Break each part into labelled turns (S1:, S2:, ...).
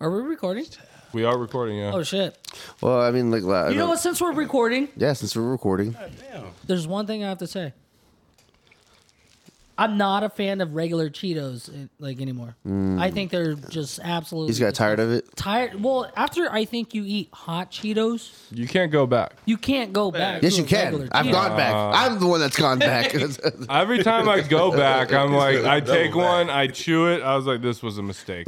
S1: Are we recording?
S2: We are recording, yeah.
S1: Oh shit!
S3: Well, I mean, like, la-
S1: You know what? Since we're recording,
S3: yeah, since we're recording,
S1: there's one thing I have to say. I'm not a fan of regular Cheetos eh, like anymore. I think they're just absolutely.
S3: he's got Mm. tired of it.
S1: tired. Well, after I think you eat hot Cheetos,
S2: You can't go back.
S1: you can't go back.
S3: Yes,
S1: to
S3: you
S1: a
S3: can.
S1: regular
S3: I've
S1: Cheeto.
S3: gone back.
S2: Uh.
S3: I'm the one that's gone back.
S2: Every time I go back, I'm like, I take one, I chew it. I was like, this was a mistake.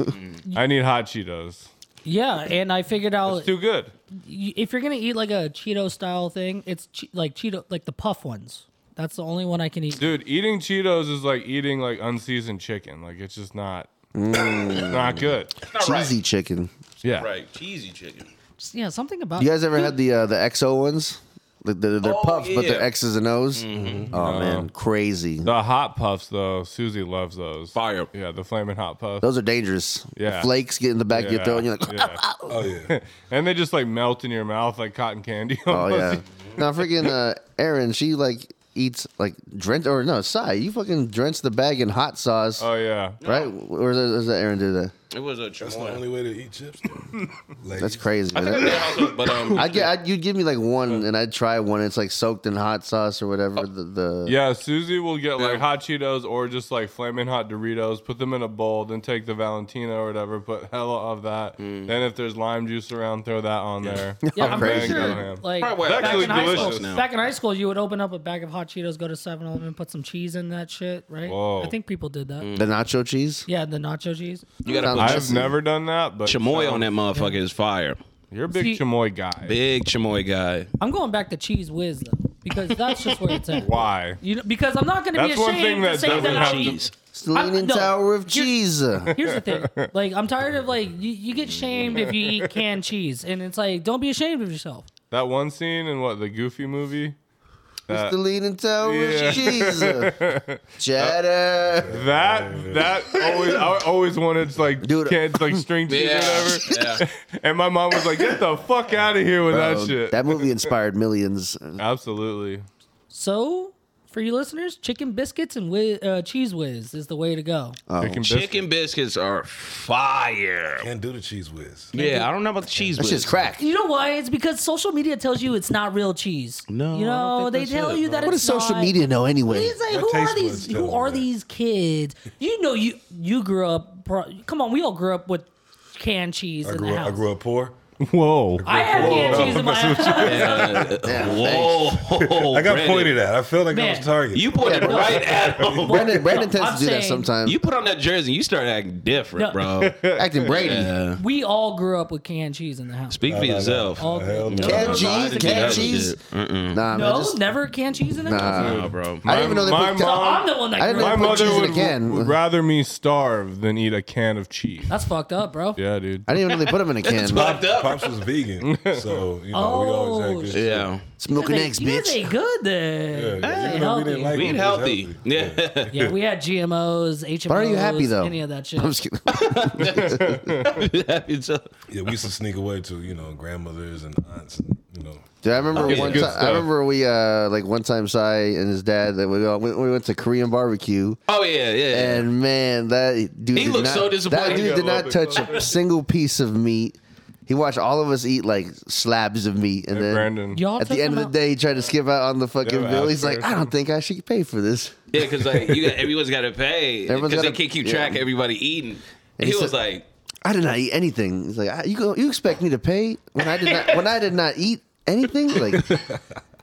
S2: I need hot Cheetos.
S1: Yeah, and I figured out
S2: It's too good.
S1: y- if you're gonna eat like a Cheeto style thing, it's che- like Cheeto, like the puff ones. That's the only one I can eat.
S2: Dude, eating Cheetos is like eating like unseasoned chicken. Like it's just not it's not good.
S3: Cheesy chicken.
S2: Yeah.
S4: Right, cheesy chicken.
S1: Yeah, something about
S3: You guys ever had the uh, the XO ones? Like they're, they're
S4: Oh,
S3: puffed, but they're
S4: yeah.
S3: X's and O's.
S2: Mm-hmm.
S3: Oh man, crazy.
S2: The hot puffs though, Susie loves those.
S4: Fire.
S2: Yeah, the flaming hot puffs.
S3: Those are dangerous.
S2: Yeah.
S3: Flakes get in the back of your
S2: Yeah,
S3: throat, and you're like,
S2: yeah.
S5: Oh yeah.
S2: and they just like melt in your mouth like cotton candy.
S3: oh yeah.
S2: almost.
S3: now freaking uh, Aaron, she like eats like drench or no, Sai, you fucking drench the bag in hot sauce,
S2: Oh yeah.
S3: right? Where's that, where's that Aaron do that?
S4: It was a
S5: That's the only
S4: chamoy.
S5: way to eat chips. though. Ladies.
S3: That's crazy. man.
S4: But um,
S3: I'd get, I'd, you'd give me like one, and I'd try one. It's like soaked in hot sauce or whatever. The, the
S2: Yeah, Susie will get like
S4: Yeah.
S2: hot Cheetos or just like flaming hot Doritos, put them in a bowl, then take the Valentina or whatever, put hella of that. Then if there's lime juice around, throw that on there.
S1: Yeah, I'm pretty
S2: Bang, go
S1: sure.
S2: ham.
S1: Like
S4: Probably
S1: back
S2: actually
S1: in high school,
S2: delicious
S4: now.
S1: back in high school, you would open up a bag of hot Cheetos, go to 7-Eleven, put some cheese in that shit, right?
S2: Whoa.
S1: I think people did that.
S3: the nacho cheese.
S1: Yeah, the nacho cheese.
S4: you gotta
S3: Sounds-
S4: put
S2: I've never done that, but
S4: chamoy on that motherfucker is fire.
S2: You're a big
S1: See-
S2: chamoy guy.
S4: Big chamoy guy.
S1: I'm going back to cheese whiz though, because that's just where it's at.
S2: Why?
S1: You know, because I'm not going to be
S2: That's one
S1: ashamed
S2: thing
S1: to
S2: that
S1: say that
S2: doesn't
S1: I
S2: have to-
S1: eat.
S3: It's the leaning
S1: no.
S3: tower of cheese.
S1: Here's the thing, like I'm tired of like you, you get shamed if you eat canned cheese, and it's like don't be ashamed of yourself.
S2: That one scene in what the Goofy movie?
S3: it's the leaning tower
S2: Yeah. Oh,
S3: of cheese. Cheddar.
S2: That that always I always wanted like
S3: Dude.
S2: kids like string cheese or whatever.
S4: yeah.
S2: And my mom was like, "Get the fuck out of here with that
S3: Um,
S2: shit."
S3: that movie inspired millions.
S2: Absolutely.
S1: So, for you listeners, chicken biscuits and whiz, uh, cheese whiz is the way to go.
S2: Chicken biscuit.
S4: Chicken biscuits are fire.
S5: Can't do the cheese whiz.
S4: Yeah, I don't know about the cheese.
S3: That's
S4: whiz.
S3: just crack.
S1: You know why? It's because social media tells you it's not real cheese.
S4: No,
S1: you
S4: I don't
S1: know
S4: think
S1: they
S4: that's
S1: tell
S4: it,
S1: you
S4: no.
S1: that
S3: What
S1: it's
S3: does social
S1: not.
S3: media know anyway?
S1: It's like
S5: My
S1: who are
S5: taste
S1: these?
S5: buds tell
S1: Who
S5: me
S1: are
S5: that.
S1: these kids? You know you you grew up. Pro, come on, we all grew up with canned cheese
S5: I
S1: in
S5: grew
S1: the
S5: up.
S1: house.
S5: I grew up poor.
S2: Whoa.
S1: I had canned cheese in my house.
S4: Whoa,
S5: I got
S4: Brandon.
S5: pointed at. I felt like
S1: Man.
S5: I was target.
S4: You pointed right at him.
S3: Brandon, Brandon tends
S1: I'm
S3: to do that
S1: saying-
S3: sometimes.
S4: You put on that jersey, you start acting
S1: No.
S4: different, bro.
S3: Acting Brady.
S1: We all grew up with canned cheese in the house.
S4: Speak for yourself.
S1: All
S5: Hell no.
S3: Canned
S4: No,
S3: cheese,
S4: I didn't do
S3: canned
S4: that
S3: cheese.
S4: shit.
S3: Nah, man,
S1: no,
S3: just-
S1: never canned cheese in the house.
S4: No, bro.
S3: I didn't even know they
S2: My
S3: put.
S2: mom-
S1: I'm the one that
S3: I didn't
S1: grew
S2: My
S1: up.
S3: know- Put cheese
S2: mother
S3: in
S2: would,
S3: a can.
S2: would rather me starve than eat a can of cheese.
S1: That's fucked up, bro.
S2: Yeah, dude.
S3: I didn't even know they put them in a can.
S4: Fucked up.
S5: Pops was vegan, so you know we always had
S1: Oh,
S5: good.
S1: shit.
S5: shit.
S4: Yeah.
S3: Smoking
S1: They-
S3: eggs,
S1: you guys
S3: bitch.
S1: ain't good then.
S5: Yeah,
S1: You guys
S5: even
S1: ain't
S5: though we
S1: healthy.
S5: didn't like
S4: We
S5: it,
S4: eat
S5: was
S4: healthy. Yeah.
S1: Yeah, we had GMOs, HMOs.
S3: Why are you happy though?
S1: Any of that shit.
S3: I'm just kidding.
S4: It's a-
S5: Yeah, we used to sneak away to you know grandmothers and aunts. And, you know,
S3: Dude, I remember
S2: Okay,
S3: one
S2: good
S3: time.
S2: stuff.
S3: I remember we uh like one time Sai and his dad that we all went, we went to Korean barbecue
S4: Oh yeah, yeah.
S3: and man that dude
S4: He
S3: did
S4: looked
S3: not,
S4: so disappointed.
S3: That dude did not touch a single piece of meat. He watched all of us eat like slabs of meat and
S2: Hey,
S3: then.
S2: Brandon.
S1: Y'all
S3: At
S1: took
S3: the end of
S1: them
S3: the
S1: out-
S3: day, he tried to skip out on the fucking
S2: Yeah,
S3: bill. He's like,
S2: after-
S3: I don't think I should pay for this.
S4: Yeah, because like you got, everyone's got to pay
S3: Everyone's
S4: because they
S3: gotta-
S4: can't keep
S3: yeah.
S4: track of everybody eating.
S3: And
S4: he
S3: he
S4: was
S3: said-
S4: like,
S3: I did not eat anything. He's like, I, you go, you expect me to pay when I did not when I did not eat anything? Like,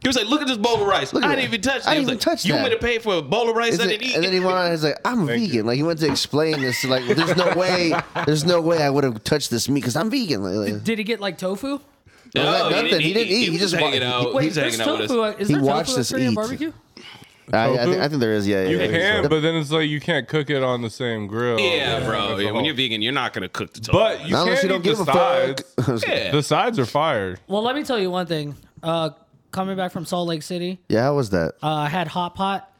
S4: he was like, look at this bowl of rice.
S3: Look at
S4: I
S3: that.
S4: didn't even touch. it.
S3: I
S4: He
S3: didn't
S4: was like,
S3: even touch
S4: You want me to
S3: that."
S4: pay for a bowl of rice I
S3: Is
S4: didn't
S3: it-
S4: eat?
S3: And then he went on. He's like, "I'm a
S2: Thank
S3: vegan."
S2: you.
S3: Like he went to explain this. Like, well, there's no way. There's no way I would have touched this meat because I'm vegan. Like, like,
S1: Did he get like tofu?
S4: no,
S3: like
S4: he
S3: nothing. He didn't eat.
S4: He,
S3: He
S4: was
S3: just wa-
S4: hanging out.
S1: Wait,
S4: He was
S1: there's
S4: hanging out with
S1: tofu.
S4: us.
S1: at- Is
S3: He
S1: there
S3: watched
S1: tofu at
S3: us
S1: Korean
S3: eat.
S1: barbecue?
S3: I, I, think, I think there is. Yeah, yeah,
S2: You
S3: yeah.
S2: can, but then it's like you can't cook it on the same grill.
S4: Yeah, bro.
S2: That's the
S4: Yeah, when
S2: whole-
S4: you're vegan, you're not gonna cook the tofu.
S2: But you
S3: Not unless
S2: can't
S3: you
S2: eat
S3: don't give
S2: the
S3: a fuck.
S2: sides.
S4: yeah,
S2: The sides are fired.
S1: Well, let me tell you one thing. Uh, coming back from Salt Lake City,
S3: Yeah, how was that?
S1: uh, I had hot pot.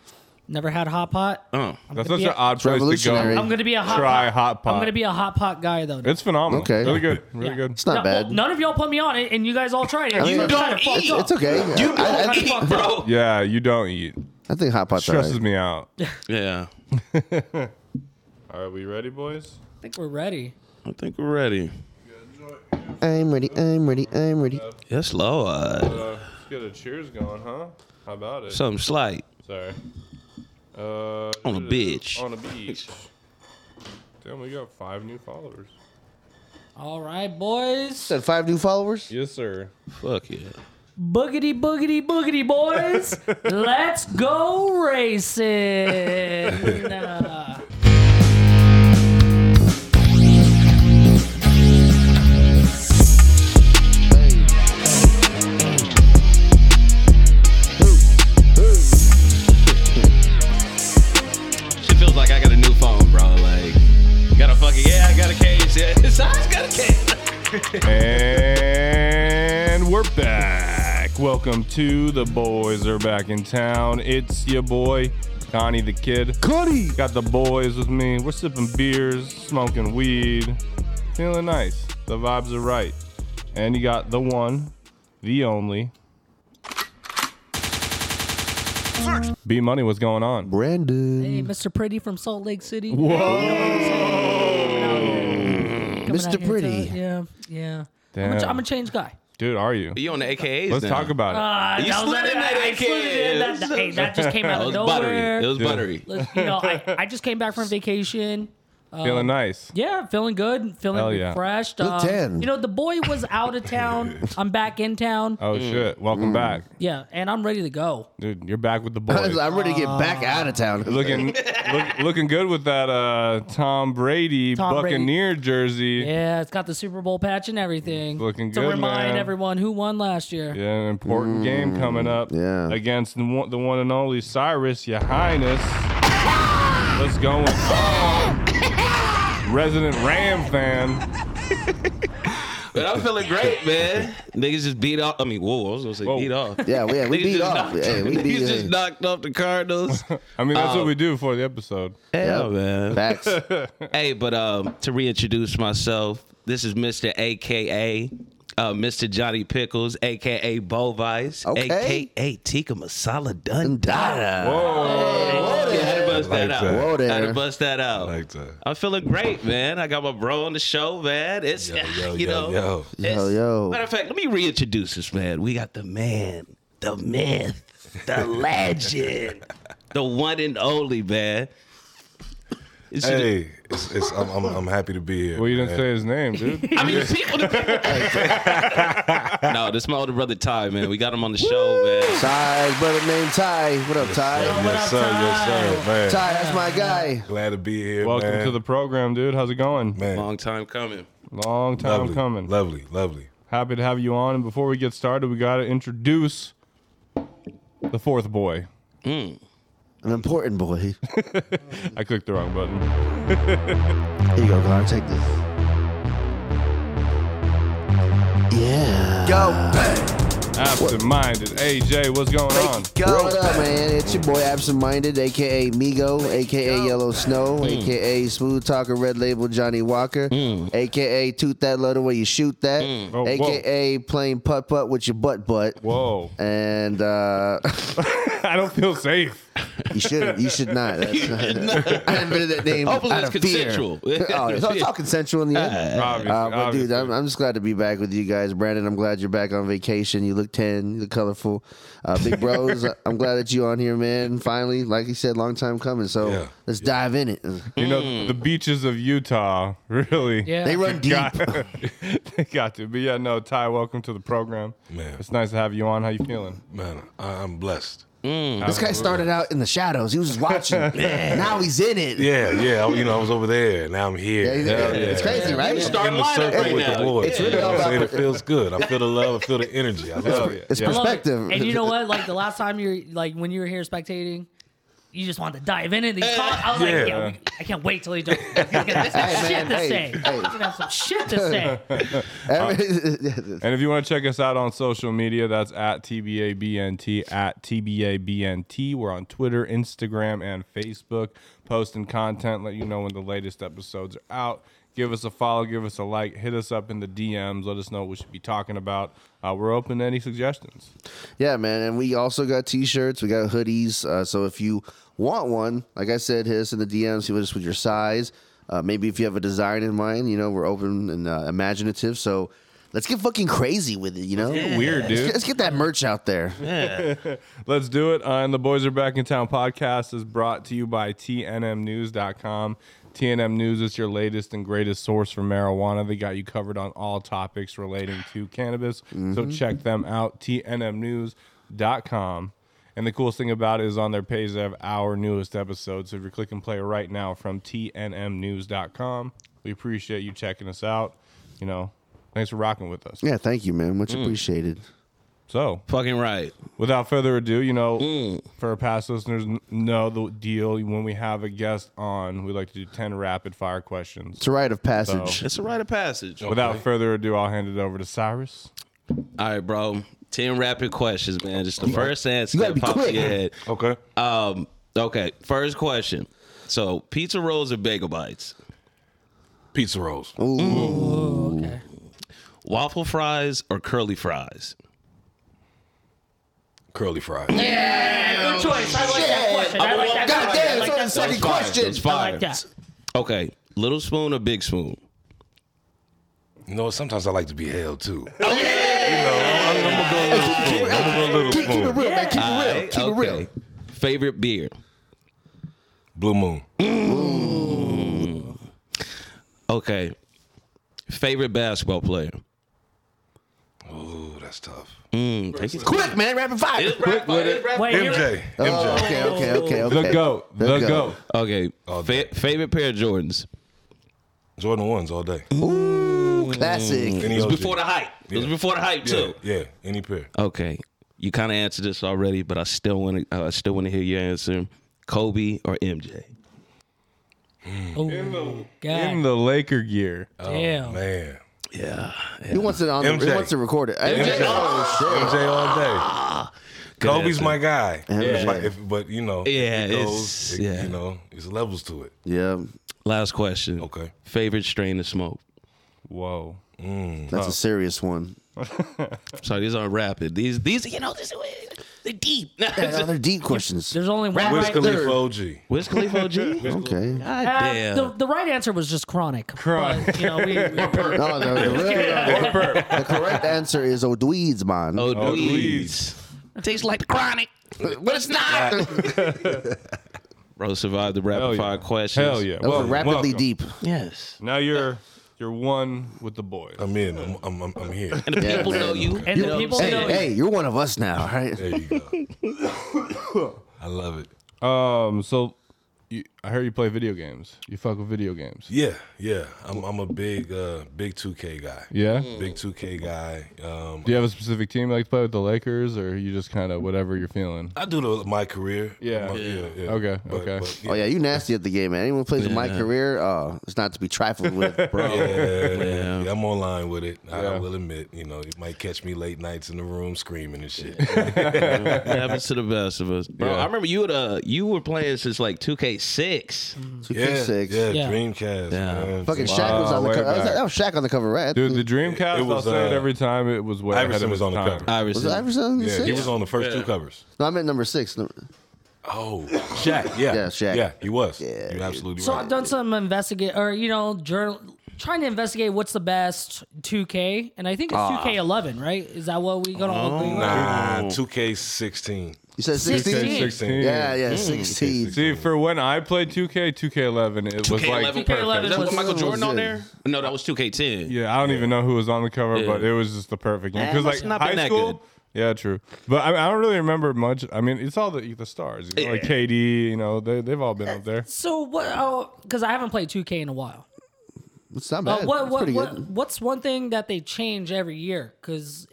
S1: Never had hot pot.
S4: Oh.
S2: That's such
S1: be
S2: an
S1: a-
S2: odd place to
S3: revolutionary.
S2: go.
S1: I'm gonna be a hot
S2: Try
S1: pot.
S2: hot pot.
S1: I'm gonna be a hot pot guy though.
S2: It's phenomenal.
S3: Okay.
S2: Really good. Really
S1: Yeah.
S2: good.
S3: It's not
S1: No,
S3: bad.
S1: well, none of y'all put me on it, and you guys all tried it.
S3: mean,
S1: You
S3: it's-
S1: kinda fucked
S4: it's-
S1: up.
S3: It's okay.
S4: you
S3: I, I,
S4: don't
S3: think-
S4: eat, bro.
S2: Yeah, you don't eat.
S3: I think hot pot's
S2: Stresses
S3: alright.
S2: me out.
S4: Yeah,
S2: Are we ready, boys?
S1: I think we're ready.
S4: I think we're ready.
S3: I'm ready. I'm ready. I'm ready.
S4: Yes, Lord.
S2: Uh, let's get a cheers going, huh? How about it?
S4: Something slight.
S2: Sorry. Uh,
S4: On the beach.
S2: On the beach. Damn, we got five new followers.
S1: All right, boys.
S3: Said five new followers.
S2: Yes, sir.
S4: Fuck yeah.
S1: Boogity, boogity, boogity, boys. Let's go racing. Uh,
S4: It feels like I got a new phone, bro. Like, got a fucking, yeah, I got a case. Yeah, it's I got a case.
S2: And we're back. Welcome to the boys are back in town. It's your boy, Connie the Kid.
S3: Cody.
S2: Got the boys with me. We're sipping beers, smoking weed, feeling nice. The vibes are right. And you got the one, the only. B Money, what's going on?
S3: Brandon.
S1: hey, Mr. Pretty from Salt Lake City. Coming out
S3: Mr.
S1: here
S3: Pretty.
S1: to- yeah, yeah. I'm
S2: Damn.
S1: a, I'm a change guy.
S2: Dude, are you?
S4: You on the AKAs
S2: Let's
S4: now.
S2: talk about
S1: Uh,
S4: You
S1: that was-
S4: slid in that
S1: I slid it in. That,
S4: AKA.
S1: that- hey, that just came out
S4: It
S1: of
S4: was
S1: nowhere.
S4: buttery. It was
S2: Dude.
S4: buttery.
S1: Look, you know, I, I just came back from vacation.
S2: it. Feeling nice.
S1: Yeah, feeling good,
S2: Hell
S1: feeling
S2: yeah.
S1: refreshed.
S3: Good
S1: Um,
S3: 10.
S1: You know, the boy was out of town. I'm back in town.
S2: Oh, shit. Welcome back.
S1: Yeah, and I'm ready to go.
S2: Dude, you're back with the boys.
S3: I'm ready to
S1: Uh,
S3: get back out of town.
S2: looking look, looking good with that uh, Tom Brady
S1: Tom Brady.
S2: Buccaneer jersey. Yeah.
S1: Yeah, it's got the Super Bowl patch and everything.
S2: Looking
S1: to
S2: good,
S1: remind
S2: man.
S1: everyone who won last year.
S2: an important game coming up.
S3: yeah.
S2: Against the one, the one and only Cyrus, Your Highness. Let's go. with Tom. Resident Ram fan.
S4: But I'm feeling great, man. Niggas just beat off. I mean, whoa, I was gonna say
S2: Whoa.
S4: beat off.
S3: Yeah, we- yeah, we
S4: Niggas
S3: beat
S4: just
S3: off.
S4: knocked-
S3: Hey, we
S4: niggas
S3: beat-
S4: just
S3: hey.
S4: knocked off the Cardinals.
S2: I mean, that's what we do for the episode.
S4: Hell, man.
S3: Facts.
S4: Hey, but um, to reintroduce myself, this is Mr. AKA, uh, Mr. Johnny Pickles, AKA Bovice,
S3: Okay.
S4: AKA Tika Masala Dundada.
S2: Whoa.
S4: Yeah, I had to bust
S5: Like
S4: that out.
S5: that.
S3: Whoa
S4: I had to
S3: there.
S4: bust that
S5: I
S4: out.
S5: like that.
S4: I'm feeling great, man. I got my bro on the show, man. It's
S5: Yo, yo,
S4: you
S5: yo,
S4: know,
S5: yo.
S4: it's-
S3: Yo, yo.
S4: Matter of fact, let me reintroduce this man. We got the man, the myth, the legend, the one and only man. It's-
S5: Hey, it's, it's, I'm, I'm, I'm happy to be here.
S2: Well, you didn't
S5: man.
S2: say his name, dude.
S4: I mean, the people. The people. no, this is my older brother Ty, man. We got him on the show, man.
S3: Ty, brother named Ty. What up, Ty?
S5: Yes, sir. Yes, sir. Man,
S3: Ty, that's my guy.
S5: glad to be here.
S2: Welcome
S5: man.
S2: to the program, dude. How's it going?
S5: man.
S4: Long time coming.
S2: Long time
S5: lovely,
S2: coming.
S5: Lovely, lovely.
S2: Happy to have you on. And before we get started, we got to introduce the fourth boy.
S3: An important boy. Here
S2: I clicked the wrong button.
S3: you go, Connor. Take this. Yeah.
S2: Absent-minded. AJ, what's going on?
S3: What up, man? It's your boy Absent Minded, aka Migo, aka Yellow Snow,
S4: Hmm.
S3: aka Smooth Talker, Red Label Johnny Walker,
S4: Hmm.
S3: aka Toot That Low the way you shoot that,
S2: Oh, whoa.
S3: aka Playing Putt Putt with your butt butt.
S2: Whoa,
S3: And uh,
S2: I don't feel safe.
S3: you should you should not. That's I haven't been in that name
S4: Hopefully
S3: out
S4: it's
S3: of fear.
S4: consensual.
S3: oh, it's all, it's all consensual in the end.
S2: Obviously,
S3: Uh, but dude,
S2: obviously.
S3: I'm, I'm just glad to be back with you guys, Brandon. I'm glad you're back on vacation. You look ten, you look colorful, uh, big bros. I'm glad that you're on here, man. Finally, like you said, long time coming. So
S5: Yeah.
S3: let's dive in it.
S2: you know the beaches of Utah, really.
S1: Yeah.
S3: They run deep.
S2: Got, they got to. But yeah, no, Ty, welcome to the program.
S5: Man.
S2: It's nice to have you on. How you feeling?
S5: Man, I, I'm blessed.
S3: This guy started out in the shadows. He was just watching. now he's in it.
S5: Yeah, yeah. I- You know, I was over there. Now I'm here.
S3: Yeah, he's-
S5: Hell yeah.
S3: It's crazy, right?
S4: You
S5: In
S4: start
S5: the
S4: lineup
S5: circle
S4: right
S5: with
S4: now.
S5: the Lord.
S3: It's really all
S5: You know what I'm
S3: about-
S5: saying? it feels good. I feel the love. I feel the energy. I love it.
S3: It's
S2: Yeah.
S1: Love it.
S3: perspective.
S1: And you know what? Like the last time you were like when you were here spectating, you just wanted to dive in and you caught- I was like,
S5: Yeah.
S1: yeah, we- I can't wait till he does. He's gonna have some
S3: Hey,
S1: shit
S3: man,
S1: to
S3: hey,
S1: say. He's
S3: hey.
S1: gonna have some shit to say.
S3: Every-
S2: And if you want to check us out on social media, that's at TBABNT, at TBABNT. We're on Twitter, Instagram, and Facebook, posting content, let you know when the latest episodes are out. Give us a follow, give us a like, hit us up in the DMs, let us know what we should be talking about. Uh, we're open to any suggestions.
S3: Yeah, man. And we also got t-shirts. We got hoodies. Uh, so if you want one, like I said, hit us in the DMs. See us with your size. Uh, maybe if you have a design in mind, you know, we're open and uh, imaginative. So let's get fucking crazy with it, you know?
S2: Weird,
S3: Let's get,
S2: dude.
S3: let's get that merch out there.
S2: Let's do it. Uh, and the Boys Are Back in Town podcast is brought to you by TNMnews.com. TNM News is your latest and greatest source for marijuana. They got you covered on all topics relating to cannabis. So check them out, TNMnews.com. And the coolest thing about it is on their page, they have our newest episode. So if you're clicking play right now from TNMnews.com, we appreciate you checking us out. You know, thanks for rocking with us.
S3: Yeah, thank you, man. Much appreciated.
S2: So
S4: Fucking right.
S2: without further ado, you know,
S3: Mm.
S2: for our past listeners, n- know the deal. When we have a guest on, we like to do 10 rapid fire questions.
S3: It's a rite of passage.
S4: It's a rite of passage.
S2: Without further ado, I'll hand it over to Cyrus.
S4: All right, bro. Ten rapid questions, man. Just the first answer
S3: You gotta
S4: that
S3: be
S4: pops
S3: quick.
S4: in your head.
S2: Okay.
S5: Uh,
S4: Um, okay, first question. So, pizza rolls or bagel bites?
S5: Pizza rolls.
S1: Oh, okay.
S4: Waffle fries or curly fries?
S5: Curly fries.
S1: Good choice. I like that question. I like that
S3: God damn,
S1: question.
S3: it's
S1: I
S3: only
S1: like
S3: the
S1: that
S3: second
S4: fire.
S3: question.
S4: Those
S1: I like
S4: fire.
S1: that.
S4: Okay, little spoon or big spoon?
S5: You know, sometimes I like to be held too.
S2: I'm, gonna go little spoon. I'm gonna go little
S3: Keep, keep it
S2: spoon.
S3: real, man. Keep it real.
S4: Alright,
S3: Keep it real.
S4: okay. Favorite beer?
S5: Blue Moon.
S4: Okay. Favorite basketball player?
S5: Ooh, that's tough.
S3: Quick, man. Rapid fire.
S4: Quick with it.
S1: Wait, you're-
S5: MJ.
S3: Oh,
S5: MJ.
S3: okay, okay, okay,
S2: The
S3: okay.
S2: goat. The,
S3: goat.
S2: goat.
S4: Okay. Fa- favorite pair of Jordans?
S5: Jordan ones all day.
S3: Classic.
S5: Any
S4: It was
S5: OG.
S4: before the hype. It was before the hype
S5: yeah,
S4: too.
S5: yeah, any pair.
S4: Okay. You kind of answered this already, but I still want to. I still want to hear your answer. Kobe or MJ?
S1: Oh,
S2: In
S1: God
S2: the Laker gear.
S4: Oh.
S1: damn.
S5: Man.
S4: Yeah.
S3: He wants it on. The, he
S5: MJ.
S3: wants it recorded. MJ. Oh,
S5: MJ all
S3: Ah.
S5: day. Kobe's
S4: answer.
S5: my guy. If I-
S3: MJ.
S5: if- but you know,
S4: Yeah,
S5: it goes,
S4: it's-
S5: it-
S4: yeah.
S5: you know, it's levels to it.
S3: shit. Yeah,
S4: Last question.
S5: Okay.
S4: Favorite strain of smoke.
S2: Whoa.
S3: that's a serious one.
S4: Sorry, these aren't rapid. These these you know this they're deep.
S3: Yeah, they're deep questions.
S1: There's only one
S5: Wiz
S1: right
S5: Khalifa OG.
S4: Wiz Khalifa OG. God
S3: Okay.
S1: Uh,
S4: damn.
S1: the, the right answer was just chronic.
S2: Chronic.
S1: But, you know, we,
S3: No, the, the, real- the correct answer is O'Dweedsman.
S4: oh,
S2: please.
S4: please. Tastes like the chronic, but it's not. Bro, survived the
S2: Hell
S4: rapid
S2: yeah.
S4: fire questions.
S2: Hell yeah.
S3: That was
S2: Welcome,
S3: rapidly
S2: welcome.
S3: deep.
S4: Yes.
S2: Now you're you're one with the boys.
S5: I'm in. I'm, I'm, I'm, I'm here.
S4: And the people know you.
S1: and the people
S3: Hey,
S1: know
S3: hey, you're one of us now, all right?
S5: There you go. I love it.
S2: Um, so you, I heard you play video games. You fuck with video games.
S5: Yeah, yeah. I'm, I'm a big, uh, big 2K guy.
S2: Yeah.
S5: Big 2K guy. Um,
S2: Do you have a specific team you like to play with the Lakers, or you just kind of whatever you're feeling?
S5: I do the, my career.
S2: Yeah.
S5: My-
S2: Yeah.
S5: yeah.
S2: Okay,
S5: But-
S2: okay.
S5: but,
S3: Oh yeah, you nasty at the game, man. Anyone who plays with my career, oh, it's not to be trifled with, bro.
S5: Yeah, yeah, I'm online with it. I-
S2: Yeah.
S5: I will admit, you know, it might catch me late nights in the room screaming and shit.
S4: It happens to the best of us. Bro,
S2: Yeah.
S4: I remember you were the, you were playing since like 2K6.
S3: Two
S5: yeah,
S3: yeah, six.
S5: yeah,
S1: Yeah.
S5: Dreamcast. man.
S3: Fucking
S5: So,
S3: Shaq was on the
S2: way
S3: cover. That was,
S2: back.
S3: that was Shaq on the cover, right?
S2: Dude, the Dreamcast.
S5: It was,
S2: I'll say it
S5: uh,
S2: every time. It was way ahead of
S5: Iverson was
S2: its
S5: on the
S2: time.
S5: cover.
S4: Iverson.
S3: was it Iverson?
S5: yeah,
S3: six?
S5: he was on the first two covers.
S3: No, I meant number six. No-
S5: Oh, Shaq. Yeah,
S3: Yeah, Shaq.
S5: Yeah, he was.
S3: Yeah,
S5: You're absolutely
S1: So
S5: right.
S1: I've done some investigate, or you know, journal, trying to investigate what's the best 2K, and I think it's 2K11, right? Is that what we gonna agree with?
S5: Nah, 2K16.
S3: You said sixteen.
S1: 16.
S3: Yeah, yeah,
S1: Hmm.
S3: sixteen.
S2: See, for when I played 2K, 2K11, it was like
S4: 2K11
S1: 2K11
S2: perfect.
S4: That was
S1: was
S4: Michael
S3: was
S4: Jordan on
S3: it?
S4: there? No, that was 2K10.
S2: Yeah, I don't even know who was on the cover, but it was just the perfect game.
S4: Eh,
S2: Because like
S4: must not been
S2: high
S4: that
S2: school.
S4: good.
S2: Yeah, true. But I, I don't really remember much. I mean, it's all the the stars, you know, like KD. You know, they they've all been up there.
S1: So what? Oh, because I haven't played 2K in a while.
S3: It's not
S1: Uh,
S3: bad.
S1: what
S3: It's
S1: what,
S3: pretty
S1: what
S3: good.
S1: what's one thing that they change every year? Because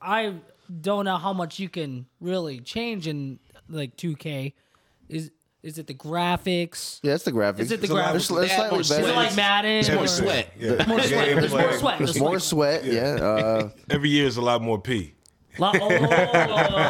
S1: I don't know how much you can really change in like 2K. Is is it the graphics?
S3: Yeah, it's the graphics.
S1: Is it the
S3: It's a lot-
S1: graphics?
S3: It's, it's
S4: Add
S3: slightly
S4: more
S1: Is it
S3: better.
S1: like Madden?
S4: It's more
S1: or-
S4: sweat.
S5: Yeah.
S1: More sweat.
S5: Gameplay.
S1: There's more sweat.
S3: It's
S1: There's
S3: more sweat. Yeah. Uh,
S5: Every year is a lot more P.
S1: Lo- oh, okay.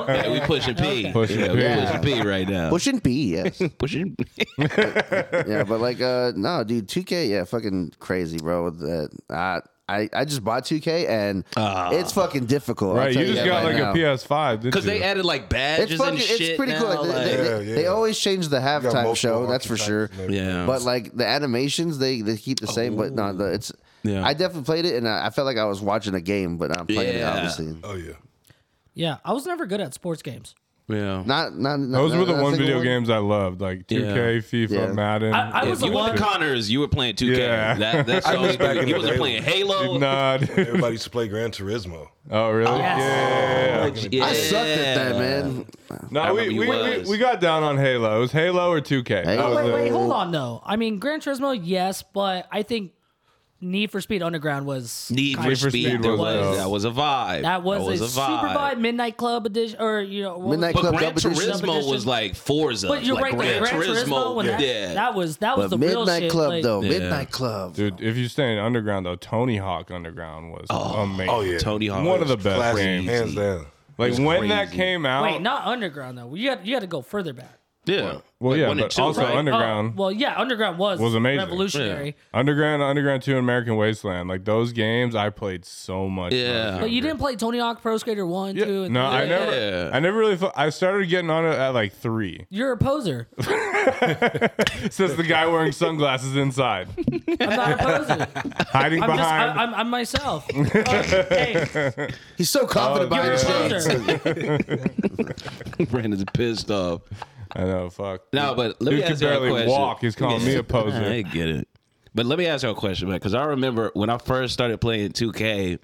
S4: Yeah, we pushing P.
S2: Pushing
S4: yeah,
S2: P.
S4: we pushing P right now.
S3: pushing P. Yes.
S4: pushing P.
S3: yeah, but like, uh, no, dude, 2K, yeah, fucking crazy, bro. with That I, I, I just bought 2K and
S4: Ah.
S3: it's fucking difficult. I'll
S2: Right,
S3: tell
S2: you just
S3: that
S2: got
S3: right
S2: like
S3: now.
S2: a PS5, didn't
S4: Because
S2: you?
S4: they added like badges
S3: It's fucking,
S4: and shit.
S3: it's pretty cool.
S4: now,
S3: Like,
S4: like-
S3: they, they,
S5: Yeah,
S3: they
S5: yeah.
S3: always change the
S5: Got
S3: halftime
S5: multiple
S3: show, that's for
S5: archetypes
S3: sure.
S5: and everything.
S4: yeah.
S3: But like the animations, they they keep the same, but no, the, it's
S4: Yeah.
S3: I definitely played it, and I, I felt like I was watching a game, but I'm playing
S4: Yeah.
S3: it obviously.
S5: Oh yeah.
S1: Yeah, I was never good at sports games.
S4: Yeah.
S3: Not not
S2: Those
S3: not-
S2: were the
S3: not
S2: one
S3: single
S2: video games I loved, like 2K, FIFA,
S3: Yeah.
S2: Madden.
S1: I- I
S4: If
S1: was the
S4: you were
S1: one-
S4: Connors, you were playing 2K.
S2: Yeah.
S4: That, that's
S5: I
S4: all
S5: miss
S4: you
S5: back
S4: were-
S5: in
S4: you
S5: the
S4: wasn't
S5: day.
S4: playing Halo.
S2: Nah, dude.
S5: Everybody used to play Gran Turismo.
S2: Oh, really? Yeah.
S4: Yeah.
S3: I sucked at that, man.
S2: No, we,
S4: remember you
S2: we, we,
S4: was.
S2: we got down on Halo. It was Halo or 2K.
S3: Halo.
S2: That was
S1: Wait,
S2: it.
S1: wait, hold on though. I mean, Gran Turismo, yes, but I think Need for Speed Underground was
S2: Need
S4: Need for
S2: for
S4: Speed,
S2: Speed
S4: there
S2: was
S4: was,
S2: dope.
S4: that was a vibe.
S1: that was, a,
S4: vibe.
S1: super vibe Midnight Club edition, or you know, what was-
S3: Midnight
S4: But
S3: Club
S4: Gran
S3: Double Edition.
S4: Turismo was like Forza.
S1: But you're
S4: like
S1: right, Gran, Gran Turismo, when that,
S4: yeah.
S1: that was that was
S3: But
S1: the real
S3: Midnight
S1: shit.
S3: Club
S1: like-
S3: though,
S4: Yeah.
S3: Midnight Club.
S2: Dude, if you're staying underground, though, Tony Hawk Underground was amazing.
S5: Oh yeah.
S4: Tony Hawk.
S2: One of the best
S5: Classic,
S2: games.
S5: hands down.
S2: Like, when that
S4: crazy.
S2: came out.
S1: Wait, not underground though. You got you got to go further back.
S4: Yeah.
S2: well, yeah,
S4: one and
S2: but
S4: two,
S2: also
S4: right?
S2: Underground.
S1: Oh, well, yeah, underground was
S2: Was amazing.
S1: revolutionary.
S2: Underground, Underground 2, and American Wasteland. Like, those games, I played so much. when I was
S4: Yeah.
S2: younger.
S1: But you didn't play Tony Hawk Pro Skater one,
S2: Yeah.
S1: two, and
S2: No,
S1: three.
S2: I
S4: Yeah.
S2: never. I never really. Thought, I started getting on it at like three.
S1: You're a poser.
S2: Says the guy wearing sunglasses inside,
S1: I'm not a poser.
S2: hiding
S1: I'm just I,
S2: behind.
S1: I'm, I'm myself. Uh, hey,
S3: He's so confident
S2: Oh,
S3: about
S1: you're a
S3: his shades.
S1: poser.
S4: Brandon's pissed off.
S2: i know. Fuck.
S4: No, but let
S2: Dude
S4: me
S2: can
S4: ask you a
S2: barely
S4: question.
S2: walk. He's calling me a poser.
S4: I get it. But let me ask you a question, man. Because I remember when I first started playing 2K,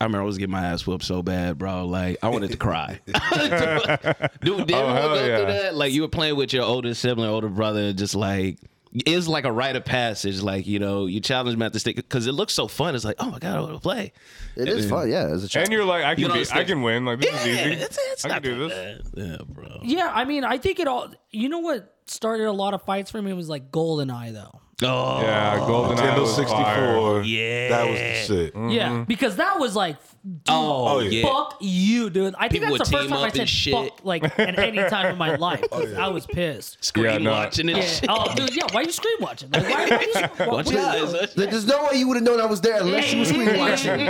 S4: I remember I was getting my ass whooped so bad, bro. Like I wanted to cry. Dude, did
S2: Oh,
S4: everyone
S2: hell
S4: go
S2: yeah.
S4: through that? Like you were playing with your older sibling, older brother, just like it's like a rite of passage. Like you know, you challenge them at the stick because it looks so fun. It's like, oh my god, I want to play.
S3: It is fun, yeah. As a child.
S2: And you're like, I can.
S4: know,
S2: be,
S4: it's
S2: I
S4: like-
S2: can win. Like this
S4: Yeah,
S2: is easy.
S4: it's, it's
S2: I
S4: not
S2: can do this.
S4: that bad. Yeah, bro.
S1: yeah, I mean, I think it all. You know what started a lot of fights for me was like GoldenEye though.
S4: Oh,
S2: Yeah, Golden
S5: Nintendo 64.
S4: Yeah.
S5: That was the shit.
S1: Yeah, Mm. because that was like, dude,
S4: Mm-hmm. Oh,
S5: Oh, yeah.
S1: fuck you, dude. I think
S4: People
S1: that's the
S4: would
S1: first
S4: team
S1: time I
S4: up and
S1: said
S4: shit.
S1: fuck like at any time in my life. 'cause I was pissed.
S4: screen
S2: Yeah, no.
S4: watching and
S1: Yeah.
S4: shit.
S1: Oh, dude, yeah. Why are you screen watching? Like, why, why you screen- why-
S4: Watch
S1: why-
S4: your eyes.
S3: There- There's no way you would have known I was there unless you were screen watching.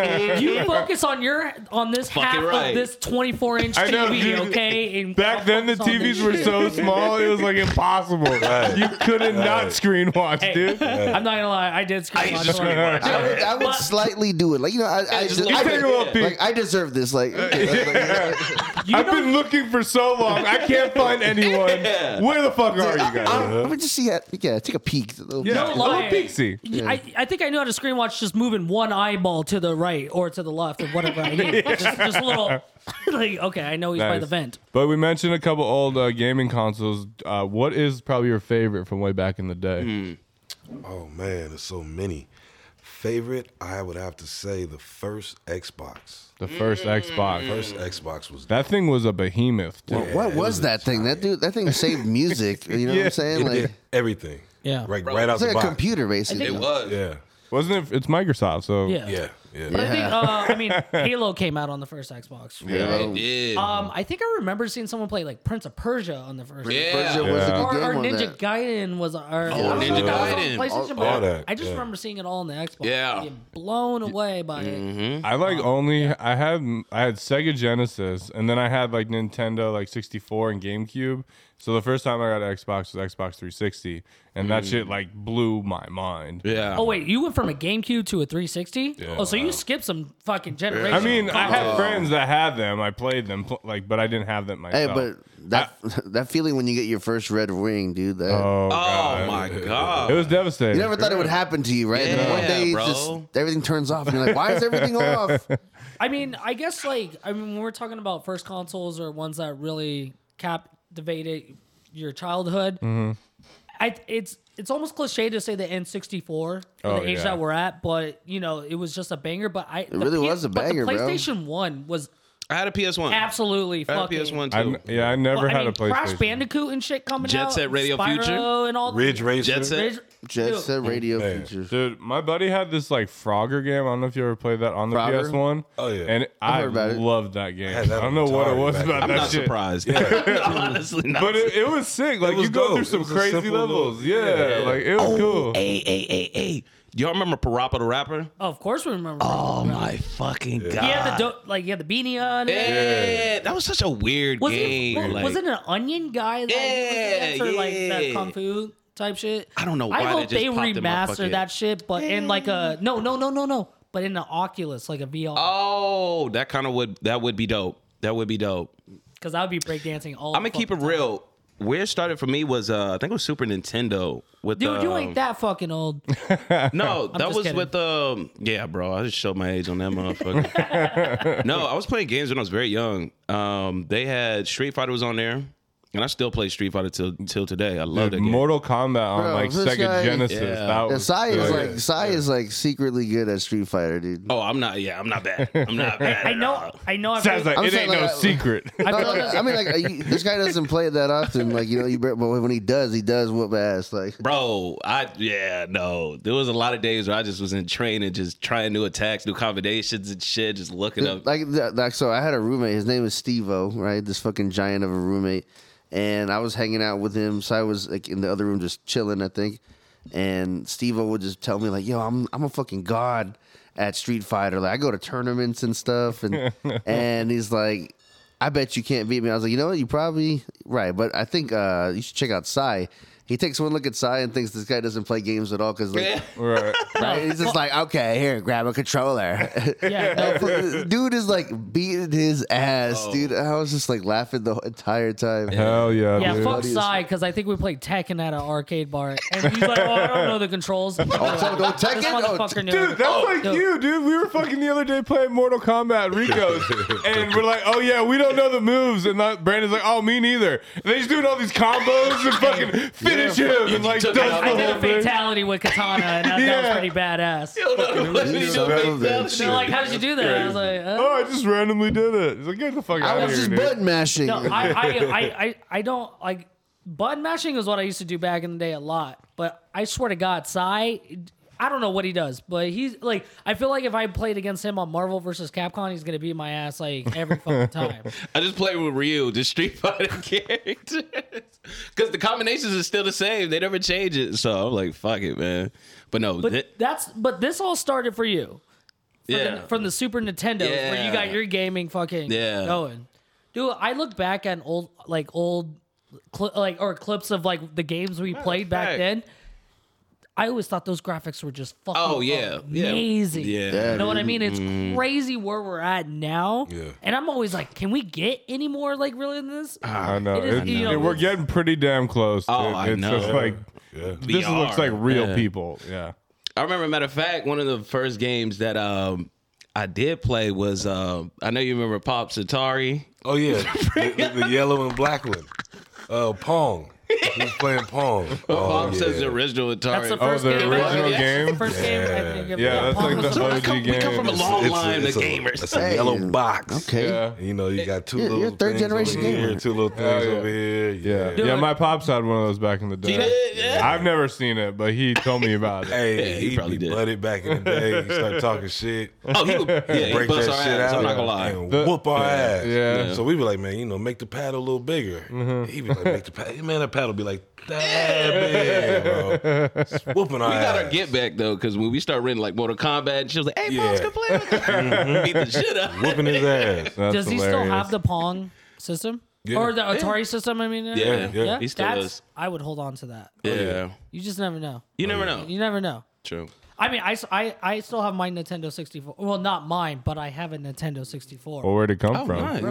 S1: You focus on your on this
S4: Fucking
S1: half
S4: right.
S1: of this 24 inch
S2: I know,
S1: TV,
S2: dude.
S1: okay? And
S2: Back then, the
S1: focus on this
S2: TVs were
S1: shit.
S2: so small, it was like impossible. You couldn't not screen watch, dude.
S1: I'm not gonna lie, I did
S4: I
S1: screen
S4: used
S1: watch.
S4: to screen
S1: a lot.
S4: watch.
S3: I would, I would slightly do it, like you know, I, I,
S4: just
S3: just,
S4: look-
S3: I,
S4: You
S2: Take a little peek.
S3: like I deserve this, like.
S1: You
S2: I've
S1: know-
S2: been looking for so long. I can't find anyone. Where the fuck are you guys?
S3: I'm, I'm gonna just see how, yeah, take a peek. A little
S2: Yeah,
S1: No
S2: little
S1: lie.
S2: Pixie.
S1: I, I think I knew how to screen watch just moving one eyeball to the right or to the left or whatever I need. just, just a little, like, okay, I know he's by
S2: Nice.
S1: the vent.
S2: But we mentioned a couple old uh, gaming consoles. Uh, what is probably your favorite from way back in the day?
S5: Oh man, there's so many. Favorite, I would have to say the first Xbox.
S2: The first Xbox.
S5: First Xbox was
S2: That thing was a behemoth. Too.
S3: What was, that thing? That dude, that thing saved music. You know what I'm saying? Like
S5: did everything.
S1: Yeah.
S5: Right, right out
S3: it's
S5: the
S3: like a
S5: box.
S3: computer, basically.
S4: It was.
S5: Yeah,
S2: Wasn't it? It's Microsoft. So
S1: Yeah.
S5: yeah, yeah.
S1: But I think, uh, I mean, Halo came out on the first Xbox.
S4: It did.
S1: Um, I think I remember seing someone play like Prince of Persia on the first.
S4: Yeah.
S3: Virgil was a
S2: Yeah.
S3: good
S1: Or,
S3: game
S1: or
S3: on
S1: Ninja
S3: that.
S1: Gaiden was our.
S4: Oh, Ninja Gaiden.
S1: PlayStation,
S5: all
S1: but
S5: that,
S1: I just
S5: yeah.
S1: remember seeing it all on the Xbox.
S4: Yeah. Mm-hmm.
S1: Being blown away by it.
S2: I like only I had I had Sega Genesis and then I had like Nintendo like 64 and GameCube. So the first time I got an Xbox was Xbox 360 and that shit like blew my mind.
S4: yeah.
S1: Oh wait, you went from a GameCube to a 360. oh, so you skipped some fucking generations.
S2: I mean, I had friends that had them. I played them pl- like but I didn't have them
S3: Hey,
S2: myself.
S3: but that that feeling when you get your first red ring, dude. That
S2: oh,
S4: Oh
S2: God.
S4: my
S2: It
S5: Oh.
S4: god.
S2: was devastating.
S3: you never thought it would happen to you, right? and then one
S4: Yeah,
S3: day,
S4: bro.
S3: just everything turns off, and you're like, "Why is everything off?"
S1: I mean, I guess like I mean, when we're talking about first consoles or ones that really captivated your childhood,
S2: Mm-hmm.
S1: I it's it's almost cliche to say the N64 for
S2: Oh,
S1: the age
S2: yeah.
S1: that we're at, but you know, it was just a banger. But I it
S3: really was a banger,
S1: But
S3: bro.
S1: the PlayStation One was
S4: I had a PS1.
S1: absolutely
S4: I had a
S1: fucking.
S4: PS1
S2: I,
S4: too.
S2: yeah, I never
S1: Well, I
S2: had
S1: mean,
S2: a PlayStation.
S1: Crash Bandicoot and shit coming
S4: Jet
S1: out.
S4: Set Radio
S1: Spyro
S4: Future?
S1: and all
S5: Ridge Racer.
S4: Jet Set.
S1: Ridge-
S3: Jet
S1: Dude,
S3: Set Radio
S5: Man.
S3: features.
S2: Dude, my buddy had this like Frogger game. I don't know if you ever played that on the
S3: Frogger?
S2: PS1.
S5: Oh, yeah.
S2: and
S3: I
S2: I,
S3: heard about it.
S2: loved that game. I,
S5: had that
S2: don't
S5: on
S2: know what it
S5: Atari
S2: was
S5: back
S2: about
S5: in
S4: I'm
S5: the
S2: that
S4: not
S2: shit.
S4: surprised. I'm honestly not.
S2: But it, it was sick. Like
S5: was
S2: you go
S5: dope.
S2: through some
S5: It was a
S2: crazy
S5: simple
S2: levels.
S5: little-
S2: Yeah,
S5: yeah.
S2: like it was
S3: Oh,
S2: cool.
S4: Hey, hey, hey, hey. Y'all remember Parappa the Rapper?
S1: Of course, we remember.
S4: Oh my fucking god.
S1: He had the do- like he had the beanie on.
S4: Yeah, That was such a weird
S1: Was
S4: game.
S1: it
S4: like,
S1: was it an onion guy that was the
S4: Yeah,
S1: answer, like
S4: yeah.
S1: that kung fu type shit.
S4: I don't know
S1: I
S4: why
S1: hope
S4: they just
S1: they
S4: popped in my
S1: remaster
S4: fucking-
S1: that shit, but in like a no, no, no, no, no, but in the Oculus, like a VR,
S4: Oh, that kind of would that would be dope. That would be dope.
S1: because I would be breakdancing all.
S4: I'm gonna keep it real. Where it started for me was uh, I think it was Super Nintendo with
S1: Dude, you
S4: um,
S1: ain't that fucking old.
S4: No, that
S1: just
S4: was
S1: kidding.
S4: with um yeah, bro. I just showed my age on that motherfucker. no, I was playing games when I was very young. Um, they had Street Fighter was on there, and I still play Street Fighter till till today. I love that game.
S2: Mortal Kombat on
S3: Bro,
S2: like
S3: this
S2: Sega
S3: guy-
S2: Genesis.
S4: Yeah.
S2: That
S3: And
S2: was
S3: Sai is
S2: good.
S3: like Sai is like secretly good at Street Fighter, dude.
S4: oh, I'm not. Yeah, I'm not bad. I'm not bad.
S1: I
S4: at
S1: know,
S4: all.
S1: I know. I've
S2: Sounds
S1: heard-
S2: like
S3: I'm
S2: it
S3: saying,
S2: ain't no
S3: like, I-
S2: secret.
S1: I
S3: No,
S1: feel
S3: no,
S1: like-
S3: I mean, like uh, you, this guy doesn't play it that often. Like you know, you bet- but when he does, he does whoop ass. Like
S4: Bro, I yeah, no. There was a lot of days where I just was in training, just trying new attacks, new combinations and shit, just looking up.
S3: like th- like so i had a roommate his name was steve-o right this fucking giant of a roommate and i was hanging out with him so i was like in the other room just chilling i think and steve-o would just tell me like yo i'm, I'm a fucking god at street fighter like i go to tournaments and stuff and and he's like i bet you can't beat me i was like you know what you probably right but i think uh you should check out Psy. he takes one look at Psy and thinks this guy doesn't play games at all because like
S2: right.
S3: Right? He's just like, okay, here, grab a controller.
S1: Yeah, no.
S3: dude is like beating his ass, dude. I was just like laughing the entire time.
S2: Hell Oh. yeah,
S1: Yeah,
S2: dude.
S1: fuck
S3: Bloody as
S1: Psy, because I think we played Tekken at an arcade bar. And he's like, oh, I don't know the controls.
S3: so no
S1: This
S3: Tekken? Oh,
S1: motherfucker knew.
S2: Dude, that's like
S1: dude.
S2: you, dude. We were fucking the other day playing Mortal Kombat Rico's, and we're like, "Oh yeah, we don't know the moves." And that Brandon's like, "Oh, me neither." And they just doing all these combos and fucking finish him and like does
S4: took
S2: the
S4: it out.
S1: I did
S2: whole
S1: a
S2: thing.
S1: fatality with Katana, and that, that was
S2: Yeah.
S1: pretty badass.
S3: You son of a bitch.
S1: They're like, how did you do that? I was like, uh.
S2: Oh, I just randomly did it. He's like, "Get the fuck out
S3: I
S2: of
S3: was
S2: here,
S3: just
S2: dude."
S3: button mashing.
S1: no, I, I, I, I, I don't like button mashing is what I used to do back in the day a lot. But I swear to God, Psy, I don't know what he does, but he's like, I feel like if I played against him on Marvel versus Capcom, he's gonna beat my ass like every fucking time.
S4: I just played with Ryu, the Street Fighter characters. Because the combinations are still the same. They never change it. So I'm like, fuck it, man. But no,
S1: But
S4: thi-
S1: that's but this all started for you. From
S4: yeah.
S1: the, from the Super Nintendo where you got
S4: Yeah.
S1: your gaming fucking
S4: Yeah.
S1: going. Dude, I look back at old like old cli like or clips of like the games we played back
S4: fact.
S1: then. I always thought those graphics were just fucking
S4: oh, yeah. yeah.
S1: amazing.
S4: Yeah. Mm-hmm.
S1: You know what I mean? It's crazy where we're at now.
S5: Yeah.
S1: And I'm always like, can we get any more like really than this?
S2: I know.
S1: It is-
S2: It-
S1: you know,
S2: dude, we're
S1: it's-
S2: getting pretty damn close. Dude.
S4: Oh, I
S2: it's just
S4: know.
S2: like
S5: Yeah.
S2: this
S4: VR.
S2: looks like real people. Yeah.
S4: I remember, matter of fact, one of the first games that um, I did play was um, I know you remember Pop Atari.
S5: Oh yeah, the, the- the yellow and black one. Uh, Pong. He's playing Pong. Oh,
S4: Pop
S5: yeah.
S4: says the original Atari.
S1: That's the
S2: Oh,
S1: first
S2: the
S1: game. I-
S2: original
S1: that's the
S2: game?
S1: First game I think of-
S2: Yeah, that's
S1: Pong
S2: like
S1: was
S2: the
S1: so-
S2: OG
S4: come- we come
S2: game.
S4: from a
S2: It's-
S4: long
S5: It's a-
S4: line
S5: it's
S4: of
S5: a-
S4: gamers.
S5: It's a
S3: Hey.
S5: yellow box.
S3: okay.
S2: Yeah.
S5: You know, you got 2
S3: You're-
S5: little
S3: you're a third
S5: things
S3: generation
S5: over here,
S3: gamer.
S5: two little things
S4: Oh,
S2: yeah.
S5: over here. Yeah.
S2: Yeah. yeah, my pops had one of those back in the day.
S4: did? Yeah.
S2: I've never seen it, but he told me about it.
S5: Hey,
S4: Yeah, he
S5: he,
S4: probably
S5: be
S4: did.
S5: blooded back in the day. He start talking shit.
S4: oh, he would, yeah, he
S5: break that
S4: busts
S5: shit
S4: our ass.
S5: out.
S4: I'm not gonna lie.
S5: And
S2: The-
S5: whoop our ass.
S2: Yeah.
S5: So we be like, man, you know, make the paddle a little bigger.
S3: Mm-hmm.
S5: He be like, make the paddle. Man, that paddle be like that big, bro. Just whooping our
S4: We got our
S5: ass.
S4: get back though, because when we start renting like Mortal Kombat, and she was like, "Hey,
S5: Yeah.
S4: Pops,
S5: Mm-hmm.
S4: come play with us." Beat the shit up.
S5: whooping his ass.
S2: That's
S1: Does he still
S2: hilarious.
S1: have the Pong system?
S5: Yeah.
S1: Or the Atari system, I mean?
S4: Yeah,
S5: yeah,
S4: he still
S1: That's,
S4: does.
S1: I would hold on to that.
S4: Yeah,
S1: You just never know.
S4: you
S5: Oh,
S4: never know.
S1: You never know.
S4: True.
S1: I mean, I, s- I- I still have my Nintendo 64. Well, not mine, but I have a Nintendo 64.
S2: Or where'd it come
S4: Oh,
S2: from?
S4: nice.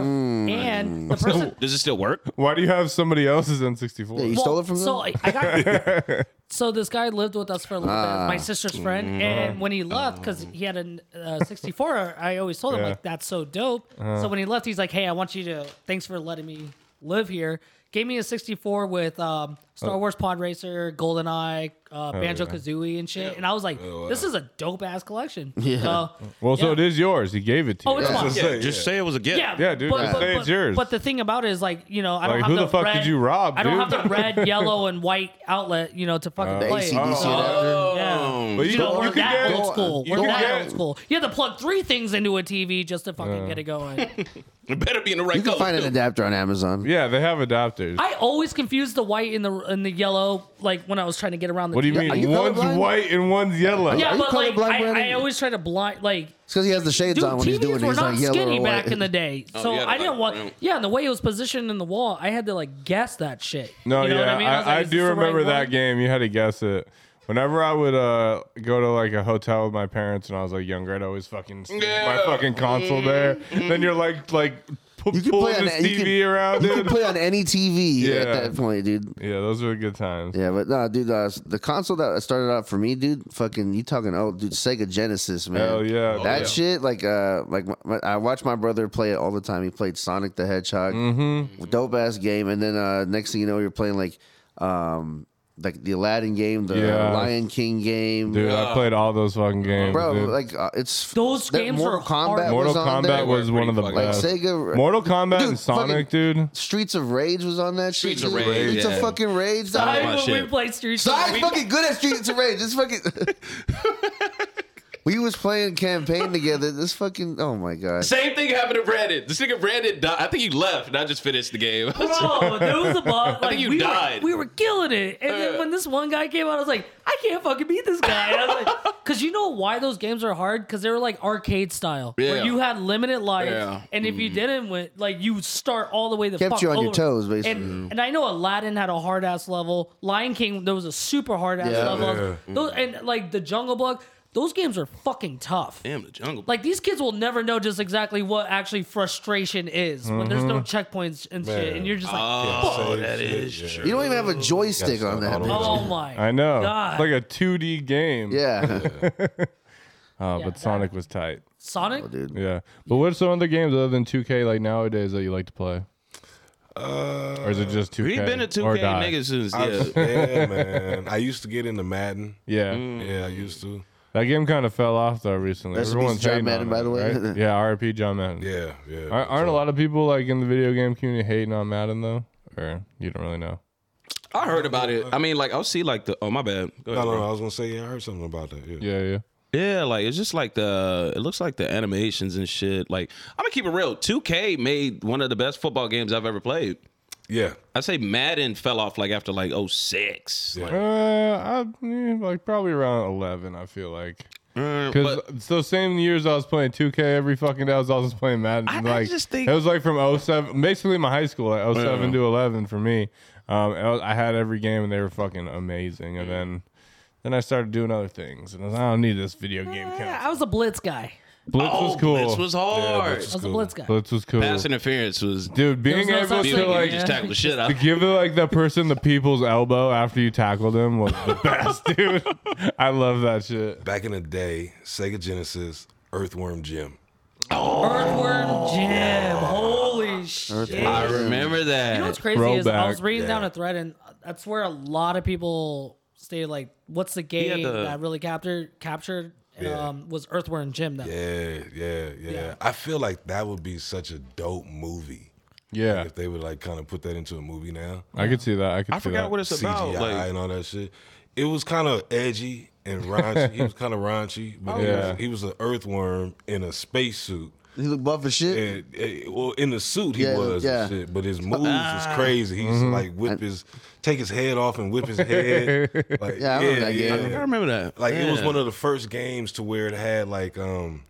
S1: and the person.
S4: Does it still work?
S2: Why do you have somebody else's N64?
S3: you stole it from
S1: so
S3: them?
S1: I, I got. so this guy lived with us for a little bit,
S3: Ah.
S1: my sister's friend,
S3: Mm.
S1: and when he left, because he had a uh, 64, I always told him
S2: Yeah.
S1: like that's so dope.
S3: Uh-huh.
S1: so when he left, he's like, "Hey, I want you to thanks for letting me live here." Gave me a 64 with um,
S3: Oh.
S1: Star Wars Pod Racer, GoldenEye, uh, Banjo Kazooie, and shit, and I was like, "This is a dope ass collection."
S3: Yeah.
S1: Uh,
S2: Well, so
S1: Yeah.
S2: it is yours. He gave it to
S1: oh,
S2: you.
S1: it's mine.
S5: That's what I'm saying, yeah.
S4: say it was a gift.
S1: Yeah,
S2: Yeah, dude, just say it's yours.
S1: But the thing about it is, like, you know, I don't
S2: Like,
S1: have
S2: who the fuck
S1: red,
S2: did you rob,
S1: I don't
S2: dude? Uh,
S1: have the red, yellow, and white outlet, you know, to fucking
S3: The
S1: play. it.
S3: ACDC
S1: So,
S3: adapter.
S1: yeah, Yeah.
S4: Um,
S2: But
S1: You don't
S2: you
S1: work
S2: could
S1: that
S2: get-
S1: old school.
S2: you
S1: Work
S2: could
S1: that
S2: get-
S1: old school. You have to plug three things into a TV just to fucking get it going.
S4: It better be in the right
S3: You can
S4: color.
S3: find an adapter on Amazon.
S2: Yeah, they have adapters.
S1: I always confuse the white and the and the yellow, like when I was trying to get around the.
S2: What do you
S1: TV.
S2: mean?
S3: you
S2: one's
S3: colorblind?
S2: white and one's yellow.
S1: Yeah,
S3: Are you
S1: but like
S3: colorblind,
S1: I, I
S3: Brandon?
S1: always try to blind like.
S3: It's because he has the shades
S1: Dude,
S3: on when he's doing
S1: TVs
S3: it.
S1: were
S3: He's
S1: not
S3: not yellow
S1: skinny
S3: or white.
S1: back in the day, so
S4: Oh, yeah,
S1: I didn't
S4: like,
S1: want.
S4: round.
S1: Yeah, and the way it was positioned in the wall, I had to like guess that shit.
S2: No,
S1: You know
S2: yeah,
S1: what I, mean?
S2: I,
S1: was
S2: I
S1: like, is this
S2: do
S1: the right
S2: remember that
S1: one?
S2: game. You had to guess it. Whenever I would uh, go to like a hotel with my parents and I was like younger, I'd always fucking sneak my
S4: Yeah.
S2: fucking console there. Then you're like like pu-
S3: You can play
S2: pulling
S3: on
S2: this
S3: that- you
S2: TV
S3: can-
S2: around,
S3: You could
S2: dude.
S3: play on any TV
S2: Yeah.
S3: at that point, dude.
S2: Yeah, those were good times.
S3: Yeah, but no, dude, uh, the console that started out for me, dude, fucking, you talking, oh, dude, Sega Genesis, man.
S2: Hell Oh, yeah.
S3: That
S5: yeah.
S3: shit, like, uh, like my, my- I watch my brother play it all the time. He played Sonic the Hedgehog, mm-hmm. dope ass game, and then uh, next thing you know, you're playing like, um, like the Aladdin game, the
S2: Yeah.
S3: Lion King game,
S2: Dude, I played all those fucking games.
S3: bro.
S2: dude.
S3: Like, uh, it's
S1: Those
S3: that
S1: games
S3: Mortal
S1: were
S3: Kombat.
S1: hard.
S2: Mortal
S3: was on there.
S2: Kombat was one of the
S4: Like
S3: like
S2: best.
S3: Sega.
S2: Mortal Kombat
S3: Dude,
S2: and Sonic, dude.
S3: Streets of Rage was on that. shit,
S4: Streets of
S3: dude.
S4: Rage,
S3: Streets of
S4: yeah.
S3: fucking Rage. dog.
S1: I
S4: my
S1: when we
S4: shit.
S1: played Street
S3: So
S1: Fighter,
S3: I'm
S1: we-
S3: fucking good at Streets of Rage. This fucking. we was playing campaign together. This fucking. Oh my god.
S4: Same thing happened to Brandon. This nigga Brandon died. I think he left, and I just finished the game.
S1: Bro, there was a bug. Like,
S4: you
S1: we
S4: died.
S1: Were, we were killing it, and then when this one guy came out, I was like, I can't fucking beat this guy. And I was like, because you know why those games are hard? Because they were like arcade style,
S4: Yeah.
S1: where you had limited life,
S4: Yeah. Mm.
S1: and if you didn't win, like you start all the way the
S3: Kept
S1: fuck
S3: you on your
S1: over.
S3: toes, basically.
S4: Mm-hmm.
S1: And, and I know Aladdin had a hard ass level. Lion King, there was a super hard ass
S3: Yeah.
S1: level. Those, and like the Jungle Book, those games are fucking tough.
S4: Damn the jungle.
S1: Like these kids will never know just exactly what actually frustration is when there's no checkpoints and shit, and you're just like,
S4: oh,
S5: Same
S4: that
S5: shit,
S4: is
S5: yeah.
S3: You don't even have a joystick on that.
S5: auto
S3: bitch.
S1: oh my,
S2: I know.
S1: God.
S2: It's like a 2D game.
S3: Yeah,
S2: Oh,
S1: Yeah,
S2: but
S1: that-
S2: Sonic was tight.
S1: Sonic.
S3: dude.
S2: Yeah. But what's some other games other than 2K like nowadays that you like to play?
S5: Uh,
S2: Or is it just 2K?
S4: We've been a
S2: or
S4: 2K
S2: die?
S4: nigga since
S5: I-
S4: yeah.
S5: yeah, man. I used to get into Madden.
S2: Yeah.
S4: Mm.
S5: Yeah, I used to.
S2: That game kind of fell off though recently.
S3: Rest in peace,
S2: Everyone's
S3: John
S2: hating
S3: Madden,
S2: on
S3: by
S2: it,
S3: the way.
S2: right? Yeah, RIP John Madden.
S5: Yeah, yeah.
S2: Aren't, aren't a lot of people like in the video game community hating on Madden though? Or you don't really know?
S4: I heard about it. I mean, like I'll see like the oh my bad. Go
S5: No,
S4: ahead,
S5: no,
S4: bro.
S5: no, I was gonna say yeah, I heard something about that. Yeah.
S2: Yeah, yeah.
S4: Yeah, like it's just like the it looks like the animations and shit. Like I'm gonna keep it real. 2K made one of the best football games I've ever played.
S5: Yeah.
S4: I say Madden fell off like after like 06. Like,
S2: Uh, I, yeah, like probably around eleven. I feel like
S4: uh,
S2: because
S4: but
S2: those same years I was playing 2K every fucking day. I was also playing Madden.
S4: I- I
S2: like
S4: just think-
S2: it was like from 07, basically my high school, like 07 to 11 for me. Um, I, was- I had every game and they were fucking amazing.
S4: Mm.
S2: And then, then I started doing other things and I was like, I don't need this video game.
S1: Yeah,
S4: Uh,
S2: Count.
S1: I was a blitz guy.
S2: Blitz
S4: oh,
S2: was cool.
S4: Blitz was hard.
S1: I was a blitz guy.
S2: Blitz was cool.
S4: Pass interference was
S2: Dude, being
S1: There was no
S2: able
S1: such
S2: to
S1: thing,
S2: like
S4: you just tackle the shit out.
S2: to give like the person the people's elbow after you tackled him was the best, dude. I love that shit.
S5: Back in the day, Sega Genesis, Earthworm Jim.
S1: Earthworm Jim. Holy shit. You
S4: I remember that.
S1: know what's crazy is I
S2: Throwback.
S1: was reading down a thread, and that's where a lot of people say like, "What's the game
S4: the-
S1: that really captured captured?" Um, was Earthworm Jim though.
S5: Yeah, yeah, yeah, I feel like that would be such a dope movie
S2: Yeah,
S5: if they would like kind of put that into a movie now.
S2: I could see that. I could.
S4: I
S2: see that.
S4: forgot what it's about.
S5: CGI
S4: Like
S5: and all that shit. It was kind of edgy and raunchy. he was kind of raunchy, but he,
S2: Yeah.
S5: was, he was an earthworm in a spacesuit.
S3: He looked buff as shit.
S5: And, eh, well, in the suit he
S3: Yeah,
S5: was,
S3: yeah.
S5: and shit, but his moves was crazy. He used to like whip his, take his head off and whip his head. Like,
S3: Yeah, I remember that game.
S4: I remember that.
S5: Like it was
S4: Yeah.
S5: one of the first games to where it had like um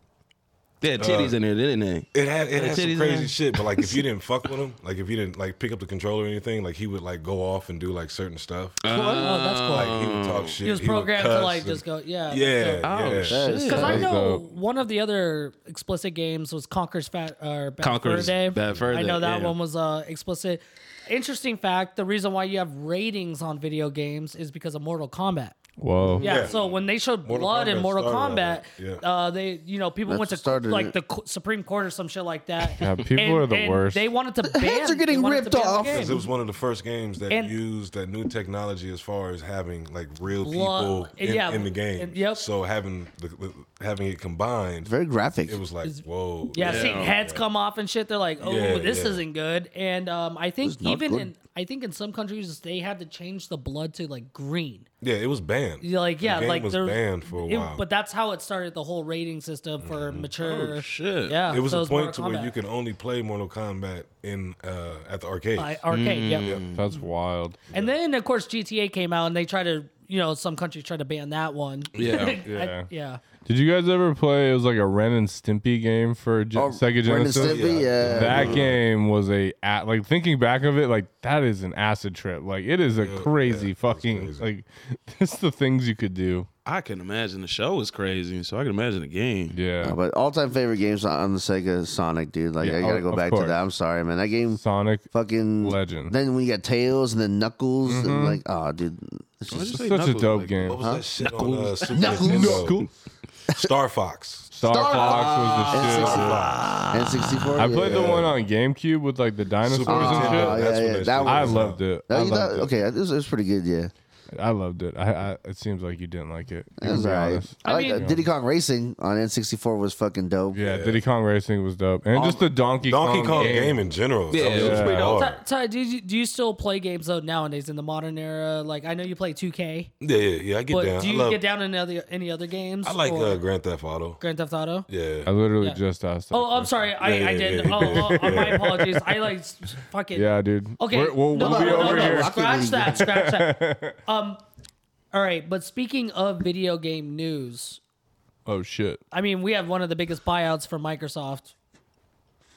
S4: they had titties in there, didn't they?
S5: it had it
S4: Yeah,
S5: had some
S4: titties in
S5: crazy
S4: there.
S5: shit, but like if you didn't fuck with him, like if you didn't like pick up the controller or anything, like he would like go off and do like certain stuff.
S1: Cool. Oh, that's cool.
S5: like he would talk shit.
S1: he was
S5: would
S1: programmed to
S5: cuss
S1: like
S5: and-
S1: just go, yeah,
S5: Yeah,
S4: Oh,
S5: yeah.
S4: shit.
S3: That's
S1: Because
S3: tight.
S1: I
S2: That's
S1: know
S2: dope.
S1: one of the other explicit games was Conquer's Fat or Bad
S4: Conquer's
S1: Fur Day.
S4: Bad Fur
S1: I know
S4: Day,
S1: that
S4: yeah.
S1: one was uh, explicit. Interesting fact: the reason why you have ratings on video games is because of Mortal Kombat.
S2: Whoa.
S1: Yeah.
S5: Yeah.
S1: So when they showed
S5: Mortal
S1: blood in
S5: Kombat
S1: Mortal
S5: started all
S1: Kombat,
S5: that. Yeah.
S1: uh, they you know people
S3: That's
S1: went to
S3: what started
S1: like
S3: it.
S1: the co- Supreme Court or some shit like that.
S2: Yeah, people
S1: And-
S2: are the
S1: and
S2: worst.
S1: They wanted to ban.
S3: heads are
S1: they
S3: getting
S1: wanted to
S3: ripped
S1: ban the
S3: off.
S1: game.
S5: It was one of the first games that
S1: And-
S5: used that new technology as far as having like real
S1: Blo-
S5: people in,
S1: yeah,
S5: in the game.
S1: and- yep.
S5: So having the, the having it combined,
S3: Very graphic.
S5: it was like whoa.
S1: Yeah, seeing heads come off and shit, they're like, "Oh,
S5: Yeah,
S1: this
S5: yeah.
S1: isn't good." And um, I think
S3: not
S1: even
S3: good.
S1: in I think in some countries they had to change the blood to like green.
S5: Yeah, it was banned.
S1: You're like yeah,
S5: the game
S1: like
S5: was
S1: there-
S5: banned for a
S1: it-
S5: while. Mm-hmm. Oh,
S1: but that's how it started the whole rating system for mature.
S4: shit.
S1: Yeah,
S5: it was
S1: so
S5: a point to
S1: Mortal
S5: where you
S1: Kombat.
S5: could only play Mortal Kombat in uh, at the arcade.
S1: By arcade. yeah.
S5: Mm.
S2: That's wild.
S1: And then of course GTA came out and they tried to you know some countries tried to ban that one.
S4: Yeah.
S1: I-
S2: Yeah.
S1: yeah.
S2: Did you guys ever play? It was like a Ren and Stimpy game for Gen-
S3: Oh,
S2: Sega
S3: Ren and
S2: Genesis.
S3: Stimpy, yeah.
S2: That game was a a- like thinking back of it, like that is an acid trip. Like it is a crazy fucking like. This the things you could do.
S4: I can imagine the show was crazy, so I can imagine the game.
S2: Yeah,
S3: But all time favorite games on the Sega is Sonic, dude. Like
S2: Yeah,
S3: I gotta
S2: oh,
S3: go
S2: of
S3: back
S2: course.
S3: to that. I'm sorry, man. That game
S2: Sonic.
S3: fucking
S2: Legend. Mm-hmm.
S3: Then when you got Tails and then Knuckles and like oh dude. It's
S4: What'd
S3: just,
S4: you
S2: It's such
S4: say
S2: a
S4: Knuckles
S2: dope
S4: like?
S5: What
S2: game.
S5: was that shit on uh, Super
S3: Knuckles.
S5: Nintendo? Star Fox.
S2: Star, Fox was the shit.
S3: Fox.
S2: dude.
S3: N sixty four.
S2: I played the one on GameCube with like the dinosaurs
S5: Super
S2: and shit.
S5: Nintendo.
S3: Uh-huh. yeah,
S5: That's
S3: yeah,
S5: when that,
S3: that
S5: shit
S3: one.
S2: I
S5: was
S2: loved
S5: out.
S2: it. I loved it.
S3: okay, it was, it was pretty good, yeah.
S2: I loved it. I, I it seems like you didn't like it.
S3: It was
S2: to be
S3: alright.
S2: honest.
S3: I,
S1: I
S3: like
S1: mean-
S3: that. Diddy Kong Racing on N sixty four was fucking dope.
S2: Yeah, Diddy Kong Racing was dope, and just the Donkey Kong,
S5: Donkey Kong
S2: game.
S5: game in general.
S4: Yeah,
S5: that
S4: it was
S5: was
S4: pretty
S5: hard.
S1: Ty, Ty, do you, do you still play games though nowadays in the modern era? Like I know you play 2K,
S5: Yeah, yeah, yeah. I get
S1: but
S5: down.
S1: do
S5: I
S1: you
S5: love.
S1: get down in other any other games?
S5: I like
S1: or
S5: uh, Grand Theft Auto.
S1: Grand Theft Auto.
S5: Yeah.
S2: I literally just asked. that
S1: Oh, I'm
S2: question.
S1: sorry. I,
S5: Yeah,
S1: I
S5: yeah,
S1: did.
S5: yeah,
S1: oh, oh, oh, my apologies. I like s- fucking.
S2: Yeah, dude.
S1: Okay.
S2: We're- we'll,
S1: no,
S2: we'll be
S1: no,
S2: over
S1: no,
S2: here.
S1: no. Scratch that. Scratch that. Um. All right, but speaking of video game news,
S2: Oh shit.
S1: I mean, we have one of the biggest buyouts for Microsoft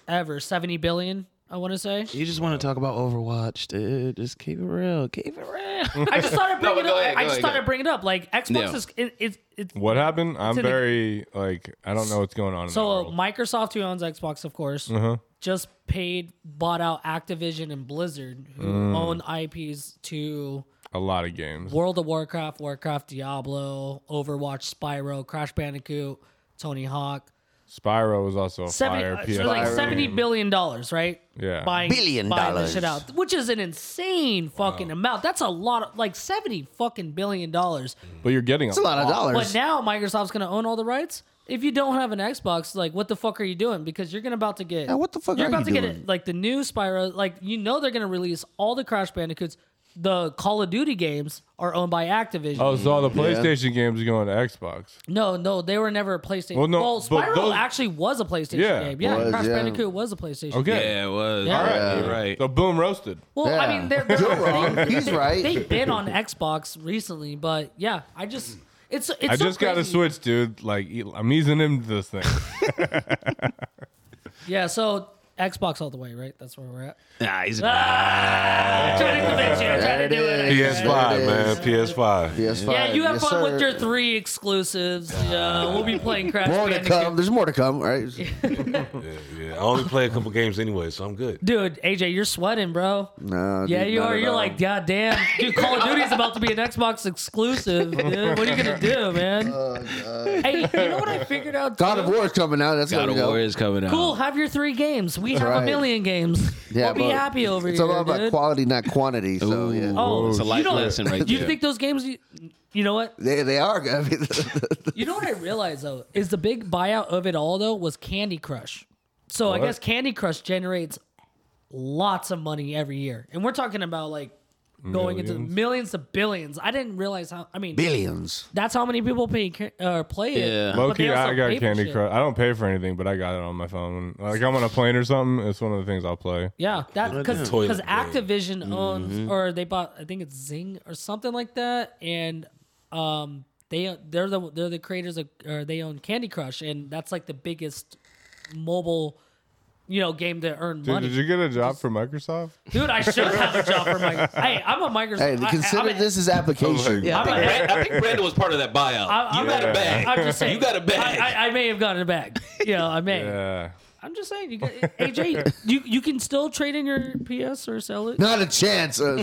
S1: ever, seventy billion. I want to say.
S4: You just want to talk about Overwatch, dude. Just keep it real. Keep it real.
S1: I just thought I'd bring
S4: No,
S1: it
S4: go
S1: up.
S4: ahead,
S1: I
S4: go
S1: just
S4: ahead,
S1: thought
S4: go
S1: I'd bring it up. Like Xbox
S4: No.
S1: is it, it, it's
S2: What happened? I'm
S1: in the-
S2: very like I don't know what's going on. In
S1: So
S2: that
S1: uh,
S2: world.
S1: Microsoft, who owns Xbox, of course,
S2: Uh-huh.
S1: just paid bought out Activision and Blizzard, who
S2: Mm.
S1: own IPs to
S2: a lot of games.
S1: World of Warcraft, Warcraft, Diablo, Overwatch, Spyro, Crash Bandicoot, Tony Hawk.
S2: Spyro was also a
S1: Seventy,
S2: fire.
S1: uh,
S2: PS.
S1: so like seventy billion dollars, right?
S2: Yeah.
S1: buying,
S3: Billion
S1: buying this
S3: dollars.
S1: shit out, which is an insane fucking amount. That's a lot of like seventy fucking billion dollars.
S2: but you're getting a,
S3: It's a lot of
S1: But
S3: dollars.
S1: now Microsoft's gonna own all the rights. If you don't have an Xbox, like what the fuck are you doing? Because you're gonna about to get
S3: Yeah, what the fuck
S1: you're
S3: are
S1: about
S3: you
S1: to get
S3: doing?
S1: it, like the new Spyro. Like you know they're gonna release all the Crash Bandicoots. The Call of Duty games are owned by Activision.
S2: Oh, so all the PlayStation games are going to Xbox.
S1: No, no, they were never a PlayStation.
S2: Well,
S1: Well,
S2: no, but
S1: Spyro
S2: those-
S1: actually was a PlayStation
S2: Yeah,
S1: game. Yeah,
S3: was,
S1: Crash
S3: yeah.
S1: Bandicoot was a PlayStation.
S2: Okay.
S4: yeah, it was.
S1: Yeah.
S4: All right,
S3: Yeah.
S4: you're right.
S2: So boom roasted.
S1: Well, I
S3: Yeah.
S1: mean, they're, they're they-
S3: He's
S1: they-
S3: right.
S1: They've been on Xbox recently, but yeah, I just it's it's.
S2: I
S1: so
S2: just got to
S1: crazy.
S2: switch, dude. Like e, I'm easing into this thing.
S1: Yeah, so Xbox all the way, right? That's where we're at.
S4: Nah, he's
S1: Ah, Trying to convince you, trying to do it.
S3: There it is.
S5: PS5,
S3: There it
S5: man.
S3: is.
S5: PS5.
S3: PS5.
S1: Yeah, you have
S3: yes,
S1: fun
S3: sir.
S1: with your three exclusives. Yeah, we'll be playing Crash
S3: More to come.
S1: Bandicoot.
S3: There's more to come, right?
S5: Yeah, yeah. I only play a couple games anyway, so I'm good.
S1: Dude, AJ, you're sweating, bro.
S3: No,
S1: Yeah,
S3: dude,
S1: you
S3: not
S1: are.
S3: at
S1: You're
S3: all.
S1: like, God damn. Dude, Call of Duty is about to be an Xbox exclusive. Dude. What are you going to do, man? hey, you know what I figured out?
S3: Oh, God
S1: too?
S3: of War is coming out. That's
S4: God
S3: gotta
S4: of
S3: go.
S4: War is coming out.
S1: Cool, have your three games. We have a
S3: right.
S1: million games.
S3: Yeah,
S1: we'll be
S3: but
S1: happy over
S3: It's
S1: here.
S3: all about
S1: dude.
S3: quality, not quantity. So
S4: Ooh.
S3: yeah,
S1: Oh,
S4: It's a
S1: you
S4: life
S1: don't-
S4: lesson right
S1: You
S4: there.
S1: think those games, you, you know what?
S3: they they are. I mean,
S1: You know what I realized though is the big buyout of it all though was Candy Crush. So I
S2: What?
S1: guess Candy Crush generates lots of money every year, and we're talking about like going into
S2: Millions?
S1: millions to billions. I didn't realize how. I mean,
S3: billions.
S1: that's how many people pay ca- uh, play it.
S4: Yeah.
S1: but
S2: Low key,
S1: they also
S2: I got
S1: pay for
S2: Candy
S1: shit.
S2: Crush. I don't pay for anything, but I got it on my phone. Like I'm on a plane or something. It's one of the things I'll play.
S1: Yeah, that because
S5: Toilet
S1: because
S5: game.
S1: Activision
S4: Mm-hmm.
S1: owns or they bought I think it's Zing or something like that, and um they they're the they're the creators of or they own Candy Crush, and that's like the biggest mobile you know game to earn
S2: Dude,
S1: money.
S2: did you get a job for Microsoft?
S1: Dude, I should have a job for my. Hey, I'm a Microsoft.
S3: Hey,
S1: I- I-
S3: consider
S1: I'm a-
S3: this as application.
S1: I'm a-
S4: I think Brandon was part of that buyout.
S1: I'm-
S4: you got a bag.
S1: I'm just saying.
S4: You got a bag.
S1: I, I, I may have gotten a bag. You know, I may.
S2: Yeah.
S1: I'm just saying. You got, AJ, you you can still trade in your PS or sell it.
S3: Not a chance. Uh,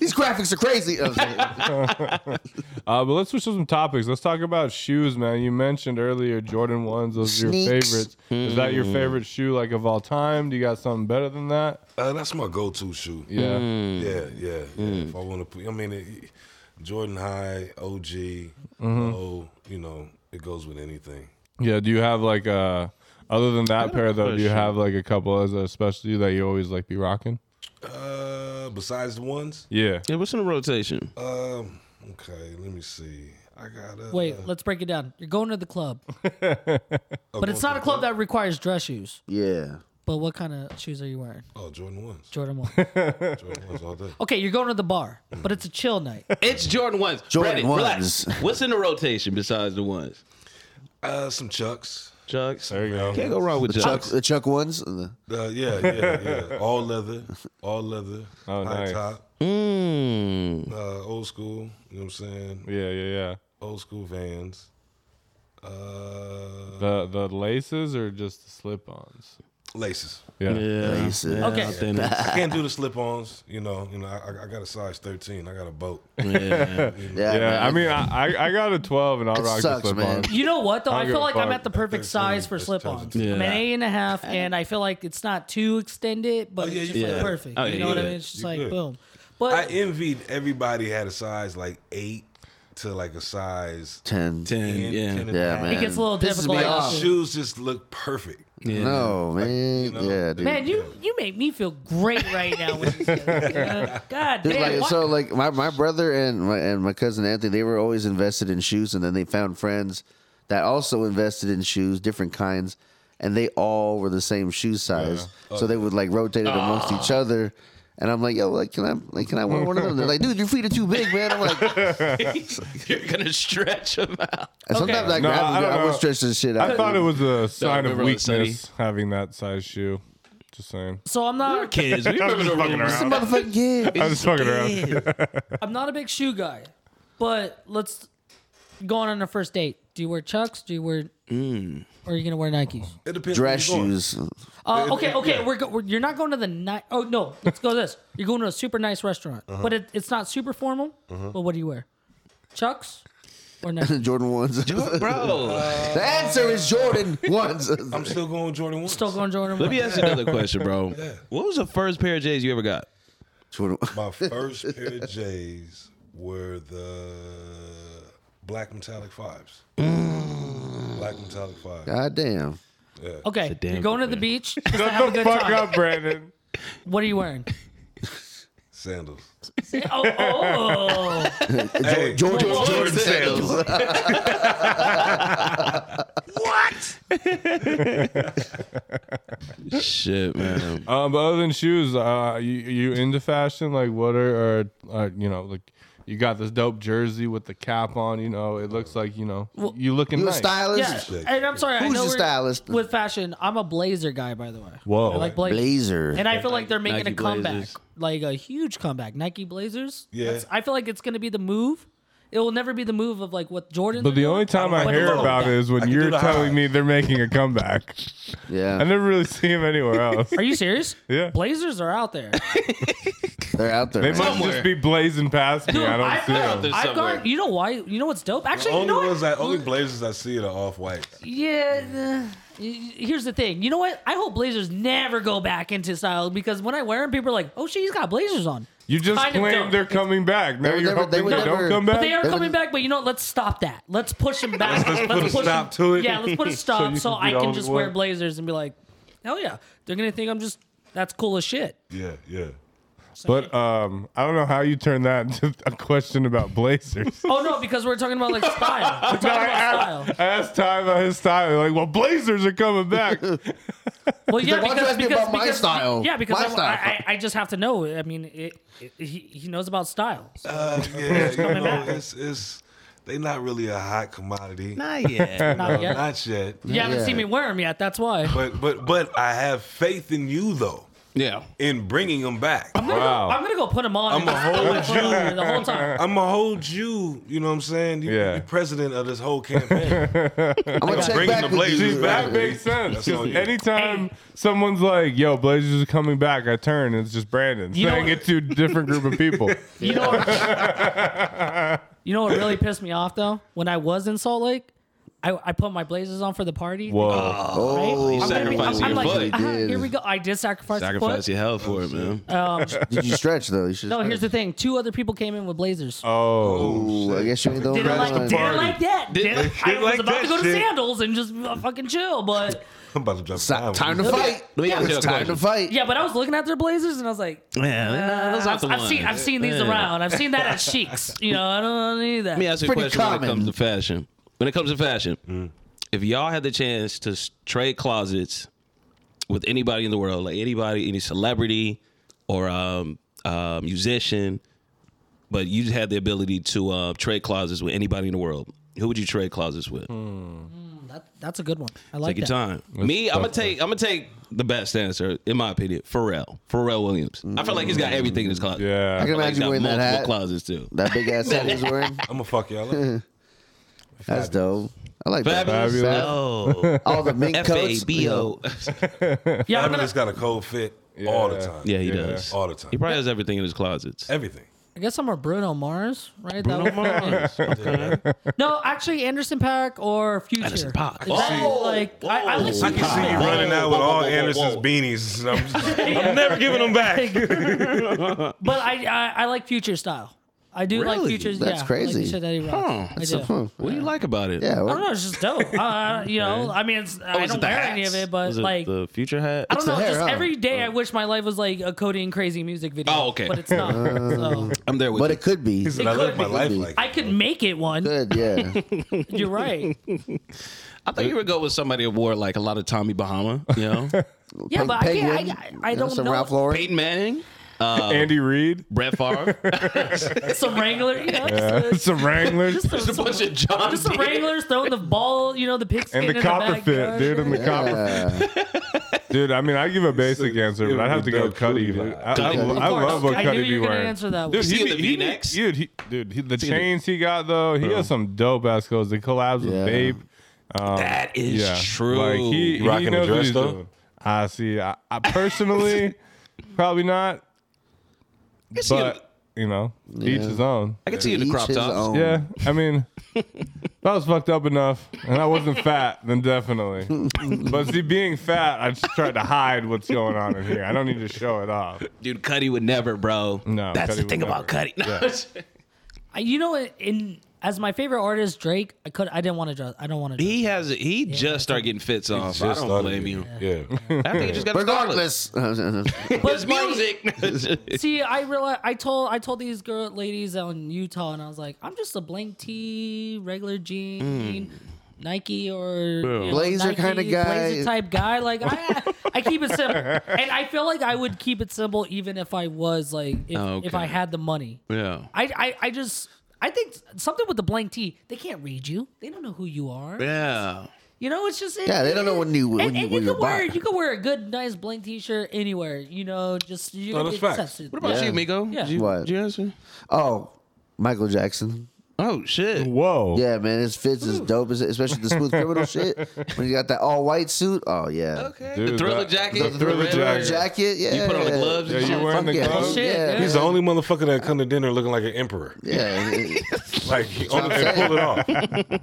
S3: These graphics are crazy. Uh,
S2: Uh, but let's switch to some topics. Let's talk about shoes, man. You mentioned earlier Jordan ones. Those are your
S3: Sneaks.
S2: favorites. Is that your favorite shoe, like of all time? Do you got something better than that?
S5: Uh, that's my go-to shoe.
S2: Yeah. Mm.
S5: Yeah, yeah. yeah. If I want to put, I mean, it, Jordan High, OG,
S2: Mm-hmm.
S5: low, you know, it goes with anything.
S2: Yeah. Do you have like uh other than that pair though? Do you have like a couple as a specialty that you always like be rocking?
S5: Uh, besides the ones?
S2: Yeah.
S4: Yeah, what's in the rotation?
S5: Um, okay, let me see. I got uh,
S1: Wait, let's break it down. You're going to the club,
S5: Oh,
S1: but it's not a club that requires dress shoes.
S3: Yeah.
S1: But what kind of shoes are you wearing,
S5: Oh, Jordan ones.
S1: Jordan? One.
S5: Jordan ones all day.
S1: Okay, you're going to the bar, but it's a chill night.
S4: It's Jordan ones.
S3: Jordan
S4: Reddit, relax.
S3: ones.
S4: What's in the rotation besides the ones?
S5: Uh, some Chucks.
S4: Chucks.
S2: There you go.
S4: Can't go wrong with
S3: Chuck,
S4: Chucks.
S3: the Chuck ones. and the-
S5: Uh, yeah, yeah, yeah. all leather, all leather,
S2: Oh,
S5: high
S2: nice.
S5: top,
S4: Mm.
S5: uh, old school. You know what I'm saying?
S2: Yeah, yeah, yeah.
S5: Old school Vans. Uh,
S2: The the laces or just the slip-ons?
S5: laces.
S2: Yeah.
S3: Laces.
S4: Yeah,
S1: Okay.
S4: out there now.
S5: I can't do the slip-ons. You know, you know. I, I- I got a size 13. I got a boat.
S4: Yeah.
S3: Yeah, man.
S2: Yeah, I mean, I, I, I got a 12 and I'll
S3: It
S2: rock
S3: sucks,
S2: the slip-ons.
S1: You know what though?
S2: I
S1: I
S2: don't
S1: feel
S2: give a
S1: like I'm
S2: fuck.
S1: at the perfect size for slip-ons.
S4: Yeah.
S1: I'm an eight and a half, and I feel like it's not too extended, but
S5: Oh, yeah,
S1: it's
S5: you
S1: just like
S5: good.
S1: perfect.
S4: Oh, yeah,
S1: you know
S4: you
S1: what I
S4: good.
S1: mean? It's just
S5: You
S1: like
S5: good.
S1: boom. But
S5: I envied everybody had a size like eight to like a size
S3: Ten.
S4: Ten, yeah.
S5: and a
S3: Yeah,
S5: half.
S3: man.
S1: it gets a little
S3: Pisses me
S1: difficult.
S3: off.
S5: Shoes just look perfect.
S4: Yeah.
S3: No, man. yeah, dude.
S1: Man, you you make me feel great right now. When you say that. God
S3: Dude,
S1: damn.
S3: like,
S1: why-
S3: so like my, my brother and my and my cousin Anthony, they were always invested in shoes, and then they found friends that also invested in shoes, different kinds, and they all were the same shoe size. So they would like rotate it amongst
S2: Ah.
S3: each other. And I'm like, yo, like, can I, like, can I wear one of them? They're like, dude, your feet are too big, man. I'm like, and
S4: You're gonna stretch them out.
S3: sometimes like,
S2: No,
S3: I,
S2: I
S3: would,
S2: don't
S3: I, would
S2: know.
S3: stretch this shit out.
S2: I thought it was a sign of
S4: remember when Sonny-
S2: weakness having that size shoe. Just saying.
S1: so I'm
S4: We're
S1: not
S4: kids. We remember the
S2: fucking
S4: rules.
S2: around.
S3: motherfucking kid.
S2: I'm just fucking around.
S1: I'm not a big shoe guy, but let's go on on a first date. Do you wear Chucks? Do you wear? Or are you gonna wear Nikes?
S5: It depends. where
S3: Dress
S5: you're going.
S3: shoes.
S1: Uh, okay, okay. We're, go- we're you're not going to the night. Oh no, let's go this. You're going to a super nice restaurant, but it, it's not super formal. But what do you wear? Chucks or Nikes?
S3: Jordan ones.
S4: Bro,
S3: the answer is Jordan ones.
S5: I'm still going with Jordan ones.
S1: Still going Jordan.
S4: let me ask you another question, bro. What was the first pair of J's you ever got?
S3: Jordan.
S5: My first pair of J's were the black metallic fives.
S3: Mm.
S5: Black metallic fives.
S3: God damn.
S1: Okay,
S4: damn
S1: you're going to the
S4: good
S1: beach. Just to have a
S2: Shut the
S1: good
S2: fuck
S1: time.
S2: up, Brandon.
S1: What are you wearing?
S5: Sandals.
S1: Oh, oh,
S5: Hey,
S3: Jordan,
S4: Jordan sandals. Shit, man.
S2: Um, but other than shoes, uh, you you into fashion? Like, what are, are, are you know like? You got this dope jersey with the cap on. You know, it looks like you know you looking
S3: You a
S2: nice.
S1: yeah.
S3: stylist?
S1: And I'm sorry. I
S3: Who's
S1: know
S3: the
S1: we're-
S3: stylist?
S1: with fashion? I'm a blazer guy, by the way.
S2: Whoa.
S1: I like blazer.
S3: Blazer.
S1: And I feel like they're making
S4: Nike
S1: a comeback,
S4: Blazers.
S1: like a huge comeback. Nike Blazers.
S5: Yeah.
S1: That's- I feel like it's going to be the move. It will never be the move of like what Jordan.
S2: But the only time I
S1: But
S2: hear
S1: low,
S2: about it
S1: yeah.
S2: is when
S5: I can do
S2: you're
S5: the
S2: telling
S5: high.
S2: me they're making a comeback. I
S3: yeah,
S2: never really see him anywhere else.
S1: Are you serious?
S2: Yeah.
S1: Blazers are out there.
S3: they're out there.
S2: They
S3: man.
S2: must just be blazing past me.
S1: Dude,
S2: I don't
S1: I've
S2: see
S1: got-
S2: them.
S4: They're
S1: I've
S4: somewhere.
S1: gone. You know why? You know what's dope? Actually, you
S5: only
S1: know what?
S5: ones I only blazers I see are off white.
S1: Yeah. uh, y- y- here's the thing. You know what? I hope Blazers never go back into style because when I wear them, people are like, "Oh shit, he's got Blazers on."
S2: You just
S1: Kind of dumb.
S2: claim they're coming back. Now
S3: were
S2: you're
S3: never- they
S2: hoping
S3: were
S2: they
S3: never-
S2: don't come
S1: But they
S2: back.
S1: are coming back. But you know, what? let's stop that. Let's push them back. let's,
S5: put a
S1: push 'em-
S5: stop to it.
S1: Yeah, let's put a
S2: So
S1: stop
S2: you
S1: so,
S2: can be
S1: I
S2: the
S1: can
S2: only
S1: just
S2: one.
S1: wear Blazers and be like, "Hell yeah!" They're gonna think I'm just that's cool as shit.
S5: Yeah, yeah.
S2: But um, I don't know how you turn that into a question about Blazers.
S1: Oh no, because we're talking about like style. We're talking
S2: I,
S1: about style.
S2: asked, I asked Ty about his style. They're Like, well, Blazers are coming back.
S1: Well, yeah,
S3: like, "Why'd you
S1: because,
S3: ask me
S1: because-
S3: about my
S1: because-
S3: style?
S1: Yeah, because
S3: My
S1: I,
S3: style."
S1: I, I just have to know. I mean, it, it, he he knows about style. So
S5: Uh, yeah, you know, it's it's they not really a hot commodity.
S4: Not yet.
S1: not yet.
S5: Not yet.
S1: you haven't
S3: Uh, yet.
S1: seen me wear them yet. That's why.
S5: But but but I have faith in you though
S4: Yeah.
S5: in bringing them back.
S1: I'm gonna,
S2: Wow.
S1: go, I'm gonna go put them on.
S5: I'm a whole
S1: Jew the whole time.
S5: I'm gonna hold you. You know what I'm saying? You,
S2: Yeah.
S5: you president of this whole campaign.
S3: I'm gonna check
S5: Bringing
S3: back
S5: the
S3: with you.
S5: Blazers
S2: See, that
S5: back.
S2: makes sense.
S5: That's all
S2: 'Cause
S5: you-
S2: anytime someone's like, "Yo, Blazers are coming back," I turn and it's just Brandon
S1: You know
S2: saying
S1: what-
S2: it to a different group of people.
S1: You know, what, you know what really pissed me off though? When I was in Salt Lake, I, I put my blazers on for the party.
S2: Whoa.
S1: Right?
S3: Oh,
S1: I'm gonna be-
S4: sacrificed
S1: I'm- I'm
S4: your
S1: like,
S4: foot.
S1: "Ah,
S3: You
S1: here we
S3: did.
S1: go. I did sacrifice, the
S4: Sacrifice
S1: foot.
S4: your health for it, man.
S1: Um,
S3: Did you stretch though? You should.
S1: no, here's the thing. Two other people came in with blazers.
S2: oh.
S3: Ooh, I guess you ain't the only
S1: Didn't
S3: one.
S1: like,
S2: that's the
S1: didn't
S2: party.
S1: like that. Didn't, I was
S5: like
S1: about
S5: that
S1: to go to
S5: shit.
S1: sandals and just uh, fucking chill, but
S5: I'm about to drop
S3: Si-
S5: a
S3: time to
S5: dime.
S3: fight.
S4: Let me ask you a
S3: It's time to
S4: question.
S3: fight.
S1: yeah. But I was looking at their blazers and I was like,
S4: Yeah,
S1: uh,
S4: those aren't
S1: I've,
S4: the
S1: I've seen I've
S4: ones.
S1: seen these
S4: Yeah.
S1: around. I've seen that at Chics. You know, I don't need that.
S4: Let me ask you a
S3: Pretty
S4: question when it
S3: common.
S4: comes to fashion. When it comes to fashion, if y'all had the chance to s- trade closets with anybody in the world, like anybody, any celebrity or um, uh, musician, but you had the ability to uh, trade closets with anybody in the world, who would you trade closets with?
S3: Mm.
S1: That, that's a good one. I like
S4: Take your
S1: that.
S4: time. Me, I'm gonna take. I'm gonna take the best answer, in my opinion. Pharrell, Pharrell Williams. I feel like he's got everything in his
S3: I
S4: closet.
S3: can
S2: Yeah.
S4: Like, he's
S3: imagine
S4: got
S3: wearing that
S4: multiple
S3: hat.
S4: closets too.
S3: That big ass hat he's wearing.
S5: I'm gonna fuck y'all up.
S3: That's dope. I like that.
S4: Fabulous.
S2: Fabulous.
S4: Oh.
S3: All the mink
S4: F A
S3: coats.
S4: B O.
S1: Yeah, I'm
S5: Fabulous
S1: gonna,
S5: has got a cold fit all the time.
S4: Yeah, he
S2: Yeah.
S4: does.
S5: all the time.
S4: He probably has everything in his closets.
S5: Everything.
S1: I guess I'm a Bruno Mars, right? Bruno Mars. no, actually, Anderson Pack or Future.
S4: Anderson Paak.
S1: Is that,
S4: Oh,
S1: like I, I listen
S5: I can
S1: to
S5: see you running out with
S4: Whoa, whoa,
S5: all
S4: whoa, whoa,
S5: Anderson's
S4: whoa.
S5: beanies. and I'm, just- I'm never giving them back.
S1: but I, I I like Future style. I do like
S4: Really?
S1: Future's.
S3: That's
S1: yeah, I like
S3: crazy.
S1: the shit that he rocks.
S4: Huh.
S1: I
S3: That's
S1: do.
S3: so fun.
S4: What do you like about it? Oh,
S3: Yeah.
S1: I
S3: What?
S1: don't know. It's just dope. Uh, you know, I mean, it's, I
S4: is it
S1: don't
S4: the
S1: wear any of
S4: hats?
S1: it, but
S4: Was it
S1: like,
S4: the Oh. future hat.
S1: I don't know.
S3: the hair,
S1: just
S3: huh?
S1: every day, I wish my life was like a Cody and Crazy music video.
S4: Oh, okay.
S1: But it's not. so
S4: I'm there with
S3: But
S4: you.
S3: it could be.
S5: He said, I live my
S1: could
S5: life like
S1: I could make it one.
S3: Good. Yeah.
S1: You're right.
S4: I thought you would go with somebody who wore like a lot of Tommy Bahama. You know,
S1: Yeah, but I can't. I, I, I
S3: You know,
S1: don't
S3: some
S1: know.
S3: Ralph Lauren.
S4: Peyton Manning,
S3: um,
S2: Andy Reid.
S4: Brett Favre,
S1: Some Wrangler. You know, just, uh,
S2: Some Wranglers.
S1: just
S4: just a
S1: some-
S4: bunch of John.
S1: Just some
S4: Deere.
S1: Wranglers throwing the ball, you know, the pigskin
S2: And the
S1: in
S2: copper fit,
S1: backyard.
S2: dude. And the copper
S3: Yeah.
S2: Dude, I mean, I give a basic answer, but I'd have to go
S5: Doug
S2: Cuddy.
S5: Cuddy,
S2: dude.
S5: like-
S2: I, I,
S4: Cuddy.
S2: I
S1: Of
S2: love
S1: course.
S2: what
S1: I
S2: Cuddy
S1: knew you
S2: be
S1: were gonna
S2: wearing.
S1: answer that one.
S2: Dude,
S1: Is
S4: he
S2: he,
S4: in the
S2: be- he be-
S4: V-necks?
S2: Dude, he, dude, he, the chains he got though, he has some dope ass clothes. The collabs with
S3: Yeah.
S2: Babe,
S4: That is
S2: yeah,
S4: true.
S2: Like he, he
S5: Rocking the
S2: knows what
S5: dress,
S2: he's
S5: though?
S2: doing. I see. I, I personally probably not,
S4: I can see him-
S2: but you know, each his own.
S4: I can see you in
S3: Each
S4: the crop
S3: his
S4: top.
S3: own.
S2: Yeah, I mean, if I was fucked up enough and I wasn't fat, then definitely. But see, being fat, I just tried to hide what's going on in here. I don't need to show it off.
S4: Dude, Cuddy would never, bro.
S2: No,
S4: that's
S2: Cudi
S4: the
S2: would
S4: thing about
S2: never.
S4: Cuddy. No,
S1: I- You know, in as my favorite artist, Drake. I could. I didn't want to dress. I don't want to. Dress.
S4: he has. He just started getting fits off. I
S5: Just
S4: don't
S5: started
S4: blame
S5: it.
S4: you.
S5: Yeah.
S4: I think he just got
S3: Regardless.
S4: But his music.
S1: See, I realized I told I told these girl ladies out in Utah, and I was like, I'm just a blank tee, regular jean,
S4: Hmm.
S1: Nike or you know,
S3: Blazer
S1: Nike,
S3: kinda guy.
S1: blazer type guy. Like I, I keep it simple, and I feel like I would keep it simple even if I was like if,
S4: Oh, okay.
S1: if I had the money.
S4: yeah.
S1: I, I I just I think something with the blank tee. They can't read you. They don't know who you are.
S4: Yeah.
S1: You know, it's just it-
S3: Yeah, they don't know
S1: it-
S3: what new- what
S1: and,
S3: you-
S1: and
S3: what
S1: you
S3: you're
S1: can wear
S3: buying.
S1: you can wear a good nice blank t-shirt anywhere. You know, just you're
S5: No,
S1: gonna
S5: that's
S1: be
S5: facts.
S1: accepted.
S4: What about
S3: Yeah.
S4: you, Migo?
S1: Yeah.
S4: Did you,
S3: What?
S4: did you answer?
S3: oh, Michael Jackson.
S4: Oh shit.
S2: Whoa.
S3: Yeah, man, his fits is dope, is- especially the smooth criminal shit. When you got that all white suit, oh yeah,
S4: Okay.
S2: Dude,
S4: the thriller
S2: that-
S4: jacket.
S2: the Thriller
S4: red
S2: jacket.
S4: one.
S3: jacket, yeah.
S4: You put on the gloves
S2: Yeah,
S4: and
S2: you
S4: shit.
S2: wearing the
S3: Fuck yeah.
S2: gloves?
S1: Shit,
S3: Yeah,
S1: yeah.
S5: He's the only motherfucker that come to dinner looking like an emperor.
S3: yeah, yeah.
S5: Like he only
S3: what I'm
S5: can pull it off.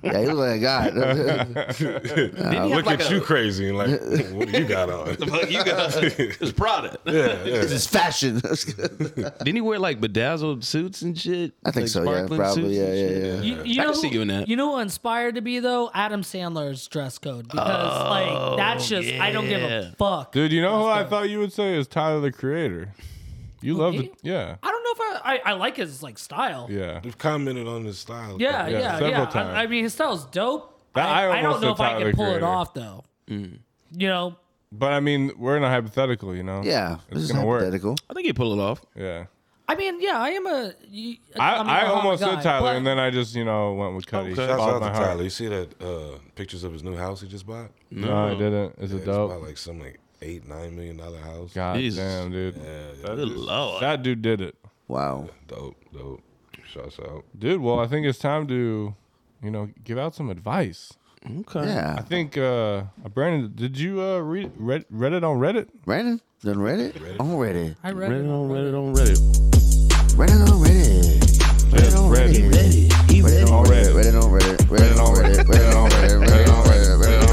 S3: He look like a god.
S4: Didn't he have
S5: Look
S4: like
S5: at
S4: a-
S5: you crazy and like, what do you got on?
S4: Fuck, you got it's Prada.
S5: Yeah, yeah.
S3: this is fashion.
S4: Didn't he wear like bedazzled suits and shit?
S3: I think
S4: Like,
S3: so. Yeah,
S4: sparkling
S3: probably.
S4: suits
S3: Yeah,
S4: and
S3: yeah,
S4: shit?
S3: yeah.
S2: Uh,
S1: You, you
S4: I
S1: know
S4: can see
S1: who-
S4: you in that.
S1: You know who inspired to be though? Adam Sandler's dress code because like that's just I don't give
S4: Oh, yeah.
S1: a fuck.
S2: Dude, you know who I thought you would say is Tyler the Creator. You love
S1: me?
S2: it. Yeah.
S1: I don't know if I, I I like his like style. Yeah,
S2: Yeah.
S5: We've commented on his style.
S1: yeah,
S2: Yeah,
S1: yeah.
S2: several
S1: I,
S2: times.
S1: I mean, his style's dope.
S2: That- I
S1: I, I don't
S2: almost
S1: know if
S2: said
S1: I
S2: Tyler,
S1: can pull it
S2: Creator.
S1: off though.
S4: Mm.
S1: You know,
S2: But I mean, we're in a hypothetical, you know?
S3: Yeah,
S2: It's
S3: this is
S2: gonna work.
S3: hypothetical.
S4: I think he pulled it off.
S2: Yeah.
S1: I mean, yeah, I am a. you-
S2: I,
S1: I'm a
S2: I
S1: Muhammad
S2: almost
S1: guy,
S2: said Tyler,
S1: but-
S2: and then I just, you know, went with Cuddy.
S5: Shout
S2: Followed
S5: out to
S2: my heart.
S5: Tyler. You see that uh, pictures of his new house he just bought?
S2: No, I didn't. It's a
S5: It's about
S2: dope.
S5: like some like eight, nine million dollar house.
S2: God
S4: Jesus.
S2: damn, dude. That,
S4: Good
S2: dude
S4: lord.
S2: that dude did it.
S3: Wow.
S5: Dope, dope. Shouts out.
S2: Dude, well, I think it's time to, you know, give out some advice.
S4: Okay.
S2: I
S3: Yeah,
S2: think, uh, Brandon, did you uh, read, read, read it on Reddit?
S3: Brandon done Reddit. On Reddit.
S1: I read
S4: Reddit
S1: it.
S4: on Reddit on Reddit.
S3: Reddit on Reddit. Reddit on Reddit.
S2: Reddit.
S3: Reddit on
S2: Reddit.
S3: Reddit. Reddit on Reddit. Reddit on Reddit. Reddit on Reddit.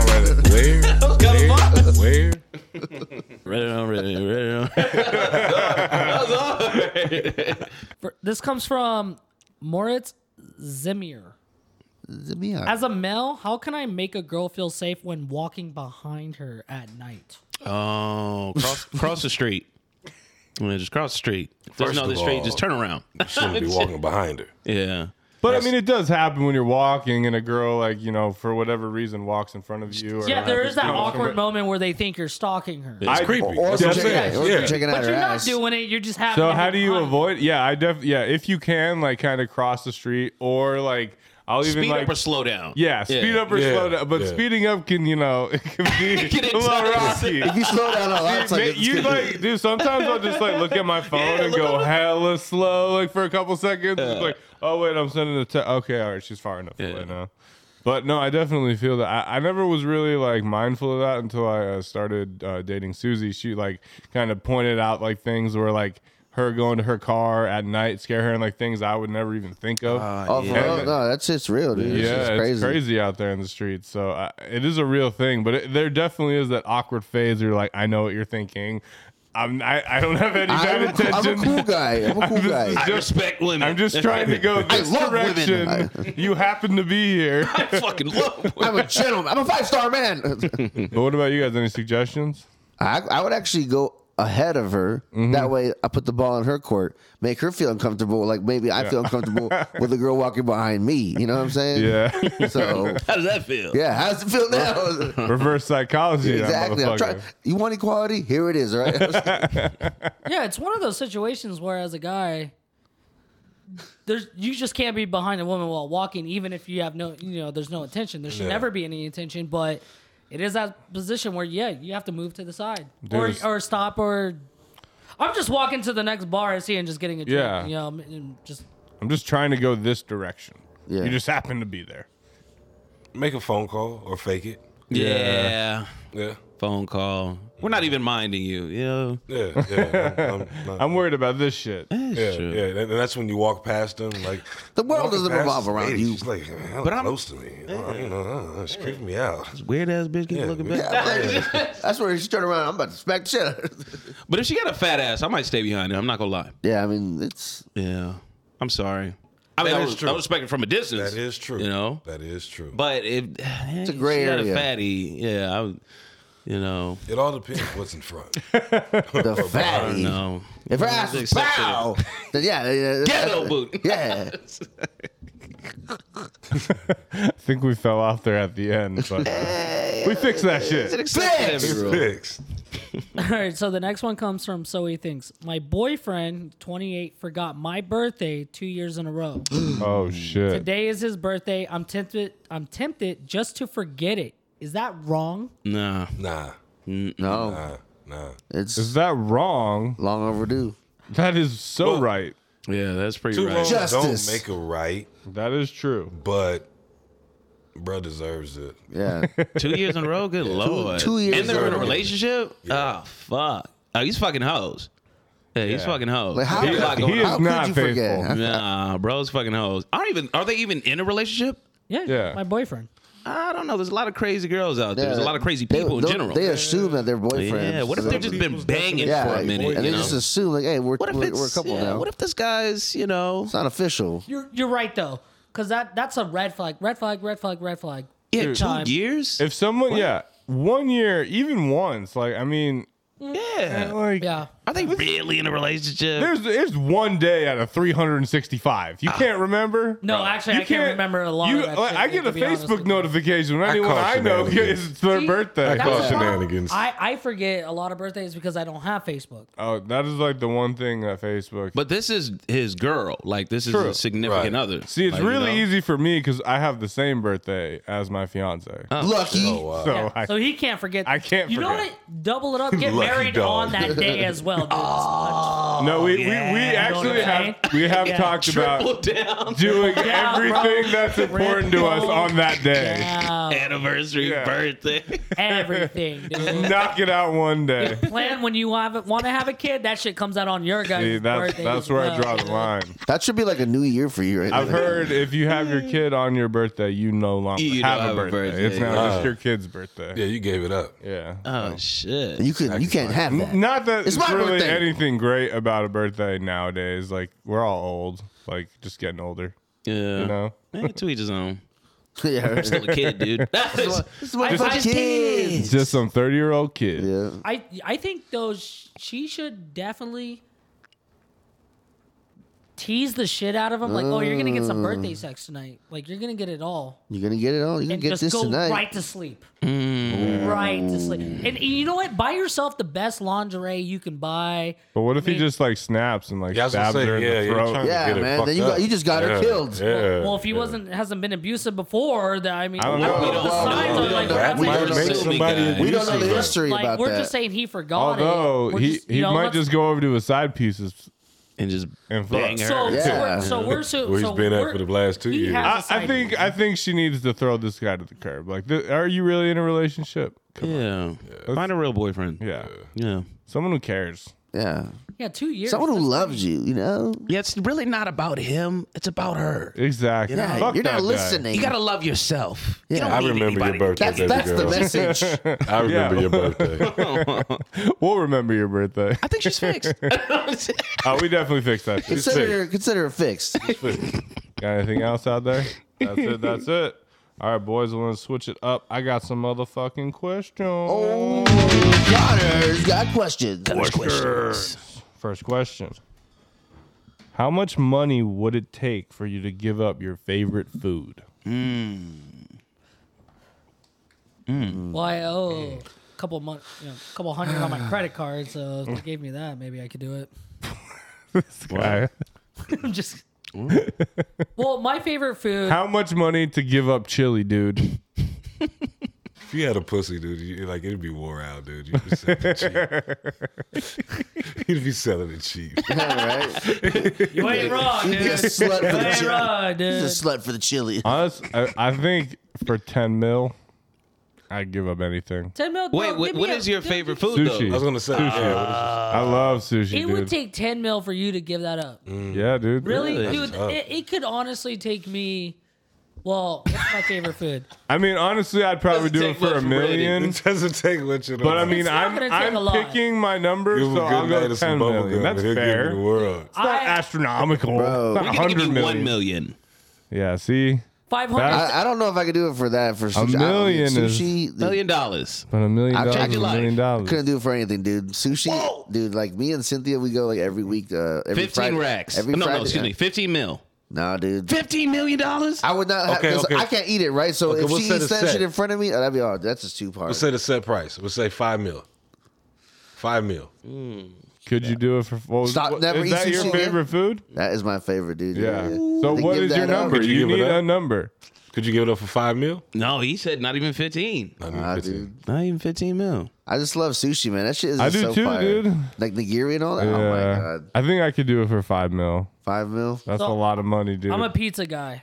S3: Reddit on Reddit.
S2: Where?
S4: Read it on, read it, read it on.
S1: For, this comes from Moritz Zimmer.
S3: Is it me?
S1: As a male, how can I make a girl feel safe when walking behind her at night?
S4: Oh, cross cross the street. Yeah, just cross the street. If There's
S5: First
S4: no other
S5: of
S4: street.
S5: all-
S4: Just turn around.
S5: Shouldn't be walking behind her.
S4: Yeah.
S2: But I mean, it does happen when you're walking and a girl, like you know, for whatever reason, walks in front of you. Or
S1: Yeah, there
S2: happens
S1: is
S2: to
S1: that
S2: go somewhere.
S1: awkward moment where they think you're stalking her.
S4: It's
S2: I-
S4: creepy.
S2: or-
S3: Or if you're
S2: That's
S3: checking,
S2: it.
S3: or if you're
S5: Yeah.
S3: checking out
S1: But
S3: her
S1: you're not
S3: ass.
S1: doing it. You're just having.
S2: So
S1: to
S2: how
S1: be
S2: do you
S1: behind.
S2: avoid? Yeah, I def yeah. If you can, like, kind of cross the street or like, I'll even
S4: Speed
S2: like
S4: up or slow down.
S2: yeah, speed up or
S5: Yeah.
S2: slow down. But
S5: Yeah.
S2: speeding up can you know it can be
S4: Get it
S2: a little
S4: done.
S2: rocky.
S3: If you slow down a lot, it's like,
S2: Ma-
S3: it's
S2: you
S3: gonna-
S2: like, dude. Sometimes I'll just like look at my phone and go hella slow, like for a couple seconds. It's like, oh wait, I'm sending a text. Okay, all right, she's far enough away now. But no, I definitely feel that. I, I never was really like mindful of that until I uh, started uh, dating Susie. She like kind of pointed out like things where like her going to her car at night scare her and like things I would never even think of.
S3: Oh, for
S2: Yeah.
S3: real? no, that's it's real, dude. It's
S2: Yeah,
S3: just
S2: it's crazy.
S3: crazy.
S2: out there in the streets. So I, it is a real thing, but it, there definitely is that awkward phase where you're like, I know what you're thinking. I'm, I, I don't have any bad
S3: I'm, a cool,
S2: intentions.
S3: I'm a cool guy. I'm a cool
S2: This
S3: guy.
S2: is
S4: I
S2: just-
S4: respect women.
S2: I'm just trying to go this
S3: love
S2: direction.
S3: women.
S2: you happen to be here.
S4: I fucking love. women.
S3: I'm a gentleman. I'm a five star man.
S2: but what about you guys? Any suggestions?
S3: I, I would actually go ahead of her.
S2: Mm-hmm.
S3: That way, I put the ball in her court, make her feel uncomfortable. Like maybe I feel uncomfortable with a girl walking behind me. You know what I'm saying?
S2: Yeah.
S3: So
S4: How does that feel?
S3: yeah, how's it feel now?
S2: Reverse psychology. that
S3: exactly. I'm trying,
S2: motherfucker.
S3: you want equality? Here it is. All right.
S1: Yeah, it's one of those situations where, as a guy, there's you just can't be behind a woman while walking, even if you have no, you know, there's no intention. There should
S5: Yeah.
S1: never be any intention, but it is that position where, yeah, you have to move to the side or
S2: There's-
S1: or stop or. I'm just walking to the next bar I see and just getting a drink,
S2: Yeah.
S1: you know, and just
S2: I'm just trying to go this direction.
S3: Yeah.
S2: You just happen to be there.
S5: Make a phone call or fake it.
S4: Yeah.
S5: Yeah.
S4: Phone call. We're not even minding you. You know.
S5: Yeah, yeah. I'm, I'm not-
S2: I'm worried about this shit.
S5: yeah, yeah. And, and that's when you walk past them, like
S3: The world
S5: walking
S3: doesn't
S5: past
S3: revolve
S5: this
S3: around
S5: lady,
S3: you.
S5: She's like, man,
S4: But
S5: but
S4: I'm-
S5: I'm close to me. Oh, you know, uh, it's creeping me out.
S4: Weird ass bitch keep looking back.
S3: That's where she turned around. I'm about to smack the shit out of her.
S4: But if she got a fat ass, I might stay behind her. I'm not gonna lie.
S3: Yeah, I mean, it's
S4: Yeah. I'm sorry. I mean,
S5: That
S4: I,
S5: is
S4: was,
S5: true.
S4: I was respecting from a distance.
S5: That is true.
S4: You know.
S5: that is true. But
S4: But if it's
S3: a gray
S4: she got
S3: area.
S4: a fatty, yeah, I, would- you know,
S5: it all depends what's in front.
S3: the
S4: I
S3: fatty.
S4: don't know.
S3: If her ass was
S4: Accepted.
S3: pow, then yeah, yeah,
S4: Ghetto boot.
S3: yeah.
S2: I think we fell off there at the end, but we fixed that shit.
S3: Bitch!
S5: Fixed.
S1: All right, so the next one comes from So He Thinks. My boyfriend, 28, forgot my birthday two years in a row.
S2: Oh shit.
S1: Today is his birthday. I'm tempted. I'm tempted just to forget it. Is that wrong?
S4: Nah.
S5: Nah,
S3: No,
S5: nah, nah.
S3: it's
S2: Is that wrong?
S3: long overdue.
S2: That is so
S5: Well-
S2: right.
S4: Yeah, that's pretty
S5: Too
S4: right.
S5: long
S3: Justice.
S5: don't make it right,
S2: That is true.
S5: but bruh deserves it.
S3: Yeah,
S4: Two years in a row? Good lord.
S3: two years
S4: And they're in
S5: in
S4: a
S5: a row.
S4: relationship? Oh, fuck. Oh, he's fucking hoes. Yeah, he's
S2: Yeah.
S4: fucking hoes.
S3: Like, how-
S4: He's not
S2: He
S4: going
S2: is
S4: out.
S3: could
S2: not
S3: you forget?
S2: faithful.
S4: Nah, bro's fucking hoes. I don't even, are they even in a relationship?
S1: Yeah.
S2: Yeah.
S1: My boyfriend.
S4: I don't know. There's a lot of crazy girls out there. There's a
S3: Yeah.
S4: lot of crazy people in
S3: they'll-
S4: general.
S3: They assume that they're boyfriends.
S4: yeah, what if they've just been banging
S3: yeah,
S4: for a minute?
S3: and they
S4: you know?
S3: just assume like, hey, we're,
S4: what if
S3: we're,
S4: it's,
S3: we're a couple
S4: yeah,
S3: now.
S4: What if this guy's, you know,
S3: it's not official.
S1: You're you're right though, because that that's a red flag. Red flag. Red flag. Red flag.
S4: yeah, two
S1: Time.
S4: years?
S2: If someone, yeah, one year, even once, like I mean,
S4: yeah.
S2: like
S1: Yeah.
S4: Are they really in a relationship?
S2: there's there's one day out of 365. You can't remember.
S1: Ah. No, actually, I can't remember a lot.
S2: You,
S1: of that
S2: like,
S1: shit,
S2: I get
S1: to
S2: a
S1: be honest
S2: Facebook
S1: with you.
S2: notification when anyone
S5: call
S2: I know
S5: shenanigans.
S2: gets their
S1: See,
S2: birthday. Oh,
S1: that's
S5: call
S1: the problem.
S5: shenanigans.
S1: I, I forget a lot of birthdays because I don't have Facebook.
S2: Oh, that is like the one thing that Facebook.
S4: But this is his girl. Like this is
S2: True.
S4: a significant
S5: Right.
S4: other.
S2: See, it's
S4: Like, you
S2: really
S4: know?
S2: easy for me because I have the same birthday as my fiance.
S3: Lucky.
S5: Oh wow.
S2: so
S1: Yeah,
S2: I,
S1: so he can't forget.
S2: I can't
S1: You know
S2: forget.
S1: what? Double it up. Get
S5: Lucky
S1: married
S5: dog.
S1: on that day as well, dude.
S2: no,
S1: Oh, yeah.
S2: we, we, we
S1: You know
S2: actually
S1: what I'm
S2: have we have
S1: Yeah.
S2: talked
S4: Triple
S2: about
S4: down.
S2: doing
S1: Yeah, bro.
S2: everything that's important to us on that day.
S1: Yeah,
S4: Anniversary,
S2: Oh. Yeah.
S4: birthday.
S1: everything. dude.
S2: Knock it out one day.
S1: Plan when you have want to have a kid. That shit comes out on your guys.
S2: See, that's
S1: birthday
S2: that's
S1: as
S2: where I
S1: well.
S2: draw the line.
S3: That should be like a new year for you, right?
S2: I've
S3: there.
S2: heard if you have your kid on your birthday, you no longer
S4: You
S2: have,
S4: don't
S2: a, birthday. It's now
S5: yeah.
S2: just your kid's birthday.
S5: Uh-huh. Yeah, you gave it up.
S2: Yeah.
S4: Oh shit.
S3: you could you can't have that.
S2: Not that
S3: It's
S2: it's,
S3: my
S2: really
S3: birthday.
S2: anything great about a birthday nowadays. Like we're all old, like just getting older.
S4: yeah.
S2: You know,
S4: Man, to each his own.
S3: yeah, right.
S4: Still a kid, dude.
S3: This is my
S1: I-
S3: fucking
S1: I-
S3: kids.
S2: just some thirty-year-old kid.
S3: Yeah,
S1: I I think though sh- she should definitely tease the shit out of him. Like, oh, you're gonna get some birthday sex tonight. Like, you're gonna get it all.
S3: you're gonna get it all. You're gonna
S1: and
S3: Mm. get
S1: just
S3: this
S1: go
S3: tonight.
S1: right to sleep.
S2: Mm.
S1: Right to sleep. And, and you know what? Buy yourself the best lingerie you can buy.
S2: But what if he
S1: mean-
S2: just like snaps and like
S5: Yeah, I was gonna
S2: stabs
S5: say,
S2: her in
S5: yeah,
S2: the
S5: you're
S2: throat?
S5: trying-
S3: yeah,
S5: Get it
S3: man.
S5: fucked
S3: Then you got,
S5: up.
S3: you just got her
S5: Yeah.
S3: killed.
S5: Yeah.
S1: well, if he wasn't hasn't been abusive before, then I mean,
S2: I don't
S1: what
S2: know.
S1: were
S2: We
S1: the
S2: don't
S3: know.
S1: signs
S3: We
S1: are
S3: don't
S1: like,
S3: know.
S1: that's
S3: We
S1: what
S5: might
S1: it
S4: don't
S1: was.
S4: know.
S5: make somebody
S4: guy.
S3: We don't know
S5: abusive,
S3: the
S5: though.
S3: history
S1: Like,
S3: about
S1: we're
S3: that.
S1: just saying he forgot
S2: Although
S1: it. We're
S2: he
S1: just- you
S2: he
S1: know,
S2: might
S1: let's-
S2: just go over to his side pieces.
S4: and just
S2: And
S4: bang
S2: fuck.
S4: her.
S1: So, so
S3: Yeah.
S1: we're- so we're so,
S5: Where he's
S1: so
S5: been at
S1: we're-
S5: for the last two
S1: he
S5: years.
S1: has
S2: I,
S1: a side
S2: I think
S1: piece.
S2: I think she needs to throw this guy to the curb. Like, th- are you really in a relationship? Come on.
S4: yeah. Find a real boyfriend.
S2: Yeah.
S4: Yeah.
S2: Someone who cares.
S3: Yeah,
S1: yeah, two years.
S3: someone who
S1: That's-
S3: loves you. You know.
S4: Yeah, it's really not about him. It's about her.
S2: Exactly.
S3: Yeah,
S2: Fuck
S3: you're
S2: that
S3: not
S2: guy.
S3: listening.
S4: love yourself.
S3: Yeah.
S5: I remember your birthday,
S3: that's
S5: baby
S3: that's the
S5: girl.
S3: message.
S5: I remember
S2: Yeah.
S5: your birthday.
S2: We'll remember your birthday.
S4: I think she's fixed.
S2: Oh, we definitely fixed that. shit.
S3: consider her, consider her fixed.
S2: Got anything else out there? That's it. That's it. All right, boys, we're gonna switch it up. I got some motherfucking questions.
S3: Oh, Connor's got questions.
S2: First question: How much money would it take for you to give up your favorite food?
S1: Why? Oh, a couple months, you know, a couple hundred on my credit card. So if they gave me that, maybe I could do it.
S2: Guy.
S1: I'm just. well, my favorite food.
S2: How much money to give up chili, dude?
S5: if you had a pussy, dude, you, like it'd be wore out, dude. You'd be selling it cheap. You'd be selling it cheap.
S3: right?
S1: you ain't wrong, dude.
S3: He's a slut for
S1: You
S3: the
S1: ain't
S3: chili.
S1: wrong,
S3: He's a
S1: dude.
S3: slut for the chili.
S2: Honest, I, I think for ten mil, I'd give up anything.
S1: Ten mil.
S4: Wait,
S1: no,
S4: what,
S1: give me
S4: what
S1: a-
S4: is your
S1: give-
S4: favorite food
S2: Sushi.
S5: I was gonna say, yeah,
S2: I love sushi,
S1: Uh, It
S2: dude.
S1: would take ten mil for you to give that up.
S2: yeah, dude.
S1: Really,
S4: Really?
S1: dude? It, it could honestly take me. Well, what's my favorite food?
S2: I mean, honestly, I'd probably
S4: Doesn't
S2: do it
S4: take
S2: for
S4: much
S2: a
S4: for Brady.
S2: million.
S5: it doesn't take much at all.
S2: But I mean,
S1: not
S2: I'm
S1: gonna take a
S2: I'm
S1: lot.
S2: picking my numbers,
S5: Give him
S2: so
S5: a
S2: I'll
S5: good night
S2: go
S5: and some
S2: ten
S5: bubble
S2: million.
S5: gum.
S2: That's
S5: He'll give you
S2: fair.
S5: The
S2: It's
S5: world.
S2: not
S1: I-
S2: astronomical.
S3: Bro.
S2: It's
S4: We're
S2: not
S4: gonna give you
S2: 100
S4: one
S2: million.
S4: million.
S2: Yeah, see,
S1: Five hundred.
S3: I, I don't know if I could do it for that. For sushi. I don't-
S2: million is-
S3: sushi,
S4: Million dollars.
S2: but a million
S3: I've
S2: dollars,
S3: changed
S2: is a
S4: your
S2: million
S4: life.
S2: dollars.
S3: Couldn't do it for anything, dude. Sushi, dude. Like me and Cynthia, we go like every week. Uh, every
S4: Fifteen
S3: Friday,
S4: racks.
S3: Every
S4: no,
S3: Friday
S4: no, excuse me. Fifteen mil.
S3: No, dude.
S4: Fifteen million dollars.
S3: I would not. Have,
S5: Okay,
S3: 'cause
S5: okay.
S3: I can't eat it, right? So
S5: Okay,
S3: if
S5: we'll
S3: she
S5: set
S3: eats
S5: a
S3: that
S5: set.
S3: shit in front of me, oh, that'd be hard. That's just too hard.
S5: Let's say the set price. Let's say five mil. Five mil.
S2: Could you do it for? What was,
S3: Stop,
S2: what-
S3: never
S2: is
S3: eat
S2: that your
S3: sushi again?
S2: favorite food?
S3: that is my favorite, dude.
S2: Yeah.
S3: To
S2: So what
S3: give
S2: is your
S3: that up,
S2: number?
S5: Could you
S2: You,
S5: give it
S2: need
S5: up?
S2: a number.
S5: Could you give it up for five mil?
S4: no, he said not even fifteen.
S5: I
S3: Nah,
S5: fifteen.
S3: dude.
S4: Not even fifteen mil.
S3: I just love sushi, man. That shit is
S2: I
S3: just
S2: do
S3: so
S2: too,
S3: fire.
S2: dude.
S3: Like nigiri and all that. Oh
S2: Yeah.
S3: my god,
S2: Uh, I think I could do it for five mil.
S3: five mil.
S2: That's
S1: So-
S2: a lot of money, dude.
S1: I'm a pizza guy,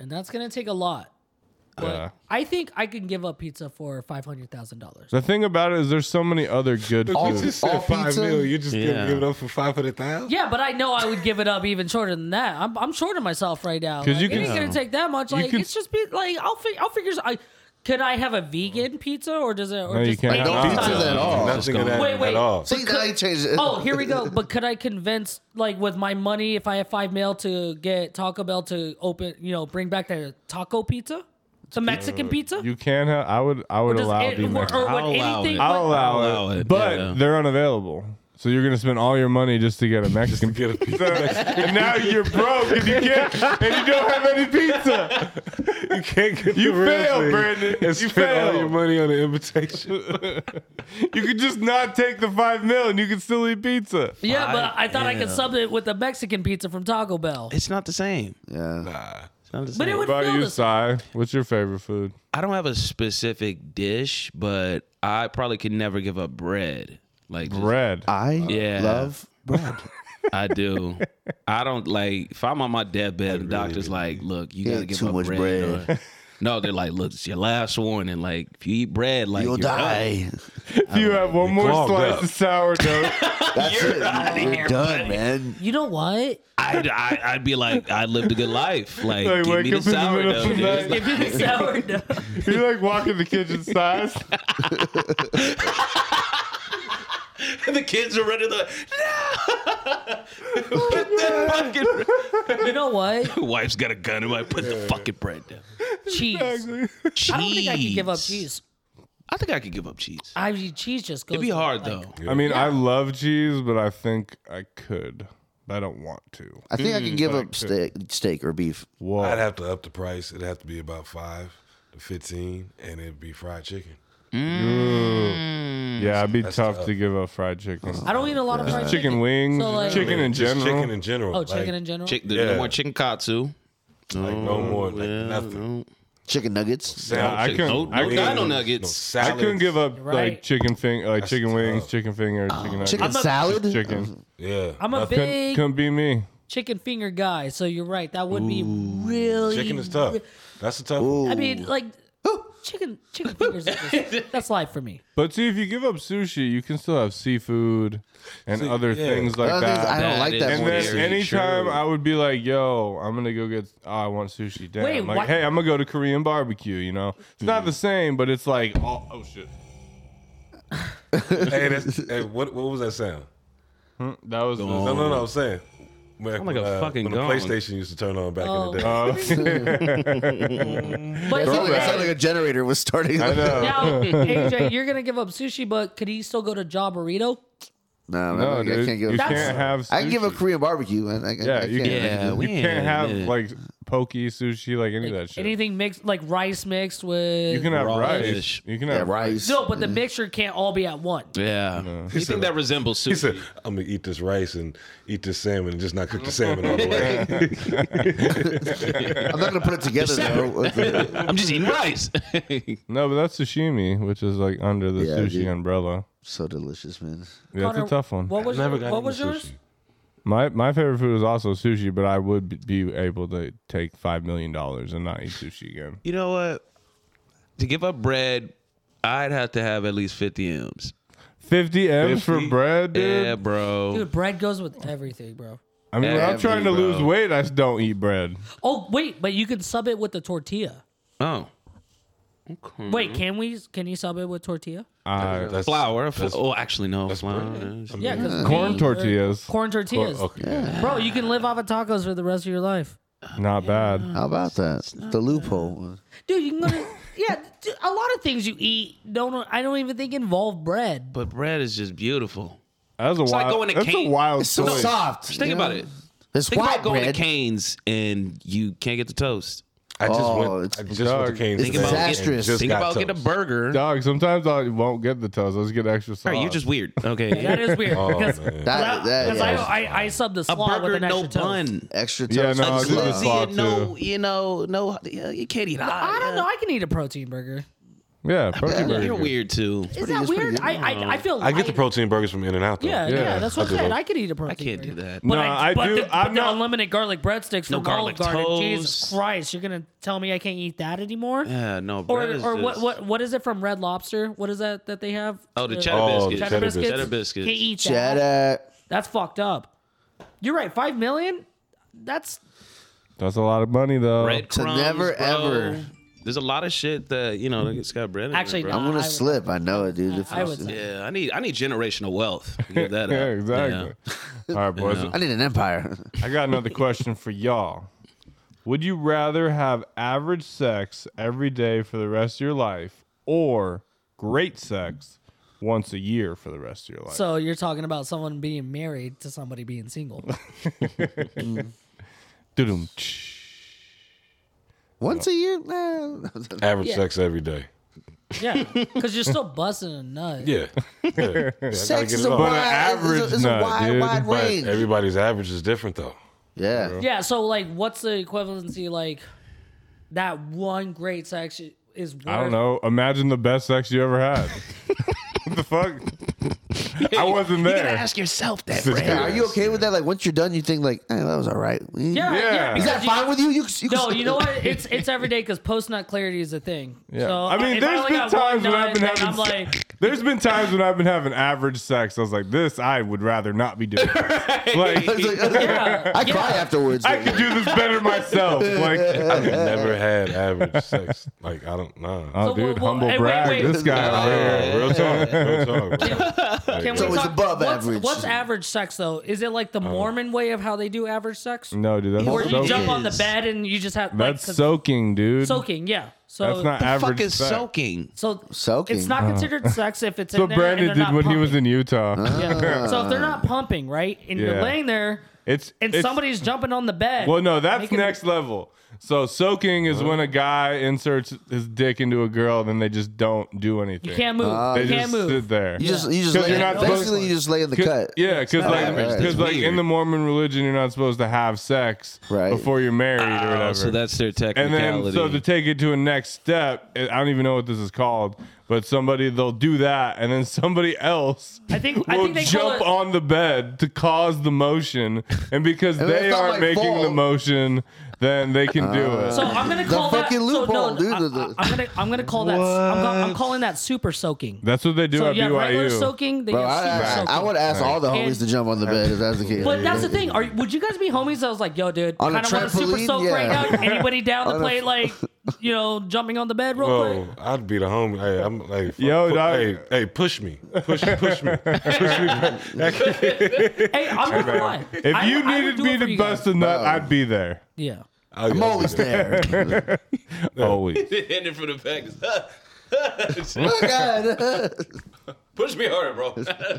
S1: and that's gonna take a lot. But
S2: Yeah.
S1: I think I can give up pizza for five hundred thousand dollars.
S2: the thing about it is, there's so many other good
S5: You
S2: foods.
S5: just said
S3: all
S5: five
S3: pizza?
S5: mil. You just
S4: Yeah.
S5: gonna give it up for five hundred thousand?
S1: Yeah, but I know I would give it up even shorter than that. I'm I'm short of myself right now.
S2: 'Cause
S1: Like,
S2: you
S1: it
S2: can-
S1: ain't gonna take that much. Like
S2: can-
S1: it's just be like I'll fi- I'll figure. I could I have a vegan pizza or does it? Or
S2: No, you
S1: just,
S2: can't
S1: like,
S2: have
S1: one
S3: pizza
S1: time-
S3: at all.
S5: Oh, Nothing
S4: Wait,
S5: of that
S1: wait.
S5: at all.
S3: See, now you changed it.
S1: Oh, here we go. But could I convince like with my money if I have five mil to get Taco Bell to open you know bring back the taco pizza, the Mexican pizza?
S2: You can have. I would. I would
S1: Does
S2: allow
S1: it-
S2: the
S1: or,
S2: next-
S1: or would
S4: I'll allow
S1: anything?
S4: it.
S1: but-
S2: I'll allow,
S4: I'll
S2: it,
S4: allow it,
S2: but
S4: yeah.
S2: they're unavailable. So you're gonna spend all your money just to get a Mexican
S5: Get a pizza.
S2: and now you're broke if you can't and you don't have any pizza.
S5: you can't get
S2: You
S5: the real
S2: failed,
S5: thing
S2: Brandon.
S5: And
S2: You
S5: spend all
S2: failed.
S5: your money on the invitation.
S2: You could just not take the five mil and you could still eat pizza.
S1: yeah, but I thought I
S4: Yeah.
S1: could sub it with a Mexican pizza from Taco Bell.
S4: It's not the same.
S3: Yeah.
S5: Nah.
S4: It's not the same.
S1: But it would
S2: What about
S1: feel
S2: you,
S1: the same.
S2: Sai? What's your favorite food?
S4: I don't have a specific dish, but I probably could never give up bread. Like just-
S2: Bread.
S3: I
S4: Yeah.
S3: love bread.
S4: I do. I don't like if I'm on my deathbed and doctor's like, look, you gotta
S3: ate
S4: give
S3: too
S4: up
S3: much
S4: bread.
S3: bread.
S4: Or, no, they're like, look, it's your last warning. Like, if you eat bread, like
S3: You'll
S4: you're done.
S3: die.
S2: If you have one more
S5: clogged
S2: slice
S5: up.
S2: of sourdough,
S3: That's it. You're done, man.
S1: You know what?
S4: I'd, I, I'd be like, I lived a good life. Like,
S2: Like,
S4: give
S2: wake
S4: me the
S2: up in the middle of
S4: sourdough.
S2: the
S4: dude.
S2: night.
S4: Like,
S1: Give me the sourdough.
S2: you like walk in the kitchen size.
S4: the kids are running the no. Put that
S1: You know what?
S4: fucking wife's got a gun. Who I put the fucking bread down?
S1: Cheese.
S4: Cheese.
S1: I don't think I could give up cheese.
S4: I think I could give up cheese.
S1: I mean, cheese just goes.
S4: It'd be hard
S1: like-
S4: though.
S2: I mean, I love cheese, but I think I could. But I don't want to.
S3: I think I can give up steak, steak or beef.
S2: Whoa.
S5: I'd have to up the price. It'd have to be about five to fifteen, and it'd be fried chicken.
S2: yeah, it'd be
S5: That's
S2: tough
S5: tough.
S2: to give up fried chicken.
S1: I don't eat a lot of fried
S2: Chicken wings,
S1: So, like-
S2: chicken in
S5: Just
S2: general.
S5: Chicken in general.
S1: Oh, chicken
S5: like,
S1: in general.
S4: Chick, the,
S5: Yeah.
S4: No more chicken katsu.
S5: like no more, like nothing.
S3: Chicken nuggets.
S2: Yeah, I couldn't.
S4: No,
S2: I,
S4: Oh,
S2: couldn't
S4: no dino
S5: No
S4: nuggets.
S2: I
S5: salads.
S2: couldn't give
S1: Right.
S2: up
S1: Uh-huh.
S2: like chicken fing, like chicken
S5: tough.
S2: wings, chicken finger, chicken nuggets.
S3: Chicken salad.
S2: chicken.
S5: Yeah,
S1: I'm a
S5: nothing.
S1: big
S2: Couldn't be me.
S1: chicken finger guy, so you're right. That would be really.
S5: Chicken is tough. That's a tough. one.
S1: I mean, like chicken chicken fingers. are just- that's life for me.
S2: But see, if you give up sushi, you can still have seafood and
S5: See,
S2: other
S5: yeah.
S2: things
S3: Other
S2: like
S3: things, I
S2: that.
S3: don't
S4: That
S3: like
S4: is
S3: that
S2: And
S3: one.
S2: then
S4: Very
S2: anytime
S4: true.
S2: I would be like, "Yo, I'm gonna go get. Oh, I want sushi." Damn.
S1: Wait,
S2: like,
S1: why-
S2: hey, I'm gonna go to Korean barbecue. You know, it's
S5: Mm-hmm.
S2: not the same, but it's like, oh, oh shit,
S5: hey, that's, hey, what what was that sound?
S2: that was. the-
S5: No, no, no. I'm saying. When,
S4: I'm like a
S5: uh,
S4: fucking
S5: when the
S4: gone.
S5: PlayStation used to turn on back
S1: Oh.
S5: in the day.
S2: Oh,
S1: But
S3: It sounded like, it sounded like a generator was starting.
S2: I know.
S1: now, AJ, you're gonna give up sushi, but could he still go to Job Burrito?
S3: No,
S2: No,
S3: no,
S2: dude,
S3: I can't give.
S2: you
S3: A,
S1: That's-
S2: can't have. Sushi.
S3: I can give a Korean barbecue. I, I, I
S2: Yeah,
S3: can't.
S2: you can.
S4: Yeah, we
S2: you can't
S4: ain't-
S2: have
S4: yeah.
S2: like pokey sushi, like any of that shit.
S1: Anything mixed like rice mixed with
S2: You can have
S4: Raw
S2: rice.
S4: fish.
S2: You can
S3: Yeah,
S2: have
S3: rice.
S1: no, but the mixture can't all be at one.
S4: Yeah. You think that resembles
S5: He
S4: sushi?
S5: said, "I'm gonna eat this rice and eat this salmon and just not cook the salmon all the way."
S3: I'm not gonna put it together though.
S4: I'm just eating rice.
S2: No, but that's sashimi, which is like under the
S3: Yeah,
S2: sushi
S3: dude.
S2: umbrella.
S3: so delicious, man.
S2: Yeah, that's
S1: Connor,
S2: a tough one.
S1: What was
S5: Never
S1: your,
S5: got
S1: what
S5: any
S1: was yours?
S5: sushi.
S2: My my favorite food is also sushi, but I would be be able to take five million dollars and not eat sushi again.
S4: you know what? To give up bread, I'd have to have at least 50 m's.
S2: Fifty m's for bread, dude.
S4: Yeah, bro.
S1: Dude, bread goes with everything, bro.
S2: I mean, when I'm
S4: Heavy,
S2: trying to
S4: bro.
S2: lose weight, I just don't eat bread.
S1: Oh wait, but you can sub it with the tortilla.
S4: Oh. Okay.
S1: Wait, can we? Can you sub it with tortilla?
S2: Uh,
S5: That's-
S4: Flour. fl-
S5: that's-
S4: oh, actually, no. Flour.
S1: Yeah, 'cause
S2: corn
S1: we-
S2: tortillas,
S1: Corn tortillas,
S5: Okay.
S1: bro. You can live off of tacos for the rest of your life,
S2: not bad.
S3: How about that? The loophole.
S1: dude. You can go to yeah. dude, a lot of things you eat don't. I don't even think involve bread.
S4: But bread is just beautiful.
S2: That's a
S4: like
S2: wild.
S4: going to
S2: that's
S4: Kane-
S2: a wild
S3: So
S2: choice.
S3: soft.
S4: Just think
S3: you
S4: about
S3: know?
S4: it.
S3: It's
S4: Think
S3: white
S4: about going
S3: bread.
S4: to Canes and you can't get the toast.
S5: I just
S3: Oh,
S5: went.
S3: it's-
S5: I just went to
S2: Dog.
S5: Cane's
S3: Think
S5: today
S4: about
S5: and
S3: disastrous.
S5: just
S4: Think
S5: got
S4: about
S5: toast.
S4: getting a burger.
S2: Dog, sometimes I won't get the toast. I'll just get extra sauce.
S4: All right, you're just weird.
S1: That
S4: Okay.
S1: is weird
S5: Oh,
S1: because
S5: man.
S3: That, that,
S1: because
S3: yeah.
S1: I, I I sub the
S4: a
S1: slaw with
S4: burger,
S1: an
S4: no
S1: extra toast.
S4: bun.
S3: extra toast.
S2: Yeah, no,
S4: Uh,
S3: and
S2: I'll do the
S3: slaw.
S4: Lucy,
S2: slaw
S4: no,
S2: too.
S4: you know, no, you can't eat hot.
S1: I don't know. I can eat a protein burger.
S2: yeah, protein burger.
S4: You're weird too.
S1: Is
S3: pretty-
S1: that
S3: it's pretty
S1: weird?
S3: good.
S1: I, I I feel
S5: I get the
S1: light.
S5: protein burgers from In and Out though.
S1: Yeah, yeah,
S2: Yeah.
S1: that's what
S5: I
S1: I
S5: do.
S1: said. I could eat a protein.
S4: I can't
S1: burger.
S4: do that.
S1: But
S2: No,
S1: I,
S2: I
S1: but
S2: do-
S1: The, but
S2: I'm
S1: the
S2: not-
S1: unlimited garlic breadsticks
S4: No
S1: from Olive
S4: garlic
S1: Garden.
S4: toast.
S1: Jesus Christ, you're gonna tell me I can't eat that anymore?
S4: Yeah, no,
S1: or
S4: bread is
S1: or what
S4: just-
S1: what what is it from Red Lobster? What is that that they have?
S4: Oh, the
S1: Uh,
S4: cheddar
S5: Oh,
S4: biscuits.
S5: the
S1: cheddar,
S5: cheddar
S1: biscuits.
S4: Cheddar
S5: biscuits.
S4: biscuits.
S1: Can't eat that.
S3: Cheddar.
S1: That's fucked up. You're right. Five million. That's
S2: That's a lot of money though.
S4: Bread
S3: To
S4: crumbs,
S3: never,
S4: bro.
S3: ever.
S4: There's a lot of shit that you know it's got bread. In
S1: Actually,
S4: it, bro.
S1: no.
S3: I'm
S1: I
S3: gonna
S1: would-
S3: slip. I know it, dude. If
S1: I would
S3: it's-
S1: say.
S4: yeah, I need I need generational wealth. Give that
S2: Yeah,
S4: up.
S2: exactly. All right, boys.
S3: I need an empire.
S2: I got another question for y'all. Would you rather have average sex every day for the rest of your life or great sex once a year for the rest of your life?
S1: so you're talking about someone being married to somebody being single.
S2: Dudum, tsh.
S3: Once a year, man.
S5: Average sex every day.
S1: yeah, because you're still busting a nut.
S5: Yeah. yeah. yeah. I gotta
S3: Sex
S5: get
S3: is
S5: it
S3: a
S5: off.
S3: wide,
S2: average
S3: it's a, it's a
S2: nut,
S3: wide,
S2: dude.
S3: wide
S5: But
S3: range.
S5: everybody's average is different though.
S3: yeah,
S1: Yeah, so like, what's the equivalency? Like, that one great sex is worth.
S2: I don't know. Imagine the best sex you ever had. what the fuck? I wasn't there.
S4: yourself that,
S3: Yeah, are you okay with that? Like once you're done, you think like, eh, that was all right.
S1: Yeah,
S2: Yeah.
S1: yeah.
S2: Is
S3: Is that
S1: because
S3: fine with you? You, you
S1: No, you know what? It's it's every day because post nut clarity is a thing.
S2: Yeah.
S1: So
S2: I mean,
S1: if
S2: there's
S1: only
S2: been
S1: got
S2: times
S1: one
S2: when I've been
S1: done, then
S2: having.
S1: I'm
S2: se-
S1: like,
S2: there's been times when I've been having average sex. I was like, this I would rather not be doing. like,
S3: It's like,
S1: yeah,
S3: I
S1: yeah.
S3: cry afterwards.
S2: I could do this better myself. Like,
S5: I've never had average sex. Like I don't know.
S2: oh,
S1: So,
S2: dude,
S1: well, well,
S2: humble
S1: hey, wait,
S2: brag.
S1: wait.
S2: This guy
S3: Uh,
S2: over here.
S5: real talk. Real talk. Real talk.
S1: Can
S3: So
S1: we
S3: it's
S1: talk-
S3: above
S1: what's,
S3: average.
S1: What's average sex though? Is it like the Mormon way of how they do average sex?
S2: No, dude, that's
S1: Where you
S2: Oh. Mm, soaking.
S1: jump on the
S3: is.
S1: bed and you just have like,
S2: That's
S1: 'cause-
S2: soaking, dude.
S1: soaking, yeah. So
S2: That's not
S4: The
S2: average.
S4: fuck is
S2: sex.
S4: soaking?
S1: so
S3: Soaking.
S1: It's not considered sex if it's
S2: So
S1: in there and
S2: Brandon
S1: they're
S2: did
S1: not
S2: when he was
S1: pumping.
S2: in Utah.
S1: Yeah. so if they're not pumping, right, and
S2: Yeah.
S1: you're laying there,
S2: It's
S1: and
S2: it's,
S1: somebody's jumping on the bed.
S2: Well, no, that's
S1: making-
S2: next level. So soaking is when a guy inserts his dick into a girl, and then they just don't do anything.
S1: You can't move.
S2: They
S3: Ah,
S4: Uh,
S1: you
S2: just
S1: can't move.
S2: sit there.
S3: You just you just
S2: 'Cause
S3: lay
S2: you're
S3: in,
S2: not
S3: basically
S2: supposed-
S3: you just lay in the
S2: 'Cause-
S3: cut.
S2: Yeah, because like,
S3: average.
S2: because
S3: That's
S2: like
S4: weird.
S2: in the Mormon religion, you're not supposed to have sex
S3: Right.
S2: before you're married or whatever.
S4: Oh, so that's their
S2: and
S4: technicality.
S2: then so to take it to a next step, I don't even know what this is called, but somebody they'll do that, and then somebody else
S1: I think. I
S2: will
S1: think they
S2: jump
S1: call it,
S2: on the bed to cause the motion, and because
S3: And
S2: they
S3: that's not
S2: aren't
S3: my
S2: making the
S3: fault. Uh.
S2: motion, then they can do it.
S1: So I'm gonna
S3: The
S1: call that.
S3: fucking
S1: so,
S3: loophole,
S1: no,
S3: dude.
S1: I,
S3: The-
S1: am gonna I'm gonna call that. I'm, gonna- I'm calling that super soaking.
S2: That's what they do
S1: So
S2: at
S1: you have regular
S2: BYU.
S1: soaking, then
S3: Bro,
S1: you have
S3: I,
S1: super
S3: I-
S1: soaking.
S3: I would ask all the homies
S1: And-
S3: to jump on the bed if that's the case.
S1: But that's the thing. Are you- would you guys be homies? that was like, yo, dude,
S3: On a
S1: kind of want to super
S3: trampoline?
S1: soak
S3: Yeah.
S1: right now. Anybody down to
S3: On a-
S1: play like, you know, jumping on the bed real
S5: Whoa,
S2: Oh.
S1: quick?
S5: I'd be the homie. Hey, I'm like,
S2: Yo,
S5: fu-
S2: dog.
S5: hey, hey, push me, push, push me, push me.
S1: Hey, I'm not gonna lie.
S2: If
S1: I-
S2: you
S1: I would
S2: needed
S1: do it
S2: me
S1: for
S2: to
S1: you guys.
S2: bust a nut, I'd be there
S1: yeah.
S5: Oh,
S3: I'm
S5: yeah,
S3: always there.
S2: always.
S4: end it from the back.
S3: Oh, God.
S4: Push me harder, bro.
S3: so I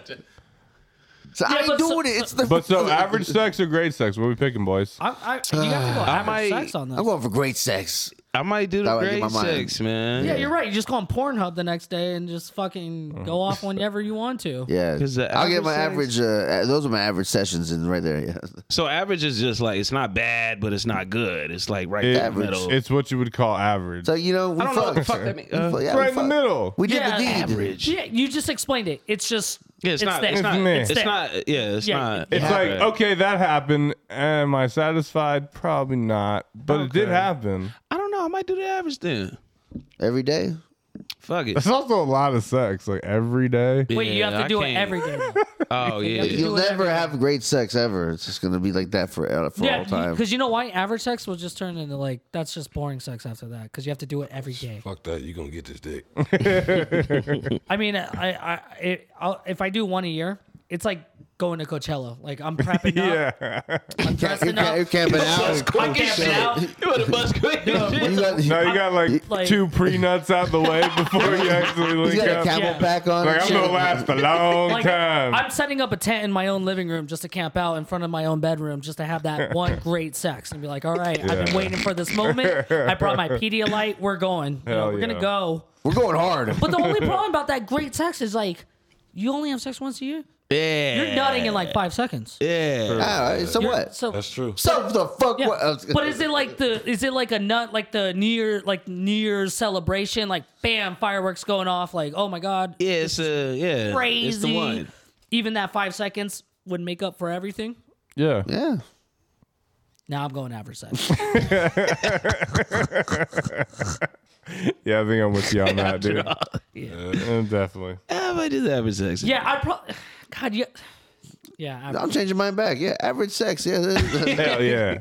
S1: Yeah,
S3: ain't
S1: but so-
S3: doing it. It's the
S2: But so average sex or grade sex? What are we picking, boys?
S1: I, I, you have to go average
S4: might-
S1: sex on this.
S3: I'm going for great sex.
S4: I might do
S3: That
S4: the
S3: would get
S4: great
S3: my mind.
S4: sex, man.
S1: yeah, you're right. You just go on Pornhub the next day and just fucking go off whenever you want to.
S3: Yeah,
S4: 'Cause the
S3: I'll get my
S4: average
S3: average. Uh, uh, those are my average sessions in right there. Yeah.
S4: So average is just like it's not bad, but it's not good. It's like right
S2: It-
S4: in the
S1: Oh.
S4: middle.
S2: It's what you would call average.
S3: So you know, we
S4: I don't know what the fuck that means. Uh,
S3: We fu- yeah, we
S2: right in the
S3: fucked.
S2: middle.
S3: We did
S1: Yeah,
S3: the deed.
S4: average.
S1: Yeah, you just explained it. It's just
S4: Yeah, it's, not.
S1: there.
S4: It's not.
S2: It's
S4: It's,
S1: there.
S4: not. Yeah, it's
S1: Yeah.
S4: not.
S2: It's
S4: not
S2: like
S1: oh.
S4: bad.
S2: okay, that happened. Am I satisfied? Probably not, but it did happen.
S4: I don't know. I might do the average then.
S3: every day.
S4: Fuck it.
S2: It's also a lot of sex, like every day.
S1: Wait, you
S4: Yeah,
S1: have to
S4: I
S1: do it
S4: can't.
S1: every day.
S4: Oh yeah.
S1: You
S3: You'll
S1: do it
S3: never
S1: every day.
S3: have great sex ever. It's just gonna be like that for uh, for all
S1: yeah,
S3: time.
S1: because you know why? Average sex will just turn into like that's just boring sex after that because you have to do it every day.
S5: Fuck that. You gonna get this dick?
S1: I mean, I, I, it, I'll, if I do one a year, it's like going to Coachella. Like I'm prepping up,
S2: Yeah.
S1: I'm
S3: Can't- you
S1: dressing
S3: can't- you
S1: up.
S3: can't be out.
S1: I get it out.
S4: You want to bust quick?
S3: You got,
S2: Now you got like,
S1: Like-
S2: two pre nuts out the way before you actually
S3: you
S2: link
S3: got a
S2: up.
S3: camel
S1: Yeah.
S3: pack on.
S2: Like
S3: and
S2: I'm
S3: shit.
S2: gonna last a long
S1: Like,
S2: time.
S1: I'm setting up a tent in my own living room just to camp out in front of my own bedroom just to have that one great sex and be like, all right, I've been waiting for this moment. I brought my Pedialyte. We're going. You know,
S2: Hell
S1: we're
S2: yeah.
S1: gonna go.
S3: We're going hard.
S1: But the only problem about that great sex is like, you only have sex once a year.
S4: Yeah.
S1: You're nutting in like five seconds.
S4: Yeah.
S3: All right, so what?
S1: So
S5: That's true.
S3: So the fuck
S1: Yeah.
S3: what? I was-
S1: but is it like the is it like a nut like the New Year like New Year's celebration like bam fireworks going off like oh my god
S4: Yeah. It's a yeah.
S1: crazy
S4: It's the one.
S1: even that five seconds would make up for everything
S2: yeah.
S3: Yeah.
S1: now I'm going average sex
S2: Yeah, I think I'm with you on that, dude. yeah, definitely.
S4: Yeah, I might do the average sex.
S1: yeah I probably God yeah yeah average.
S3: I'm changing mine back. Yeah, average sex. Yeah, a
S2: Hell yeah.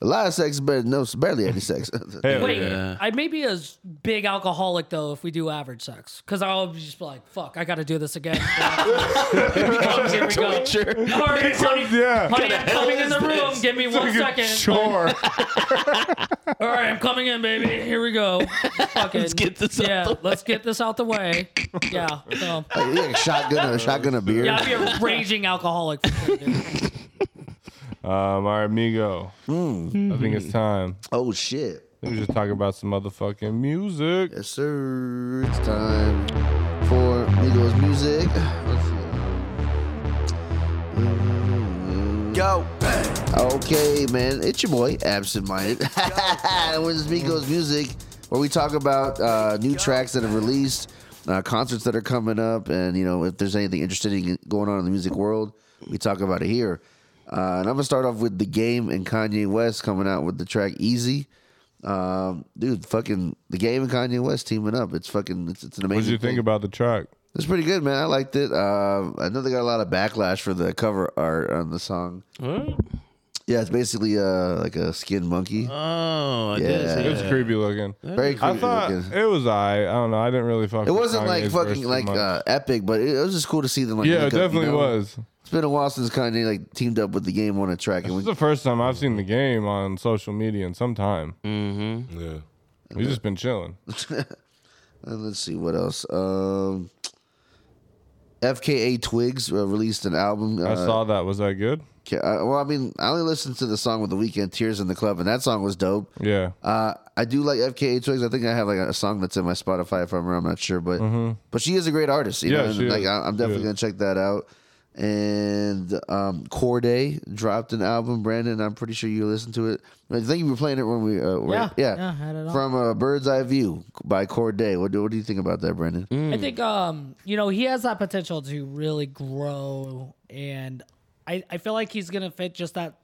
S3: lot of sex, but no, barely any sex.
S2: Hell
S1: wait
S2: yeah.
S1: I may be a s- big alcoholic though if we do average sex because I'll be just be like fuck I got to do this again here we go All right, honey,
S2: yeah.
S1: honey I'm coming in the room give me one
S2: Like a
S1: second
S2: Sure.
S1: All right, I'm coming in, baby. Here we go. Fucking, let's
S4: get this out
S1: yeah,
S4: the
S1: let's get this out the way. Yeah, so,
S3: yeah, shotgun, a shotgun, a beer.
S1: yeah, I'd be a raging alcoholic. for sure, dude.
S2: Um, our amigo.
S3: Hmm.
S2: I think
S1: Hmm.
S2: it's time.
S3: Oh shit.
S2: We should talk about some motherfucking music.
S3: Yes, sir. It's time for Migos music. Let's see. Go. Okay, man. It's your boy, Absent Minded. and when it's Migos music, where we talk about uh, new tracks that have released, uh, concerts that are coming up, and you know if there's anything interesting going on in the music world, we talk about it here. Uh, and I'm gonna start off with the game and Kanye West coming out with the track "Easy." Um, dude, fucking the game and Kanye West teaming up. It's fucking. It's, it's an amazing.
S2: What did you
S3: thing.
S2: think about the track?
S3: It's pretty good, man. I liked it. Uh, I know they got a lot of backlash for the cover art on the song. Yeah, it's basically uh, like a skin monkey.
S4: Oh, I
S3: Yeah.
S4: did.
S2: It was
S4: see that.
S2: creepy looking.
S3: Very creepy.
S2: Uh, I thought
S3: looking.
S2: it was I. I don't know. I didn't really fuck.
S3: It
S2: with
S3: wasn't like
S2: Kanye's verse
S3: fucking
S2: too
S3: like
S2: much.
S3: uh, epic, but it, it was just cool to see them like.
S2: yeah,
S3: link
S2: it
S3: up, you
S2: definitely
S3: know?
S2: was.
S3: It's been a while since Kanye like teamed up with the game on a track, and
S2: This is
S3: we,
S2: the first time I've seen the game on social media in some time.
S3: Mm.
S5: Yeah.
S2: We've just been chilling.
S3: uh, let's see what else. Um, FKA Twigs uh, released an album. Uh,
S2: I saw that. Was that good?
S3: K- uh, well, I mean, I only listened to the song with the weekend "Tears in the Club," and that song was dope.
S2: Yeah.
S3: Uh, I do like FKA Twigs. I think I have like a song that's in my Spotify from her. I'm not sure, but but she is a great artist. You
S2: Mm-hmm. Yeah,
S3: know? and,
S2: she
S3: like
S2: is.
S3: I, I'm definitely
S2: Yeah.
S3: gonna check that out. And um, Corday dropped an album. Brandon, I'm pretty sure you listened to it. I think you were playing it when we uh, were,
S1: Yeah,
S3: yeah
S1: yeah, I had it on.
S3: from uh, Bird's Eye View by Corday. What do, what do you think about that, Brandon?
S1: I think um, you know, he has that potential to really grow and I, I feel like he's gonna fit just that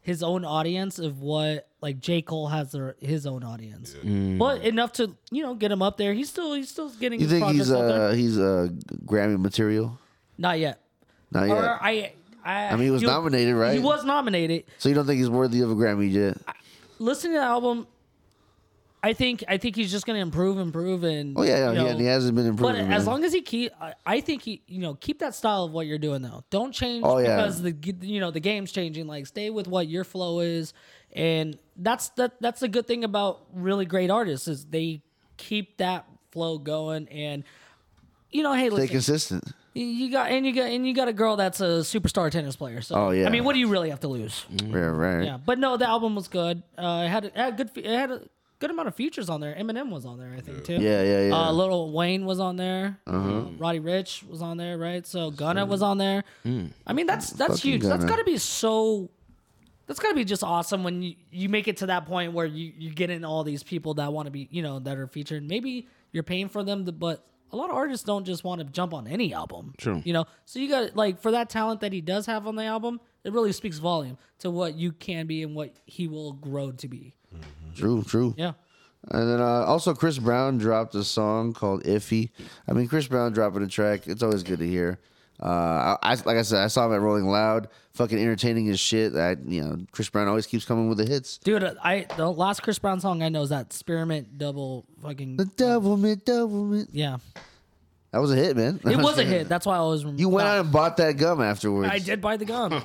S1: his own audience of what like J. Cole has their his own audience. But enough to, you know, get him up there. He's still he's still getting
S3: Hmm. You
S1: his
S3: think
S1: projects
S3: he's
S1: out there.
S3: uh, he's uh, Grammy material?
S1: Not yet.
S3: Not yet.
S1: Or I I,
S3: I mean, he was nominated, right?
S1: He was nominated.
S3: so you don't think he's worthy of a Grammy yet?
S1: Listen to the album. I think I think he's just gonna improve, improve, and
S3: Oh yeah, yeah,
S1: you
S3: yeah.
S1: know,
S3: and he hasn't been
S1: But
S3: improving.
S1: as
S3: man.
S1: long as he keep, I, I think he, you know, keep that style of what you're doing though. Don't change
S3: Oh, yeah.
S1: because the g- you know the game's changing. Like stay with what your flow is, and that's that. That's the good thing about really great artists is they keep that flow going and. You know, hey,
S3: stay
S1: listen,
S3: consistent.
S1: you- you got and you got and you got a girl that's a superstar tennis player. So,
S3: Oh, yeah. Mm-hmm.
S1: I mean, what do you really have to lose?
S3: Yeah, right.
S1: Mm. Yeah, but no, the album was good. Uh, it had it had good fe- it had a good amount of features on there. Eminem was on there, I think too.
S3: Yeah, yeah, yeah. Uh-huh.
S1: Uh, Little Wayne was on there. Uh, Roddy Rich was on there, right? So Gunna was on there. I mean, that's that's
S3: Hmm. Fucking
S1: huge. That's
S3: Gunna.
S1: got to be so. That's got to be just awesome when you, you make it to that point where you you get in all these people that want to be you know that are featured. Maybe you're paying for them, to, but a lot of artists don't just want to jump on any album.
S4: True.
S1: You know, so you got like for that talent that he does have on the album, it really speaks volume to what you can be and what he will grow to be.
S3: True, true.
S1: Yeah.
S3: And then uh, also Chris Brown dropped a song called "Iffy." I mean, Chris Brown dropping a track. It's always good to hear. Uh, I, I like I said, I saw him at Rolling Loud, fucking entertaining as shit. I, you know, Chris Brown always keeps coming with the hits.
S1: Dude, I the last Chris Brown song I know is that Spearmint Double fucking
S3: The Doublemint, Doublemint.
S1: yeah.
S3: That was a hit, man.
S1: It was a hit. That's why I always remember.
S3: You went out and bought that gum afterwards.
S1: I did buy the gum.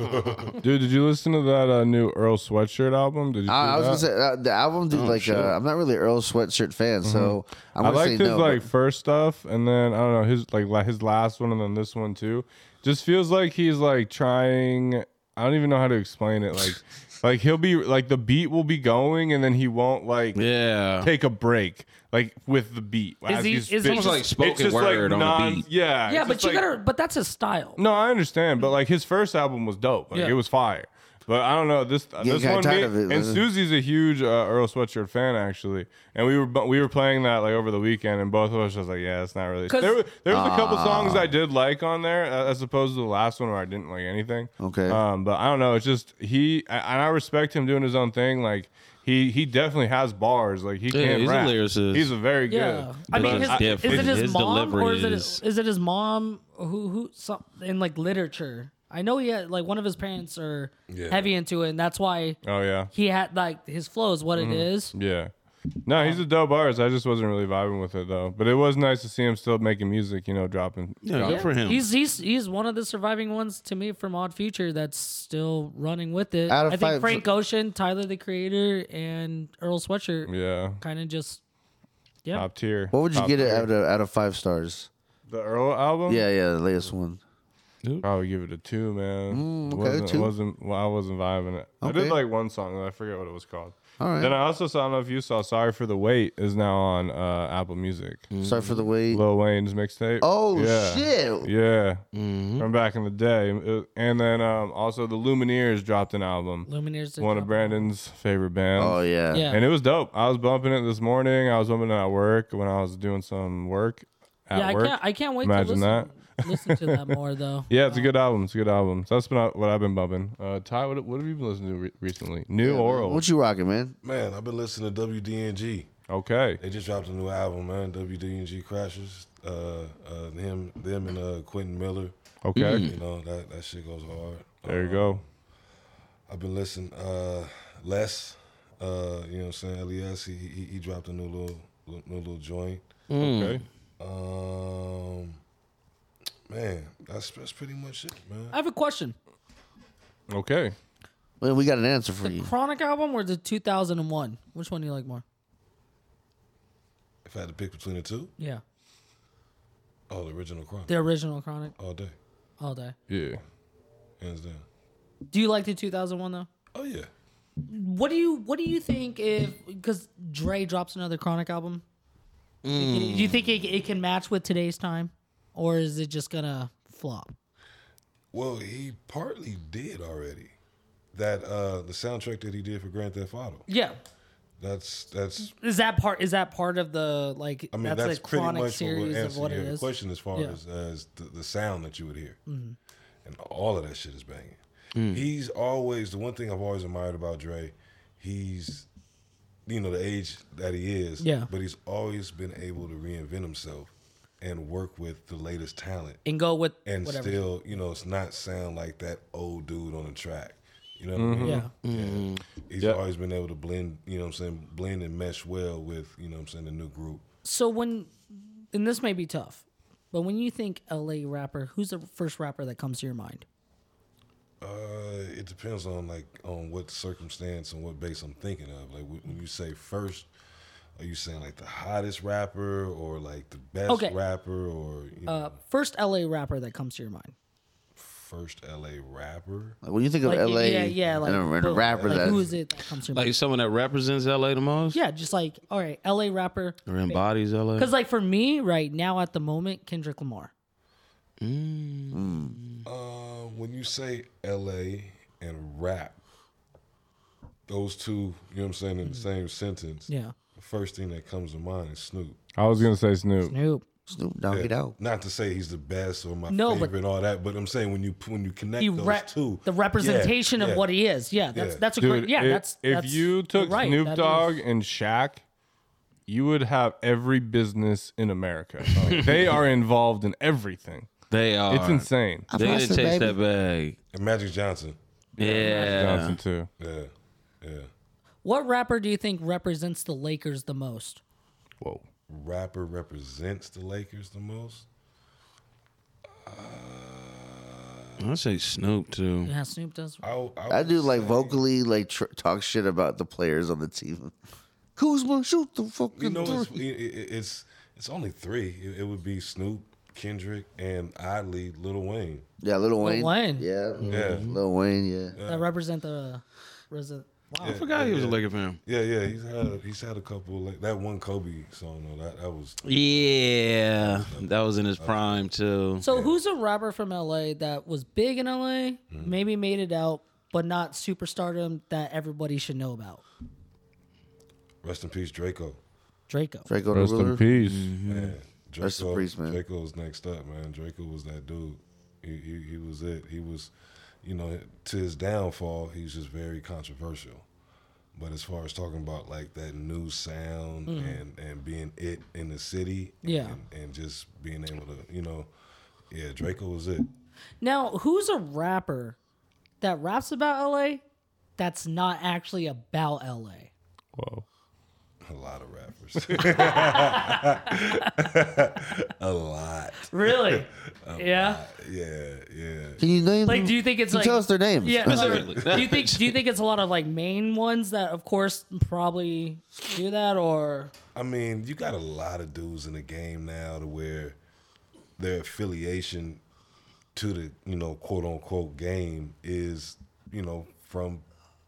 S2: Dude, did you listen to that uh, new Earl Sweatshirt album? Did you?
S3: I, I
S2: see
S3: was gonna
S2: that?
S3: say uh, the album, dude. like, uh, I'm not really an Earl sweatshirt fan, so
S2: Oh, Mm-hmm.
S3: I'm
S2: I
S3: gonna
S2: liked
S3: say
S2: his
S3: no.
S2: like
S3: but-
S2: first stuff, and then I don't know his like la- his last one, and then this one too. Just feels like he's like trying. I don't even know how to explain it. Like, like he'll be like the beat will be going, and then he won't like
S4: Yeah.
S2: take a break like with the beat.
S1: Is he- is he
S2: spitting.
S1: just- Almost like
S4: spoken
S2: It's just,
S4: word on a beat.
S2: Yeah,
S1: yeah,
S2: it's
S1: but
S2: just,
S1: you
S2: like-
S1: gotta. But that's his style.
S2: No, I understand, but like his first album was dope. Like
S1: Yeah.
S2: it was fire. But I don't know this this
S3: kinda
S2: one.
S3: tired
S2: me-
S3: of it,
S2: and
S3: wasn't it?
S2: Susie's a huge uh, Earl Sweatshirt fan actually, and we were bu- we were playing that like over the weekend, and both of us was like, yeah, it's not really.
S1: 'Cause-
S2: There were, there was a couple songs I did like on there uh, as opposed to the last one where I didn't like anything.
S3: Okay.
S2: Um, but I don't know. It's just he I- and I respect him doing his own thing. Like he he definitely has bars. Like he
S4: Yeah,
S2: can
S4: he's a
S2: rap.
S4: lyricist.
S2: He's a very
S1: Yeah,
S2: good.
S1: I mean,
S4: But
S1: his,
S4: it's
S1: is
S4: different.
S1: it his,
S4: His
S1: mom
S4: delivery
S1: or is it
S4: is-
S1: is it his mom who who some, in like literature? I know he had like one of his parents are
S5: Yeah.
S1: heavy into it, and that's why
S2: Oh yeah.
S1: he had like his flow is what it is.
S2: Yeah. No, he's a dope artist. I just wasn't really vibing with it though. But it was nice to see him still making music, you know, dropping.
S4: Yeah,
S2: dropping.
S4: good for him.
S1: He's he's he's one of the surviving ones to me from Odd Future that's still running with it.
S3: Out of
S1: I
S3: five-
S1: think Frank Ocean, Tyler the Creator, and Earl Sweatshirt
S2: Yeah.
S1: kind of just Yeah.
S2: Top tier.
S3: what would you
S2: Top
S3: get it
S2: tier.
S3: out of out of five stars?
S2: the Earl album?
S3: Yeah, yeah, the latest one.
S2: Probably give it a two, man.
S3: Mm, okay,
S2: wasn't,
S3: two.
S2: wasn't well, I wasn't vibing it. I
S3: Okay.
S2: did like one song, I forget what it was called.
S3: All right.
S2: Then I also saw I don't know if you saw Sorry for the Wait is now on uh, Apple Music.
S3: Sorry for the wait.
S2: Lil Wayne's mixtape.
S3: Mm. Oh
S2: Yeah.
S3: shit! Mm-hmm.
S2: Yeah. From back in the day. It- And then um, also the Lumineers dropped an album.
S1: Lumineers. did
S2: one of
S1: drop-
S2: Brandon's favorite bands.
S3: Oh yeah.
S1: Yeah.
S2: And it was dope. I was bumping it this morning. I was bumping it at work when I was doing some work. at
S1: yeah, I
S2: work.
S1: can't. I can't wait to
S2: Imagine
S1: listen,
S2: that.
S1: listen to that more though.
S2: Yeah, it's a good album. It's a good album. So that's been out- what I've been bumping. Uh, Ty, what, what have you been listening to re- recently? New or old?
S3: What you rocking, man?
S5: Man, I've been listening to WDNG.
S2: okay.
S5: They just dropped a new album, man. WDNG Crashers. Uh, uh, him, them, and uh, Quentin Miller.
S2: Okay.
S5: You know that that shit goes hard. Uh,
S2: There you go.
S5: I've been listening. Uh, Les, uh, you know what I'm saying? Les, he, he he dropped a new little little- new little joint.
S2: Okay.
S5: Um, man, that's that's pretty much it, man.
S1: I have a question:
S2: Okay.
S3: Well, we got an answer for you.
S1: Chronic album or the 2001? Which one do you like more?
S5: If I had to pick between the two,
S1: Yeah,
S5: oh, the original Chronic
S1: the original Chronic
S5: all day,
S1: all day.
S2: Yeah.
S5: hands down.
S1: Do you like the 2001 though?
S5: Oh yeah,
S1: What do you What do you think if because Dre drops another Chronic album? Do you think it, it can match with today's time, or is it just gonna flop?
S5: Well, he partly did already. That uh the soundtrack that he did for Grand Theft Auto.
S1: Yeah,
S5: That's that's
S1: is that part is that part of the like
S5: I mean
S1: that's,
S5: that's,
S1: a
S5: pretty
S1: chronic
S5: much what
S1: series
S5: would
S1: of
S5: answer
S1: what
S5: your
S1: it is?
S5: question as far
S1: Yeah. Mm-hmm.
S5: as, as the, the sound that you would hear. And all of that shit is banging. He's always the one thing I've always admired about Dre, he's you know, the age that he is,
S1: Yeah.
S5: but he's always been able to reinvent himself and work with the latest talent
S1: And go with
S5: and
S1: whatever.
S5: still, you know, it's not sound like that old dude on the track. You know what I mean?
S1: yeah.
S5: He's
S2: Yep.
S5: always been able to blend, you know what I'm saying, blend and mesh well with, you know what I'm saying, the new group.
S1: So when, and this may be tough, but when you think LA rapper, who's the first rapper that comes to your mind?
S5: Uh, it depends on like on what circumstance and what base I'm thinking of. Like wh- when you say first, are you saying like the hottest rapper or like the best
S1: Okay.
S5: rapper or you know,
S1: Uh, first LA rapper that comes to your mind.
S5: first LA rapper?
S3: Like, when you think of
S1: Like,
S3: LA,
S1: yeah, yeah, like
S3: and a- and a
S1: boom.
S3: rapper
S1: Like,
S3: that
S1: who is it that comes to your mind?
S4: Like someone that represents LA the most
S1: Yeah, just like all right, LA rapper.
S4: or embodies LA.
S1: Because like for me right now at the moment, Kendrick Lamar.
S5: Uh, when you say LA and rap, those two, you know what I'm saying, in the same sentence.
S1: Mm-hmm. Yeah.
S5: The first thing that comes to mind is Snoop.
S2: I was going to say Snoop.
S1: Nope.
S3: Snoop Doggy Dogg.
S5: Not to say he's the best or my
S1: No, but-
S5: favorite and all that, but I'm saying when you when you connect
S1: He
S5: those
S1: rep,
S5: two,
S1: the representation of
S5: yeah.
S1: what he is. Yeah, that's
S5: Yeah.
S1: that's a
S2: Dude,
S1: great. Yeah,
S2: if,
S1: that's
S2: if
S1: that's-
S2: you
S1: you're
S2: took
S1: right, that
S2: Snoop
S1: is-
S2: Dogg and Shaq, you would have every business in America. they are involved in everything.
S4: they are.
S2: It's insane.
S4: They
S3: That's
S4: didn't
S3: it,
S4: chase
S3: baby.
S4: that bag.
S5: and Magic Johnson.
S4: Yeah.
S2: Johnson too.
S5: Yeah, yeah.
S1: What rapper do you think represents the Lakers the most?
S2: Whoa.
S5: Rapper represents the Lakers the most.
S4: I say Snoop too.
S1: Yeah, Snoop does.
S5: I, w- I
S3: I
S5: would
S3: do like
S5: say-
S3: vocally like tr- talk shit about the players on the team. Kuzma, shoot the fucking
S5: You know, it's,
S3: three.
S5: it- it- it's it's only three. It, it would be Snoop, Kendrick, and oddly Little Wayne.
S3: Yeah, Lil Wayne.
S1: Wayne.
S3: Yeah.
S5: Yeah.
S3: Lil Wayne, yeah.
S1: that represent the represent. Wow.
S4: I forgot he was a Laker fan.
S5: Yeah, yeah. He's had he's had a couple like that one Kobe song though. That that was
S4: Yeah. That was in his prime too.
S1: So who's a rapper from LA that was big in LA,
S5: Hmm.
S1: maybe made it out, but not superstardom that everybody should know about?
S5: rest in peace Draco.
S1: Draco.
S3: Draco the
S2: Rest in
S3: Ruler.
S2: peace.
S5: Man, Draco,
S3: Rest in peace, man.
S5: Draco's next up, man. Draco was that dude. He, he he was it. He was, you know, to his downfall, he was just very controversial. But as far as talking about like that new sound
S3: Mm.
S5: and and being it in the city,
S1: Yeah.
S5: and, and just being able to, you know, yeah, Draco was it.
S1: Now, who's a rapper that raps about LA that's not actually about LA?
S2: Whoa.
S5: A lot of rappers, a lot.
S1: Really? yeah.
S5: Yeah, yeah.
S3: Can you name
S1: Like,
S3: them?
S1: do you think it's
S3: Can you
S1: like?
S3: tell us their names?
S1: yeah. like, do you think? Do you think it's a lot of like main ones that, of course, probably do that, or
S5: I mean, you got a lot of dudes in the game now to where their affiliation to the, you know, quote unquote game is, you know, from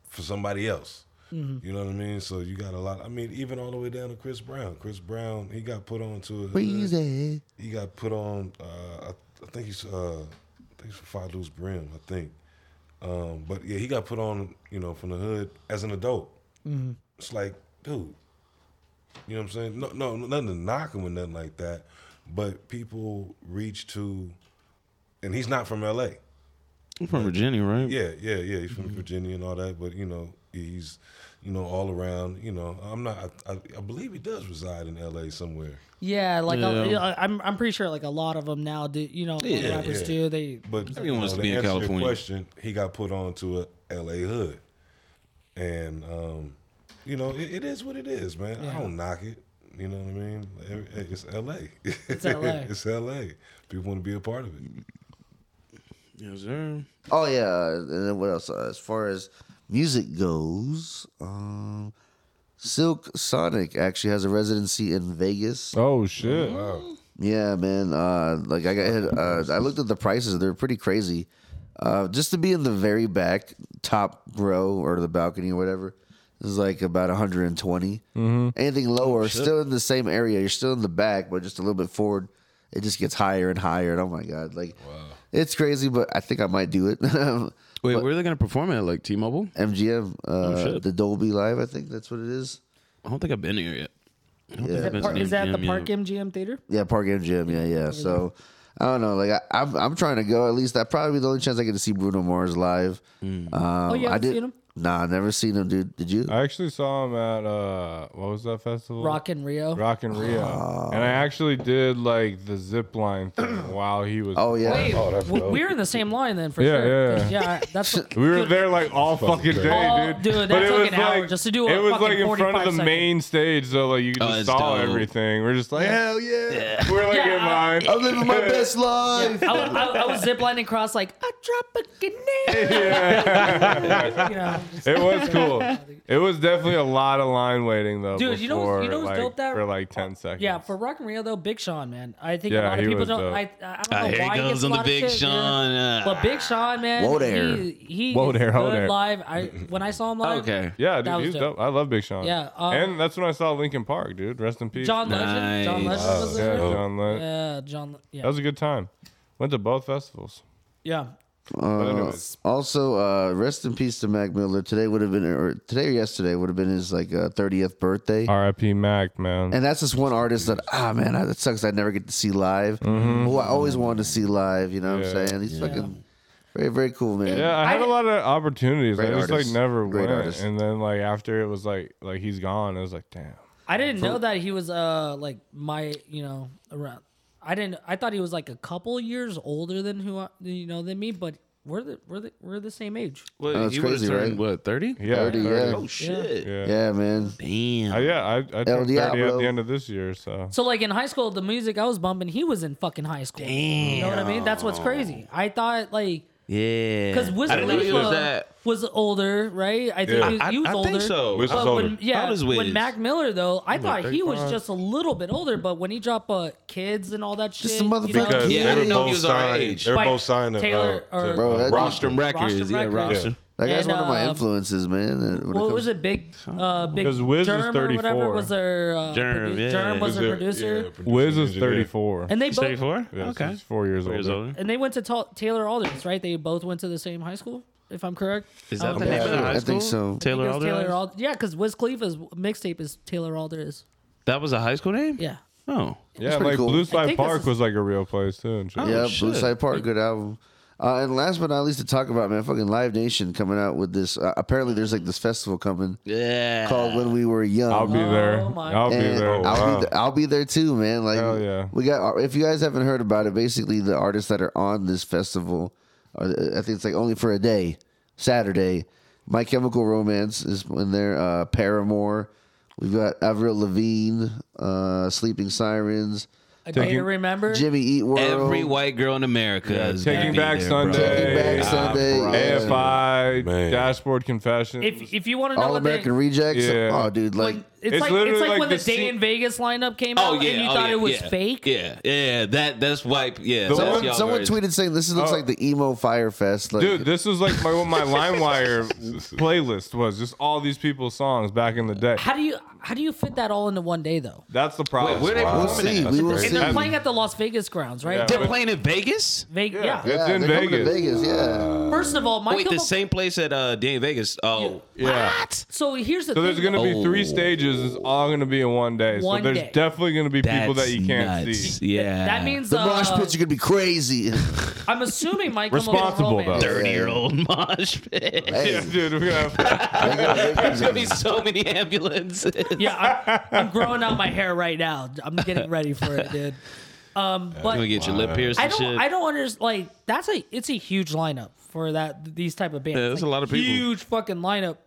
S5: for somebody else. You know what I mean? So you got a lot. I mean, even all the way down to Chris Brown. Chris Brown, he got put on to a
S3: Breezy.
S5: he got put on. Uh, I, I think he's. Uh, I think he's from Five Loose Brim. I think. Um, but yeah, he got put on. You know, from the hood as an adult. It's like, dude. You know what I'm saying? No, no, nothing to knock him or nothing like that. but people reach to, and he's not from L.A.
S4: I'm from Virginia, right?
S5: Yeah, yeah, yeah. He's from Virginia and all that, but you know, he's, you know, all around. You know, I'm not. I, I, I believe he does reside in L.A. somewhere.
S1: Yeah, like
S4: Yeah.
S1: A, yeah, I'm, I'm pretty sure like a lot of them now do. You know,
S4: Yeah,
S1: rappers
S5: yeah.
S1: do. They
S5: But
S4: Everyone wants to
S5: to
S4: be in
S5: answer your
S4: California.
S5: Question: He got put on to a L.A. hood, and um, you know it, it is what it is, man. I don't knock it. You know what I mean? Every- eh, It's L.A. It's
S1: LA.
S5: it's L.A. People want to be a part of it.
S4: Yes, sir.
S3: Oh yeah, and then what else? Uh, as far as music goes, um, Silk Sonic actually has a residency in Vegas.
S2: Oh shit!
S3: Yeah, man. Uh, like I got, uh, I looked at the prices; they're pretty crazy. Uh, just to be in the very back top row or the balcony or whatever is like about 120. Anything lower, still in the same area. You're still in the back, but just a little bit forward. It just gets higher and higher. And oh my god, like it's crazy. But I think I might do it.
S4: Wait, where are they gonna perform at? Like T-Mobile?
S3: MGM, uh,
S4: shit.
S3: the Dolby Live. I think that's what it is.
S4: I don't think I've been here yet. I don't think
S3: Yeah.
S4: I've been
S1: Par-
S4: to
S1: is that the
S4: MGM
S1: Park
S4: yet.
S1: MGM Theater?
S3: Yeah, Park MGM. Yeah, yeah. So I don't know. Like I, I'm, I'm trying to go. At least that probably be the only chance I get to see Bruno Mars live. Um,
S1: Oh, you
S3: I
S1: haven't
S3: did.
S1: seen him?
S3: Nah, never seen him, dude. Did you?
S2: Mm. I actually saw him at uh, what was that festival?
S1: Rock and Rio.
S2: Rock and Rio, and I actually did like the zip line thing while he was.
S3: oh yeah.
S1: Wait,
S5: Oh, that's
S1: we-
S5: dope.
S1: we're in the same line then for
S2: Yeah,
S1: sure.
S2: yeah,
S1: 'Cause, I- that's what,
S2: We were there like all fucking
S5: crazy.
S2: day,
S1: All-
S2: dude.
S1: dude, that took an hour just to do a
S2: It was like
S1: fucking
S2: in front of
S1: 45
S2: the
S1: second.
S2: main stage, so like you
S4: Oh,
S2: just
S4: that's
S2: saw
S4: dope.
S2: everything. We're just like, hell yeah, we're like
S1: Yeah, I-
S2: in line.
S3: I'm living my best life.
S1: I, was- I, I was ziplining across like I drop a grenade. You know, just-
S2: It was cool. It was definitely a lot of line waiting though.
S1: Dude, you know what's-
S2: before,
S1: you know what's
S2: like,
S1: dope that-
S2: for like ten seconds.
S1: Yeah, for Rock and Rio though, Big Sean, man. I think
S2: Yeah,
S1: a lot
S2: he
S1: of people
S2: was
S1: don't.
S2: dope.
S1: I, I don't
S4: Ah,
S1: know
S4: here
S1: Oh, why
S4: he goes
S1: gets
S4: on
S1: a
S4: the
S1: lot of
S4: Big
S1: shit, yeah.
S4: Sean. ah.
S1: But Big Sean, man,
S3: Whoa there.
S1: he, he
S2: Whoa
S1: is
S2: there, whoa
S1: good
S2: there.
S1: live. I when I saw him live,
S4: oh, Okay.
S2: yeah, dude,
S1: That was
S2: he was
S1: dope.
S2: dope. I love Big Sean.
S1: Yeah, uh,
S2: and that's when I saw Lincoln Park, dude. Rest in peace.
S1: John Legend, John
S4: Nice.
S1: Legend was
S2: Oh, yeah,
S1: there.
S2: John. Le-
S1: Yeah, John. Yeah,
S2: That was a good time. Went to both festivals.
S1: yeah.
S2: But
S3: Uh,
S2: anyways,
S3: also, uh, rest in peace to Mac Miller. Today would have been, or today or yesterday would have been his like uh, 30th birthday.
S2: R.I.P. Mac, man.
S3: And that's just one artist that ah man, I- it sucks I never get to see live. Who I always wanted to see live. You know what
S2: Mm-hmm. Yeah.
S3: I'm saying? He's fucking very very cool man.
S2: Yeah, I had a
S1: I-
S2: lot of opportunities. I
S3: Great
S2: just
S3: artist.
S2: like never
S3: Great
S2: went.
S3: artist.
S2: And then like after it was like like he's gone. I was like, damn.
S1: I didn't know that he was uh like my you know around. I didn't. I thought he was like a couple years older than who I, you know than me, but we're the we're the we're the same age.
S4: What,
S3: That's
S4: he would've
S3: crazy,
S4: turned,
S3: right?
S4: What, 30?
S2: Yeah.
S3: 30,
S2: thirty.
S3: yeah.
S4: Oh, shit.
S2: Yeah.
S3: Yeah, man.
S4: Damn.
S2: Uh, yeah, I, I
S3: El
S2: turned 30 at
S3: Diablo.
S2: the end of this year, so.
S1: So like in high school, the music I was bumping, he was in fucking high school. You know what I mean? That's what's crazy. I thought like
S4: Yeah.
S1: because Wiz
S4: I didn't know he was
S1: Khalifa
S4: that.
S1: was older, right? I think
S2: Yeah.
S1: he,
S4: I,
S1: he was
S4: I
S1: older.
S4: think so.
S2: Wiz
S4: I-
S2: was
S1: But
S2: older.
S1: when, yeah,
S4: I was Wiz.
S1: when Mac Miller though, I thought he was
S2: 35.
S1: just a little bit older. But when he dropped uh, kids and all that shit,
S3: a motherfucker.
S1: you know,
S5: Because
S4: Yeah, I
S5: they were
S4: didn't know
S5: both
S4: he was our
S5: signed.
S4: age.
S5: They were
S1: Spike
S5: both signed to,
S1: Taylor
S5: uh, to-
S1: or-
S3: Bro, that-
S4: Rostrum Records.
S1: Rostrum
S4: yeah,
S1: Records.
S4: Rostrum.
S3: That guy's
S1: And,
S3: one of my
S1: uh,
S3: influences, man. and when it
S1: Well, it
S3: comes-
S1: was a big, uh, big
S2: Because Wiz was
S1: Germ or whatever
S2: 34.
S1: was their uh,
S4: Germ,
S1: produ-
S4: yeah.
S1: Germ was
S5: Is
S1: their
S5: it-
S1: producer,
S5: yeah, producer,
S2: Wiz is
S5: engineer.
S2: 34.
S1: and they both
S4: 34?
S2: Yeah, so
S4: okay.
S2: he's four years
S4: Four
S2: older.
S4: years older.
S1: and they went to Ta- Taylor Alders, right? They both went to the same high school, if I'm correct. Oh,
S4: Is
S1: I
S4: that
S1: don't
S4: the
S1: think-
S4: name of the
S3: sure.
S4: high
S3: I think
S4: school?
S3: so.
S1: I
S4: Taylor
S1: think it's Taylor
S4: Alders?
S1: Ald- yeah, because Wiz Khalifa's mixtape is Taylor Alders.
S4: That was a high school name?
S1: Yeah,
S4: Oh.
S2: Yeah,
S3: pretty
S2: like
S3: cool.
S2: Blue
S1: I
S2: Side
S1: think this
S2: Park
S1: is-
S2: was like a real place too. And shit.
S4: Oh,
S3: yeah, Blue
S4: shit.
S3: Side Park, good album. Uh, and last but not least to talk about, man, fucking Live Nation coming out with this. Uh, apparently, there's like this festival coming
S4: Yeah.
S3: called When We Were Young.
S2: I'll be
S1: Oh,
S2: there.
S1: my
S2: I'll be
S3: And
S2: there.
S3: I'll,
S2: Wow.
S3: be th- I'll be there too, man. Like,
S2: Hell yeah.
S3: we got. uh, If you guys haven't heard about it, basically the artists that are on this festival, are, uh, I think it's like only for a day, Saturday. My Chemical Romance is in there. Uh, Paramore. We've got Avril Lavigne, uh, Sleeping Sirens,
S1: a day to remember.
S3: Jimmy Eat World.
S4: Every white girl in America
S2: Yeah,
S4: is
S2: Taking
S4: gonna be
S2: Back
S4: there, bro.
S2: Sunday.
S3: Taking Back
S2: Ah,
S3: Sunday.
S2: bro.
S3: yeah.
S2: AFI,
S5: Man.
S2: Dashboard Confession.
S1: if if you want to know
S3: All
S1: what
S3: American
S1: they,
S3: Rejects.
S2: Yeah.
S3: Oh, dude, like
S1: when, it's,
S2: It's
S1: like
S2: literally
S1: it's like,
S2: like
S1: when
S2: the
S1: the Day
S2: scene-
S1: in Vegas lineup came
S4: Oh
S1: out
S4: yeah,
S1: and you
S4: oh,
S1: thought
S4: yeah,
S1: it was
S4: yeah.
S1: fake.
S4: Yeah, yeah, that that's wipe. Yeah, that's
S2: one-
S3: someone,
S4: y'all
S3: someone
S4: version.
S3: tweeted saying this looks
S2: Oh.
S3: like the emo Firefest. Like,
S2: Dude, this was like my, what my LimeWire playlist was. Just all these people's songs back in the day.
S1: How do you how do you fit that all into one day though?
S2: That's the
S4: Wait,
S2: problem.
S4: where they
S5: Wow.
S3: we'll
S4: performing
S3: see.
S4: at?
S3: We will
S1: And
S3: see.
S1: they're playing at the Las Vegas grounds, right?
S2: Yeah.
S4: They're playing in Vegas.
S1: Veg- yeah.
S2: It's
S3: Yeah,
S2: in
S3: they're coming to
S2: Vegas.
S3: Vegas, yeah.
S1: First of all, my
S4: Wait, the
S1: Chemical-
S4: same place at uh, Day in Vegas. Oh,
S2: Yeah.
S4: what?
S1: So here's the
S2: So
S1: thing.
S2: there's gonna
S1: though.
S2: be three
S4: Oh.
S2: stages ages is all going to be in one day.
S1: One
S2: so there's
S1: day.
S2: definitely going to be people that you can't
S4: nuts.
S2: see.
S4: Yeah.
S1: That means
S3: Oh, The
S1: uh,
S3: mosh pits are gonna be crazy.
S1: I'm assuming Michael
S2: Responsible,
S1: Malone-
S2: though.
S4: 30 year old mosh pit.
S3: Hey,
S2: Yeah, dude, we're gonna have,
S3: they got victims in
S4: There's gonna be
S3: it.
S4: so many ambulances.
S1: Yeah, I'm, I'm growing out my hair right now. I'm getting ready for it, dude. Um, but
S4: gonna get your lip pierced
S1: I
S4: and
S1: don't,
S4: shit.
S1: I don't understand. Like that's a, it's a huge lineup for that. These type of bands.
S4: Yeah, there's
S1: Like,
S4: a lot of people.
S1: Huge fucking lineup.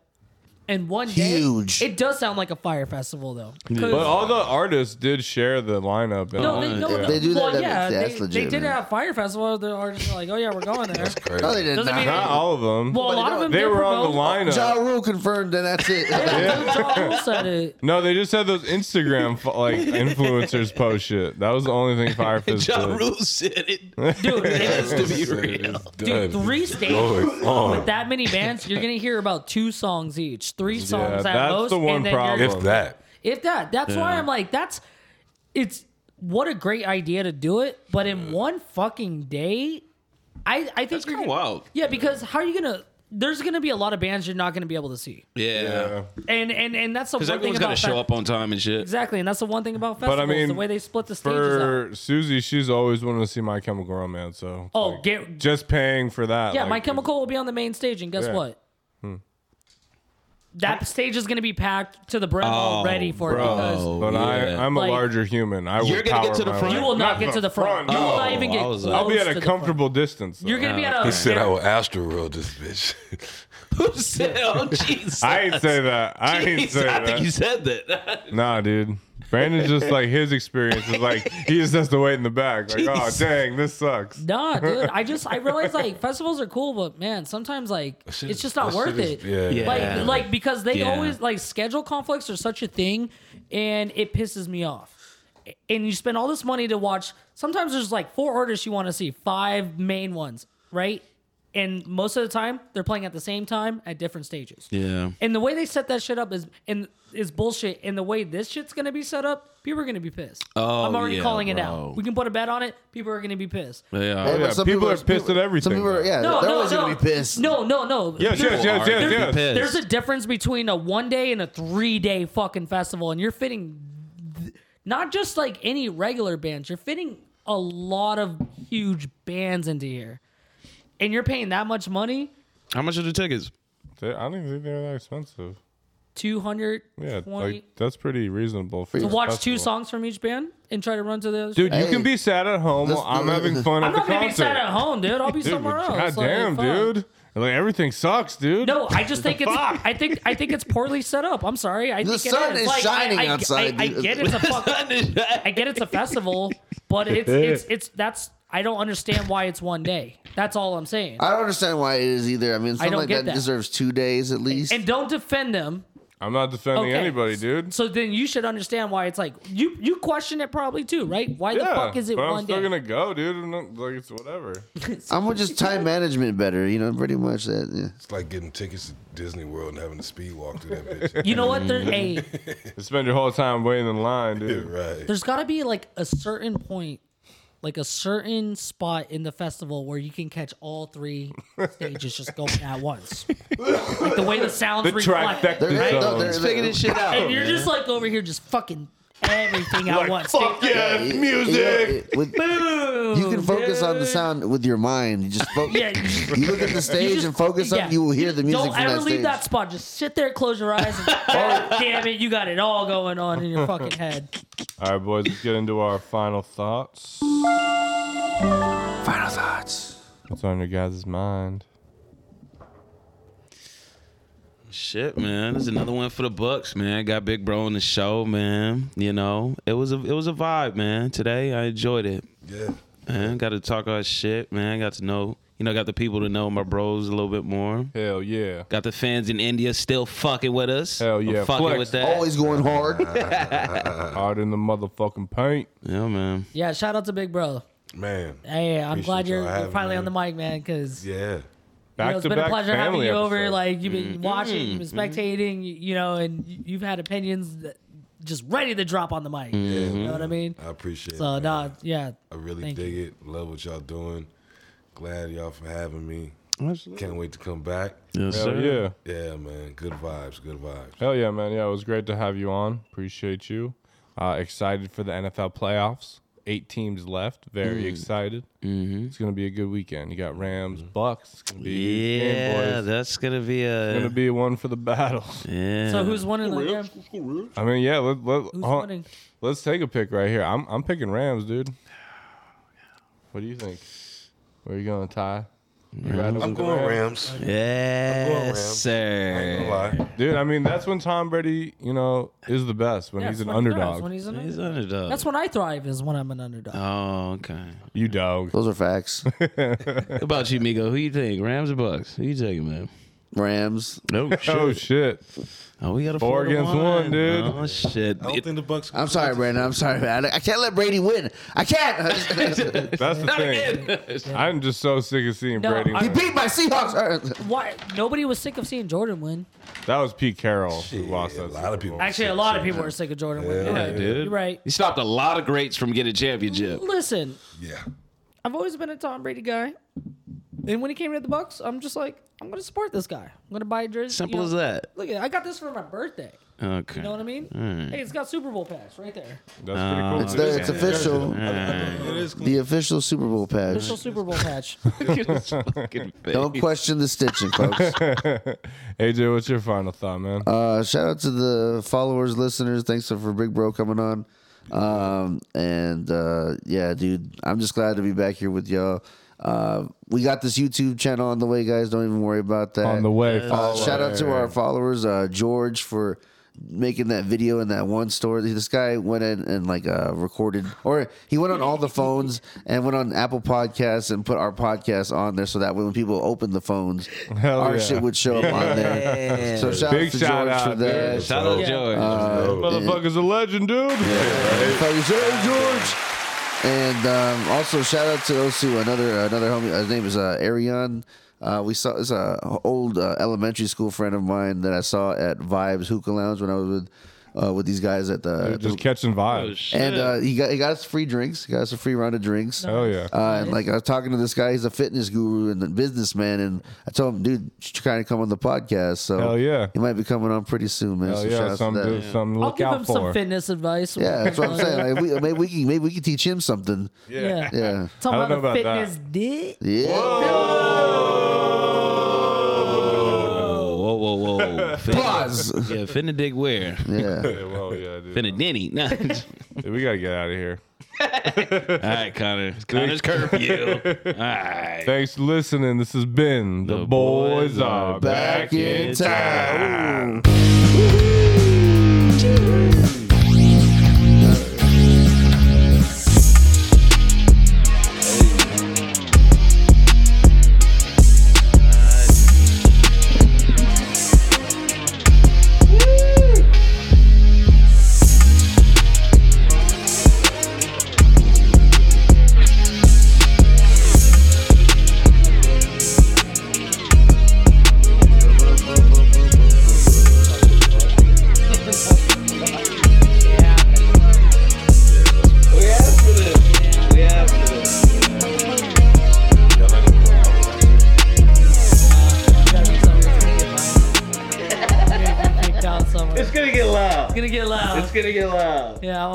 S1: And one
S3: Huge.
S1: day, it does sound like a fire festival though. 'Cause-
S2: but all the artists did share the lineup. and
S1: no,
S2: all
S1: they, no,
S3: If they do that,
S1: well,
S3: that makes-
S1: yeah,
S3: that's
S1: they,
S3: legit,
S1: they did
S3: man.
S1: have fire festival. The artists are like, oh yeah, we're going there.
S3: No, they did
S1: Doesn't mean-
S2: not
S3: not.
S2: all of them.
S1: Well, a lot of them
S2: they
S1: did
S2: were on
S1: promote-
S2: the lineup.
S3: Ja Rule confirmed, and that's it.
S1: Yeah, Ja Rule said it.
S2: No, they just had those Instagram fo- like influencers post shit. That was the only thing Fire Fist
S4: Ja
S2: did.
S4: Rule said it.
S1: dude. it was-
S4: to be real.
S1: Dude, three stages
S5: Going on.
S1: with that many bands, you're gonna hear about two songs each, three songs
S2: Yeah,
S1: at
S2: that's
S1: most.
S2: the one
S1: and then you're-
S2: problem.
S5: If that.
S1: If that, that's why I'm like, that's it's what a great idea to do it, but in one fucking day, I I think you're
S4: kinda
S1: gonna-
S4: wild.
S1: Yeah, because how are you gonna? There's gonna be a lot of bands you're not gonna be able to see,
S4: Yeah.
S1: and and and that's the one
S4: Because
S1: thing
S4: everyone's
S1: about
S4: got to show
S1: fe-
S4: up on time and shit.
S1: Exactly, and that's the one thing about
S2: I
S1: festivals, the
S2: mean,
S1: way they split the stages. up.
S2: For Susie, she's always wanted to see My Chemical Romance. So
S1: Oh,
S2: like,
S1: get-
S2: just paying for that.
S1: Yeah,
S2: like,
S1: My Chemical will be on the main stage, and guess
S2: Yeah.
S1: what? That stage is going to be packed to the brim
S4: Oh,
S1: already for it because
S2: But I, I'm
S1: Like-
S2: a larger human. I
S4: You're
S2: will
S4: gonna get
S2: power
S4: to the
S2: my
S4: front?
S2: way.
S1: you will not, get to the front. You will not even
S4: Oh,
S1: get.
S4: I was like-
S1: close
S2: I'll be at
S1: to
S2: a
S1: the front.
S2: comfortable distance. though.
S1: You're going to be at a.
S5: Uh, He said I will astral rule this bitch.
S4: Who said, oh, Jesus.
S2: I ain't say that. I ain't
S4: Jeez,
S2: say
S4: I think you
S2: that.
S4: said that.
S2: Nah, dude. Brandon's just like his experience is like he just has to wait in the back. Like, oh
S4: Jeez.
S2: dang, this sucks.
S1: Nah, dude. I just I realized like festivals are cool, but man, sometimes like it's just not
S5: that
S1: worth
S5: shit
S1: it.
S5: is- yeah.
S4: Yeah.
S1: Like like because they
S4: Yeah.
S1: always like schedule conflicts are such a thing, and it pisses me off. And you spend all this money to watch. Sometimes there's like four artists you want to see, five main ones, right? And most of the time they're playing at the same time at different stages.
S4: Yeah.
S1: And the way they set that shit up is and is bullshit. And the way this shit's gonna be set up, people are gonna be pissed.
S4: Oh,
S1: I'm already
S4: yeah,
S1: calling it
S4: bro.
S1: out. We can put a bet on it. People are gonna be pissed.
S3: Hey,
S4: Oh, Yeah.
S3: but
S2: yeah,
S3: some
S2: people are pissed
S3: people-
S2: at everything,
S3: Some people are,
S2: though.
S3: yeah,
S1: No,
S3: they're
S1: no,
S3: always
S1: no.
S3: gonna be pissed.
S1: No, no, no.
S2: Yes,
S1: There's-
S2: yes, yes, yes,
S4: People
S2: yes.
S4: are pissed.
S1: There's a difference between a one day and a three day fucking festival, and you're fitting th- not just like any regular bands. You're fitting a lot of huge bands into here, and you're paying that much money.
S4: How much are the tickets?
S2: They- I don't even think they're that expensive.
S1: Two hundred
S2: Yeah,
S1: twenty
S2: like that's pretty reasonable for
S1: to
S2: a
S1: watch two
S2: festival.
S1: songs from each band and try to run to the other.
S2: Dude, you
S3: Hey.
S2: can be sad at home.
S3: Let's
S2: while I'm
S3: do it.
S2: having fun
S1: I'm
S2: at the
S1: not gonna
S2: concert.
S1: be sad at home, dude. I'll be
S2: Dude,
S1: somewhere else.
S2: God
S1: Like,
S2: damn,
S1: fuck.
S2: dude. Like everything sucks, dude.
S1: No, I just think it's. I think I think it's poorly set up. I'm sorry. I
S3: The
S1: think
S3: sun
S1: it is.
S3: is
S1: Like,
S3: shining
S1: I, I,
S3: outside,
S1: I, I
S3: dude.
S1: get it's a fuck, I get it's a festival, but it's it's it's that's. I don't understand why it's one day. That's all I'm saying.
S3: I don't understand why it is either. I mean, something
S1: don't
S3: like
S1: get
S3: that,
S1: that.
S3: deserves two days at least.
S1: and don't defend them.
S2: I'm not defending
S1: Okay.
S2: anybody, dude.
S1: So then you should understand why it's like you you question it probably too, right? Why the
S2: yeah,
S1: fuck is it
S2: but
S1: one
S2: I'm still
S1: day?
S2: gonna go, dude. I'm not, like it's whatever.
S3: I'm with just time management better, you know, pretty much that. Yeah.
S5: It's like getting tickets to Disney World and having to speed walk through that bitch.
S1: You know what? There,
S2: Mm-hmm.
S1: hey,
S2: You spend your whole time waiting in line, dude.
S5: right.
S1: there's got to be like a certain point like a certain spot in the festival where you can catch all three stages just going at once like the way the sounds
S2: The
S1: reflect
S2: trifecta.
S1: it,
S3: There-
S1: right?
S2: zone.
S3: no, there- there-
S4: shit out.
S1: and you're just like over here just fucking everything at once
S2: Fuck yeah,
S3: it-
S2: music.
S3: it- it- with-
S1: Boom,
S3: you can focus on the
S1: dude.
S3: sound with your mind. You just focus.
S1: Oh, yeah you just-
S3: You look at the stage
S1: just-
S3: and focus on.
S1: yeah.
S3: it, You will hear the music
S1: don't
S3: from
S1: ever
S3: that
S1: leave
S3: stage.
S1: that spot just sit there close your eyes and
S2: Oh.
S1: God damn it you got it all going on in your fucking head
S2: All right, boys, let's get into our final thoughts.
S3: Final thoughts.
S2: What's on your guys' mind?
S4: Shit, man. There's another one for the books, man. Got Big Bro on the show, man. You know, it was a it was a vibe, man. Today I enjoyed it.
S5: Yeah.
S4: Man, got to talk our shit, man. Got to know, you know, got the people to know my bros a little bit more.
S2: Hell yeah.
S4: Got the fans in India still fucking with us.
S2: Hell
S4: I'm
S2: yeah,
S4: fucking
S2: flex. Oh.
S4: with that.
S3: Always going hard.
S2: Hard in the motherfucking paint.
S4: Yeah, man.
S1: yeah shout out to big bro
S5: Man.
S1: hey i'm
S5: Appreciate
S1: glad you're,
S5: y'all
S1: you're
S5: having
S1: finally
S5: me.
S1: on the mic man because
S5: Yeah.
S1: You
S2: Back
S1: know, it's
S2: to
S1: been
S2: back
S1: a pleasure having
S2: family
S1: you over.
S2: episode. Mm-hmm.
S1: Like you've
S4: Mm-hmm.
S1: been watching, you've been spectating, y- you know, and y- you've had opinions that just ready to drop on the mic.
S2: Mm-hmm.
S1: You know what I mean?
S5: I appreciate
S1: So
S5: it. man.
S1: nah, yeah.
S5: I really
S1: Thank
S5: dig it. Love what y'all doing. Glad y'all for having me. Can't wait to come back.
S4: Yes,
S2: Hell yeah.
S5: Yeah, man. Good vibes. Good vibes.
S2: Hell yeah, man. Yeah, it was great to have you on. Appreciate you. Uh, excited for the NFL playoffs. Eight teams left.
S1: Mm.
S2: Very excited. Mm-hmm. It's gonna be a good weekend. You got Rams,
S1: Mm-hmm.
S2: Bucks. It's gonna be a huge game,
S4: Yeah,
S2: boys.
S4: that's gonna be
S2: It's gonna
S4: a
S2: be one for the battles.
S4: yeah.
S1: So who's winning the game?
S2: I mean, yeah. Let, let,
S1: Who's
S2: hold-
S1: winning?
S2: Let's take a pick right here. I'm I'm picking Rams, dude. What do you think? Where you going, Ty? You riding with
S5: I'm
S2: the
S5: going Rams.
S4: yes,
S5: Rams. Ain't
S4: sir.
S5: gonna lie.
S2: Dude, I mean, that's when Tom Brady, you know, is the best when
S1: Yeah,
S2: he's
S1: it's
S2: an
S1: when he does,
S2: underdog.
S1: when he's an
S4: He's
S1: underdog.
S4: underdog.
S1: That's when I thrive is when I'm an underdog.
S4: Oh, okay.
S2: you dog.
S3: Those are facts.
S4: What about you, Migo? Who you think? Rams or Bucks? Who you taking, man?
S3: Rams.
S4: No
S2: Oh shit.
S4: Oh, we got a
S2: Four against one, dude.
S4: Oh shit.
S5: I don't think the Bucks.
S3: I'm sorry, Brandon. I'm sorry, man. I can't let Brady win. I can't.
S2: That's the thing. I'm just so sick of seeing
S1: No,
S2: Brady.
S1: I-
S3: he
S2: win.
S3: beat my Seahawks. All right.
S1: Why? Nobody was sick of seeing Jordan win.
S2: that was Pete Carroll who
S5: Shit,
S2: lost that.
S5: a lot
S2: Super
S5: of people.
S2: Bowl.
S1: Actually, a lot of people were sick of Jordan winning. You're
S5: Yeah,
S1: right.
S4: dude.
S1: You're right.
S4: He stopped a lot of greats from getting a championship.
S1: Listen,
S5: Yeah.
S1: I've always been a Tom Brady guy, and when he came to the Bucks, I'm just like, I'm gonna support this guy. I'm gonna buy a jersey.
S4: Simple
S1: you
S4: as
S1: know.
S4: that.
S1: Look at, I got this for my birthday.
S4: Okay.
S1: You know what I mean? Hey, it's got Super Bowl pass right there.
S2: That's pretty cool.
S3: It's, there, it's
S2: dude.
S3: official.
S5: It is
S3: The official Super Bowl patch.
S1: Official Super Bowl patch.
S3: Don't question the stitching, folks.
S2: AJ, what's your final thought, man?
S3: Uh, shout out to the followers, listeners. Thanks for Big Bro coming on. Um, and uh, yeah, dude, I'm just glad to be back here with y'all. Uh, we got this YouTube channel on the way, guys. Don't even worry about that.
S2: On the way.
S3: Uh,
S2: follow.
S3: shout out to our followers, uh, George, for making that video in that one store. This guy went in and like uh, recorded, or he went on all the phones and went on Apple Podcasts and put our podcast on there, so that way when people open the phones,
S2: Hell
S3: our
S2: yeah.
S3: shit would show up on there. So shout
S2: Big
S3: out to
S2: shout
S3: George
S2: out,
S3: for
S2: dude.
S3: that.
S4: Shout out
S5: Yeah.
S4: George.
S3: Uh,
S2: Motherfucker's a legend, dude.
S3: Fuck you, Hey, George. And um, also shout out to those two. Another another homie. His name is uh, Arion. Uh, we saw this uh, old uh, elementary school friend of mine that I saw at Vibes Hookah Lounge when I was with uh, with these guys at the.
S2: Just catching vibes.
S3: and uh, he got he got us free drinks. He got us a free round of drinks.
S2: Hell yeah.
S3: Uh, and like I was talking to this guy, he's a fitness guru and a businessman, and I told him, dude, you should kind of come on the podcast. So
S2: Hell yeah.
S3: he might be coming on pretty soon, man.
S2: Hell
S3: so shout out
S2: yeah.
S3: to
S2: Something
S3: that.
S2: to, something to
S1: I'll
S2: look
S1: give
S2: out
S1: him
S2: for.
S1: some fitness advice.
S3: Yeah, that's what I'm saying. Like, we, maybe we can maybe we can teach him something.
S1: Yeah.
S3: Yeah.
S1: Talking
S2: I don't
S1: about,
S2: know
S1: the
S2: about that.
S1: fitness dick.
S3: Yeah.
S2: Oh.
S4: Whoa, whoa, whoa. Finna-
S3: Pause.
S4: Yeah, finna dig where?
S3: Yeah.
S2: Yeah, well, yeah, dude.
S4: Finna ninny. Nah.
S2: Dude, we gotta get out of here.
S4: All right, Connor. Connor's curfew. All right.
S2: Thanks for listening. This has been the,
S4: The
S2: boys,
S4: Boys
S2: are
S4: Are
S2: back,
S3: Back in
S2: in
S3: time.
S2: time.
S1: Kicked out somewhere. It's
S4: gonna get loud.
S1: gonna get loud.
S4: gonna get loud.
S1: yeah. I